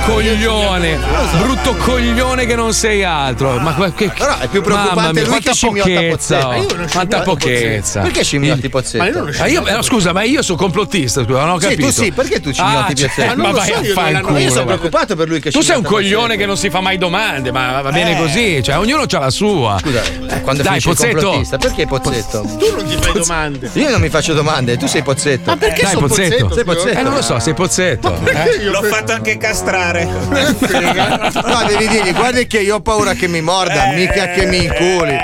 S3: Coglione, brutto coglione che non sei altro. Ma que- che Però
S13: è più preoccupante lui
S3: quanta
S13: che scimmiotta
S3: pochezza.
S13: Pozzetto.
S3: oh.
S13: Ma io
S3: Quanta
S13: non scimmiotta
S3: pochezza.
S13: Pozzetto. Perché scimmiotti
S3: Il-
S13: Pozzetto? Ma io non ho
S3: Ma io-
S13: scimmiotta
S3: eh, scusa, ma io sono complottista, scusa, non ho
S13: Sì, tu
S3: capito.
S13: sì, perché tu
S3: ah,
S13: scimmiotti
S3: cioè,
S13: Pozzetto?
S3: Ma
S13: Non lo
S3: vai
S13: so,
S3: a
S13: io non-
S3: fanculo.
S13: io sono
S3: guarda.
S13: preoccupato per lui
S3: Tu
S13: che
S3: sei un
S13: scimmiotta
S3: coglione che non si fa mai domande, ma va bene così, cioè ognuno ha la sua. Scusa,
S13: Eh. quando
S3: Dai,
S13: finisce il
S3: Pozzetto.
S13: complottista, perché Pozzetto?
S6: Tu non ti fai domande.
S13: Io non mi faccio domande, tu sei Pozzetto.
S6: Ma perché
S3: Dai,
S13: sono
S3: Pozzetto.
S13: Sei Pozzetto?
S3: Eh, non lo so, sei Pozzetto. Eh?
S9: L'ho fatto anche castrare.
S13: No, devi dirgli, guarda che io ho paura che mi morda, mica che mi inculi.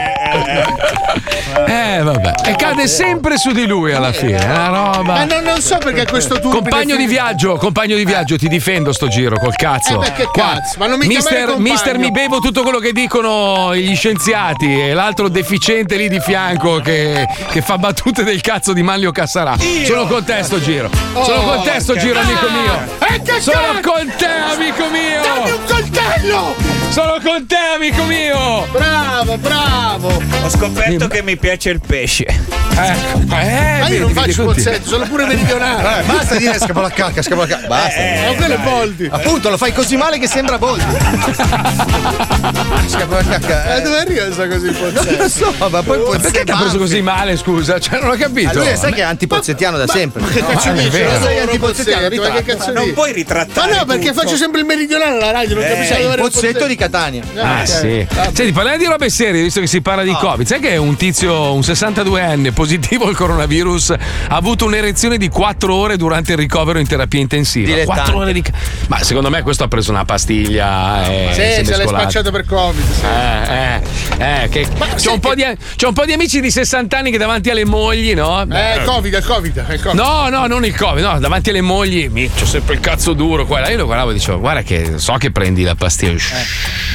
S3: Eh, vabbè. E cade sempre su di lui alla fine, è una roba. Eh,
S6: Ma Eh, non, non so perché questo tuo
S3: Compagno di viaggio, compagno di viaggio, ti difendo sto giro col cazzo.
S6: Eh beh, che
S3: Qua,
S6: cazzo, ma non mi chiamare
S3: mister,
S6: compagno.
S3: mister, mi bevo tutto quello che dicono gli scienziati e l'altro deficiente lì di fianco che, che fa battute del cazzo di Manlio Cassarà. Sono con te sto giro.
S6: Oh,
S14: Oh,
S3: Sono con te sto giro, amico mio.
S14: Eh,
S6: E che
S3: Sono con te, amico mio!
S6: Dammi un coltello!
S3: Sono con te, amico mio!
S6: Bravo, bravo!
S9: Ho scoperto che mi piace il pesce.
S6: Ma io non
S9: pozzetto,
S6: faccio pozzetto, sono pure meridionale.
S9: Eh, basta dire scappa
S13: la cacca, scappa la cacca. Basta.
S6: Eh, ma quello è Boldi.
S13: Appunto, lo fai così male che sembra Boldi.
S3: Ah,
S13: scappa la cacca.
S6: Ma Eh, dove arriva questa cosa Oh, di pozzetto?
S13: Non lo so, ma
S3: Ma
S13: poi Pozzetto.
S3: perché ti ha preso così male, scusa? Cioè, non ho capito.
S13: Ah, lui sai che è antipozzettiano da sempre.
S6: che cazzo
S3: ma è
S6: dici?
S3: vero.
S6: Lo sei
S13: Povero
S6: antipozzettiano,
S13: Pozzetto,
S6: ma che
S13: ritratto.
S6: cazzo
S13: Ma non
S6: dici?
S13: puoi ritrattare
S6: Ma no, perché
S13: tutto.
S6: faccio sempre il meridionale alla radio, non
S13: Eh,
S6: capisco
S13: il
S6: dove era il
S13: pozzetto di Catania.
S3: Ah, sì. Senti, parliamo di robe serie, visto che si parla di Covid. Sai che un tizio, un 62enne positivo al coronavirus, ha avuto un'erezione di 4 ore durante il ricovero in terapia intensiva.
S6: Dilettante.
S3: 4 ore di. ca- Ma secondo me questo ha preso una pastiglia. e si è
S6: Sì, se l'hai
S3: mescolato.
S6: spacciato per Covid. sì.
S3: Eh, eh, eh, che- c'è, un po di, c'è un po' di amici di 60 anni che davanti alle mogli, no?
S6: Eh, il Covid, il Covid, il Covid.
S3: No, no, non il Covid, no, davanti alle mogli, mi c'ho sempre il cazzo duro. Guarda, io lo guardavo e dicevo, guarda che so che prendi la
S6: Eh.
S3: pastiglia. Shh,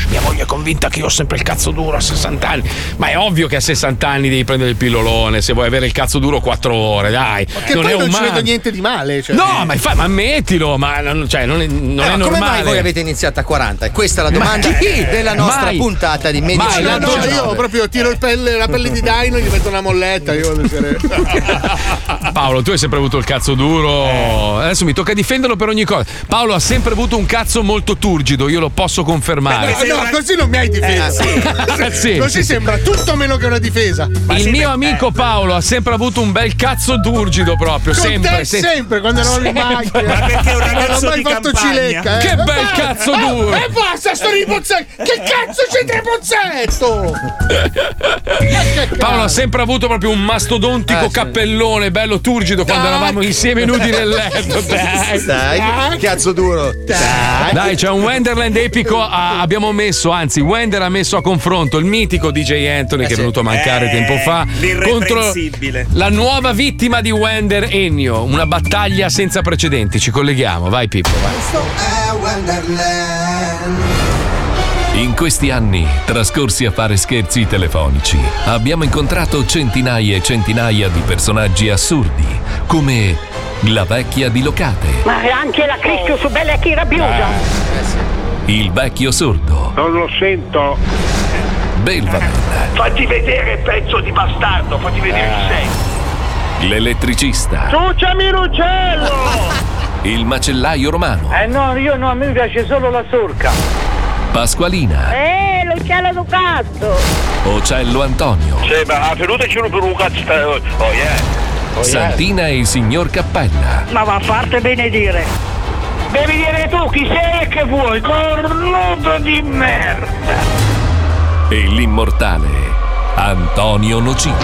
S3: Mia moglie è convinta che io ho sempre il cazzo duro a 60 anni. Ma è ovvio che a 60 anni devi prendere il pillolone se vuoi avere il cazzo duro 4 ore, dai.
S6: Che
S3: non
S6: poi
S3: è
S6: non ci
S3: umano.
S6: vedo niente di male. Cioè.
S3: No, ma, infa- ma ammettilo, ma non, cioè, non è, non è
S13: Eh, ma come mai
S3: normale.
S13: voi avete iniziato a 40? E questa è la domanda
S3: Mai.
S13: della nostra
S3: Mai.
S13: puntata di
S3: Mai.
S13: medicina.
S6: No, no,
S3: Giornale.
S6: io proprio tiro il pelle- la pelle di Dino e gli metto una molletta. Io voglio essere-
S3: Paolo, tu hai sempre avuto il cazzo duro.
S6: Eh.
S3: Adesso mi tocca difenderlo per ogni cosa. Paolo ha sempre avuto un cazzo molto turgido, io lo posso confermare.
S6: no, così non mi hai difeso.
S3: Eh, sì.
S6: così
S3: Sì, sì.
S6: sembra tutto meno che una difesa.
S3: il mio amico Paolo ha sempre avuto un bel cazzo turgido proprio,
S6: Con
S3: sempre,
S6: te sempre, quando eravamo in
S3: Sempre.
S6: macchina. Ma perché è un ragazzo
S3: Non ho mai
S6: di
S3: fatto
S6: campagna.
S3: cilecca, eh. Che bel cazzo duro.
S6: E basta, sto di Pozzetto. Che cazzo c'entra il Pozzetto?
S3: Paolo ha sempre avuto proprio un mastodontico
S6: Eh,
S3: cappellone bello turgido quando eravamo insieme nudi nel letto. Dai,
S13: Dai, cazzo duro. Dai.
S3: Dai, c'è un Wenderland epico. a- abbiamo messo, anzi, Wender ha messo a confronto il mitico DJ Anthony
S6: Eh
S3: che è venuto a mancare tempo fa contro
S9: L'irreprensibile.
S3: la nuova vittima di Wender Ennio. Una battaglia senza precedenti. Ci colleghiamo, vai Pippo. Vai.
S8: Questo è Wonderland.
S1: In questi anni, trascorsi a fare scherzi telefonici, abbiamo incontrato centinaia e centinaia di personaggi assurdi, come la vecchia di Locate,
S14: Ma anche la Crischio su Bella Chi Rabbiosa.
S1: Eh. il vecchio sordo. Non lo sento. Belvaman,
S25: Fatti vedere, pezzo di bastardo, fatti vedere chi sei.
S1: l'elettricista,
S25: Ciucciami l'uccello!
S1: il macellaio romano,
S25: eh no, io no, a me piace solo la sorca.
S1: Pasqualina,
S14: Eh, l'uccello su cazzo.
S1: Ocello Antonio,
S25: Sì, ma tenuteci uno per un cazzo. Oh yeah. Oh, yeah.
S1: Santina e il signor Cappella,
S14: Ma va a farti benedire. Devi dire tu chi sei e che vuoi, cornuto di merda.
S1: e l'immortale Antonio Ah, Nocini.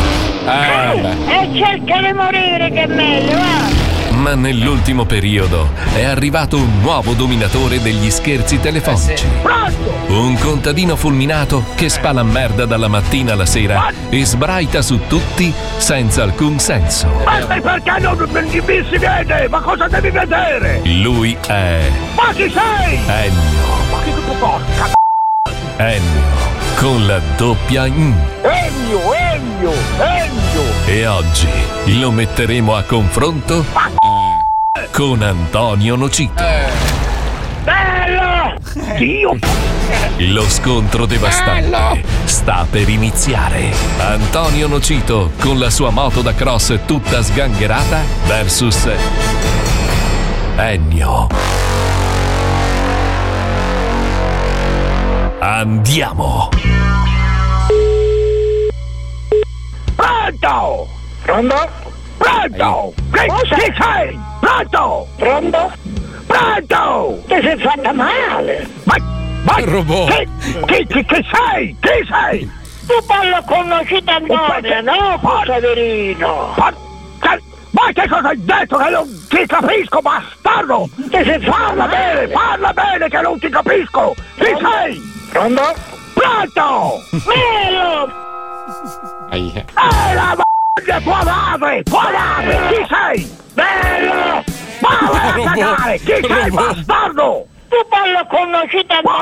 S14: E cerca di morire che è meglio, eh. va.
S1: Ma nell'ultimo periodo è arrivato un nuovo dominatore degli scherzi telefonici.
S14: Pronto?
S1: Un contadino fulminato che spala merda dalla mattina alla sera e sbraita su tutti senza alcun senso.
S25: Ma perché non mi si vede? Ma cosa devi vedere?
S1: Lui è
S25: Ma chi sei?
S1: Ennio.
S25: Ma che porca
S1: Ennio con la doppia N.
S25: Ennio, Ennio, Ennio!
S1: E oggi lo metteremo a confronto con Antonio Nocito.
S14: Bello! Dio!
S1: Lo scontro devastante sta per iniziare. Antonio Nocito con la sua moto da cross tutta sgangherata versus Ennio. Andiamo!
S14: Pronto! Pronto? Pronto! Che ci sei? Pronto? Pronto? Pronto! Ti sei fatta male! Ma... Ma... robot! Che, che, che, che sei? Chi sei? Tu parlo con la cittadina, no, poverino! Ma... che- Ma che cosa hai detto che non ti capisco, bastardo! Ti sei parla bene, parla bene che non ti capisco! Chi sei? Pronto? Pronto! Melo! E la m***a di tua madre! Tua madre! Chi sei? Bello! Ma vai a cagare! Chi sei, bastardo? Tu parlo con la cittadina!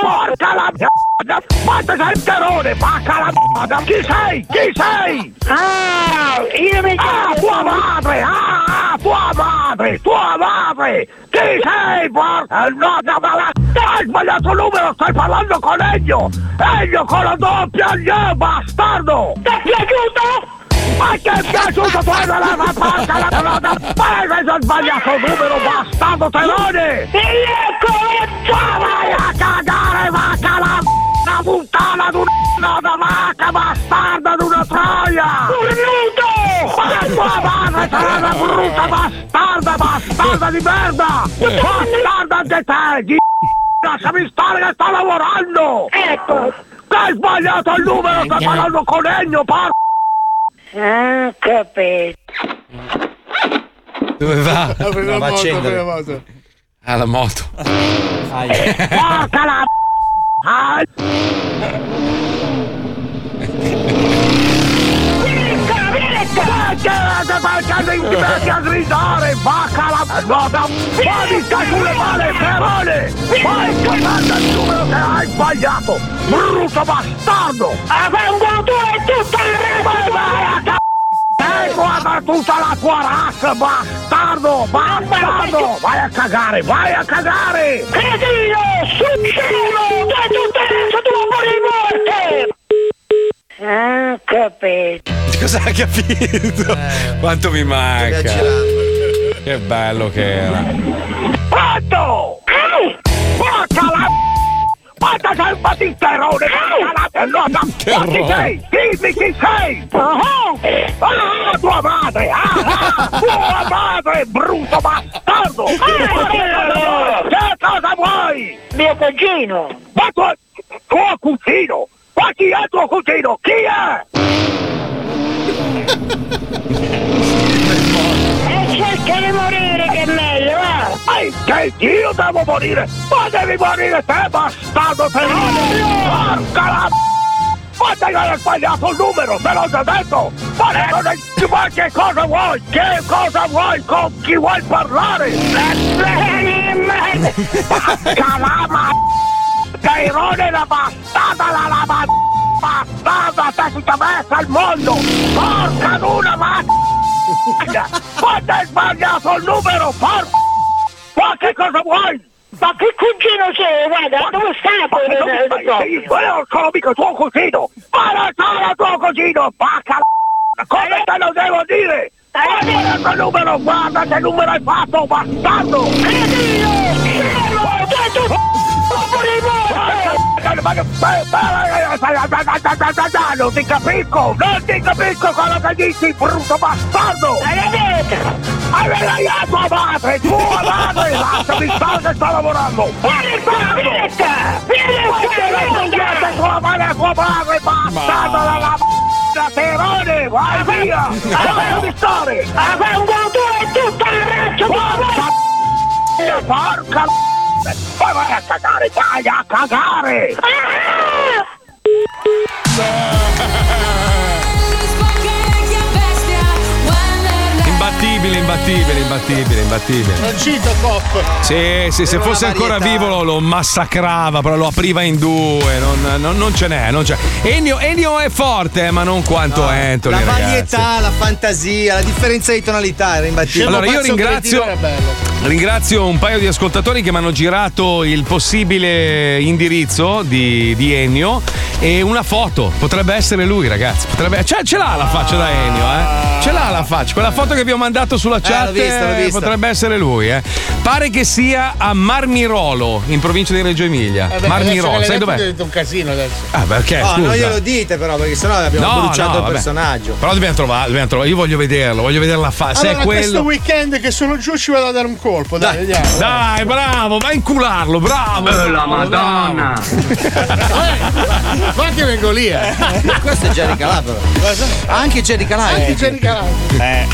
S14: Porca la m***a! Quanto sei il terone, porca la m***a! Chi sei? Chi sei? Ah, io mi Ah, tua madre! Ah, ah, tua madre! Tua madre! Chi sei, porca no, no, no, no, Hai sbagliato il numero, stai parlando con Egno! Egno con la doppia, Egno, bastardo! Ti è piaciuto? Ma che è piaciuto poi la la porca la parola! Ma hai preso sbagliato il numero, bastardo telone! E ecco! Vai a cagare, vacca la m***a puttana di una da vacca, bastarda di una troia! Cornuto! Ma tua madre sarà una brutta bastarda, bastarda di merda! Bastarda anche te, di Lasciami stare che sto lavorando! Ecco! Ti hai sbagliato il numero, stai parlando con Egno, porca! Ah, capito.
S3: Dove va?
S6: Apriamo la moto, apriamo la moto.
S3: Ah, la moto.
S14: Porca la Ah. Perché facendo in piedi a gridare, vacca la nota, panico sulle male, ferone! Poi chiamando il numero che hai sbagliato, brutto bastardo! Avendo tu e tutto il resto! Vai a c***o! Eh, guarda tutta la tua razza, bastardo, bastardo! Vai a cagare, vai a cagare! Cretino, successo, dai tutta la tua buona morte! Ah, capito.
S3: Cosa ha capito? Quanto mi manca. Che bello che era.
S14: Pronto! Porca la... Porca la battisterone! Porca la... No, no, chi sei? Dimmi chi sei! Ah, tua madre! Ah, ah, tua madre, brutto bastardo! Ah, che cosa vuoi? Mio cugino! Ma tuo... tuo cugino! Ma chi è tuo cugino? Chi è? E cerca di morire che è meglio, va! Ehi, che io devo morire! Ma devi morire te, bastardo ferone! Porca la m- ma te hai sbagliato il numero, te l'ho già detto! Ma, ne- non è- ma che cosa vuoi? Che cosa vuoi? Con chi vuoi parlare? Porca la ma... Cairone la bastarda la la ma... Bastarda, te tutta messa al mondo! Porca luna, ma... Quanto hai sbagliato il numero, porca! Ma che cosa vuoi? Ma che cugino sei, guarda, dove stai poi? Io sono mica tuo cugino! Ma non sono tuo cugino, porca la... Come te lo devo dire? Guarda che numero, guarda che numero hai fatto, bastardo! Credio! Non ti capisco, non ti capisco quello che dici, brutto bastardo! Allora la tua madre, tua madre, lasciami stare che sto lavorando! Bastardo! Vieni qua, tua madre, a tua madre, bastardo la m***a, terone, vai via! Lasciami stare! Avendo tu e tutto il resto Porca porca Poi vai a cagare, vai a cagare!
S3: imbattibile, imbattibile, imbattibile, imbattibile.
S6: Non cito Cop.
S3: Sì, sì, se
S6: Era
S3: fosse
S6: una
S3: ancora
S6: varietà.
S3: vivo lo, lo massacrava, però lo apriva in due, non, non- non ce n'è, non c'è. Ennio, Ennio è forte, eh, ma non quanto Anthony.
S7: La
S3: ragazzi.
S7: varietà, la fantasia, la differenza di tonalità era imbattibile.
S3: Allora, io ringrazio, ringrazio un paio di ascoltatori che mi hanno girato il possibile indirizzo di, di Ennio e una foto. Potrebbe essere lui, ragazzi. Potrebbe, cioè, ce l'ha la faccia da Ennio, eh? Ce l'ha la faccia. Quella foto che vi ho mandato sulla chat
S7: l'ho vista, l'ho
S3: eh,
S7: vista.
S3: potrebbe essere lui, eh? Pare che sia a Marmirolo, in provincia di Reggio
S7: Eh,
S3: Emilia.
S6: Vabbè, adesso
S3: Marmirolo,
S6: che
S3: sai
S6: l'hai
S3: dov'è?
S6: detto È diventato un casino adesso.
S3: Ah, perché?
S7: No, non
S3: Scusa.
S7: glielo dite però, perché sennò abbiamo
S3: No,
S7: bruciato
S3: no,
S7: il
S3: vabbè.
S7: personaggio. Ah,
S3: Però dobbiamo trovarlo, dobbiamo trovarlo. Io voglio vederlo, voglio vedere la faccia.
S6: Allora,
S3: Se è
S6: questo
S3: quello.
S6: weekend che sono giù ci vado a dare un colpo. Dai, vediamo.
S3: Dai, bravo, vai a incularlo, bravo. la Madonna.
S6: Ma che vengo lì, eh.
S7: Questo è Jerry Calabro. Anche Jerry Calabro.
S13: eh,
S6: Anche Jerry Calabro.
S3: Eh.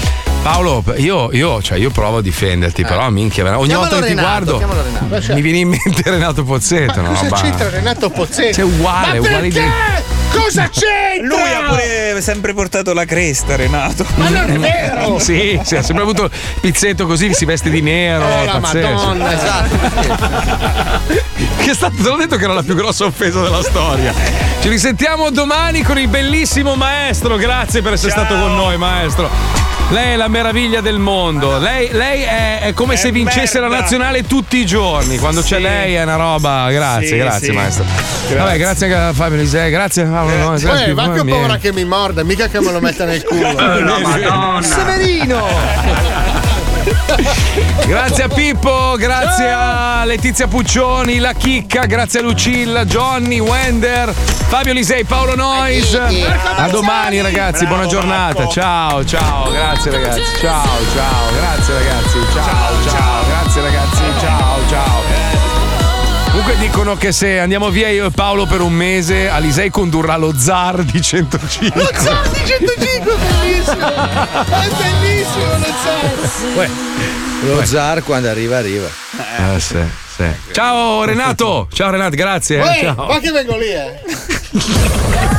S3: Paolo, io, io, cioè, io provo a
S6: Eh.
S3: difenderti, però minchia, vera- ogni volta che ti guardo mi viene in mente Renato Pozzetto. no,
S6: Cosa
S3: ma-
S6: c'entra Renato Pozzetto?
S3: Sei uguale,
S6: Ma
S3: uguale
S6: perché? Cosa c'entra?
S9: Lui ha pure sempre portato la cresta, Renato.
S6: Ma non è vero!
S3: Sì, sì, ha sempre avuto il pizzetto così, si veste di nero.
S6: Eh,
S3: è
S6: la
S3: pazzesco.
S6: Madonna, esatto.
S3: Che è stato, te l'ho detto che era la più grossa offesa della storia. Ci risentiamo domani con il bellissimo maestro. Grazie per essere stato con noi, maestro. Lei è la meraviglia del mondo. Lei, lei è, è come se vincesse la nazionale tutti i giorni. Quando c'è lei è una roba. Grazie,
S6: Sì,
S3: grazie,
S6: sì.
S3: maestro.
S6: Grazie.
S3: Vabbè, grazie anche a Fabio Lisei. Grazie a Paolo. no, grazie,
S6: Eh, ma che ho
S3: mamma mia.
S6: paura che mi morda, mica che me lo metta nel culo.
S3: No, Madonna.
S6: Severino!
S3: Grazie a Pippo, grazie a Letizia Puccioni, la Chicca, grazie a Lucilla, Johnny, Wender, Fabio Lisei, Paolo Nois. A domani ragazzi, buona giornata. Ciao, ciao, grazie ragazzi. Ciao, ciao, grazie ragazzi. Ciao, ciao, grazie ragazzi. Ciao, ciao. Comunque dicono che se andiamo via io e Paolo per un mese, Alisei condurrà lo zar di 105.
S6: Lo zar di 105 è bellissimo! È bellissimo lo zar!
S7: Uè, Lo zar quando arriva, arriva.
S3: Eh, sì, sì. Ciao Renato, ciao Renato, grazie. eh,
S6: Uè,
S3: ciao.
S6: ma che vengo lì, eh!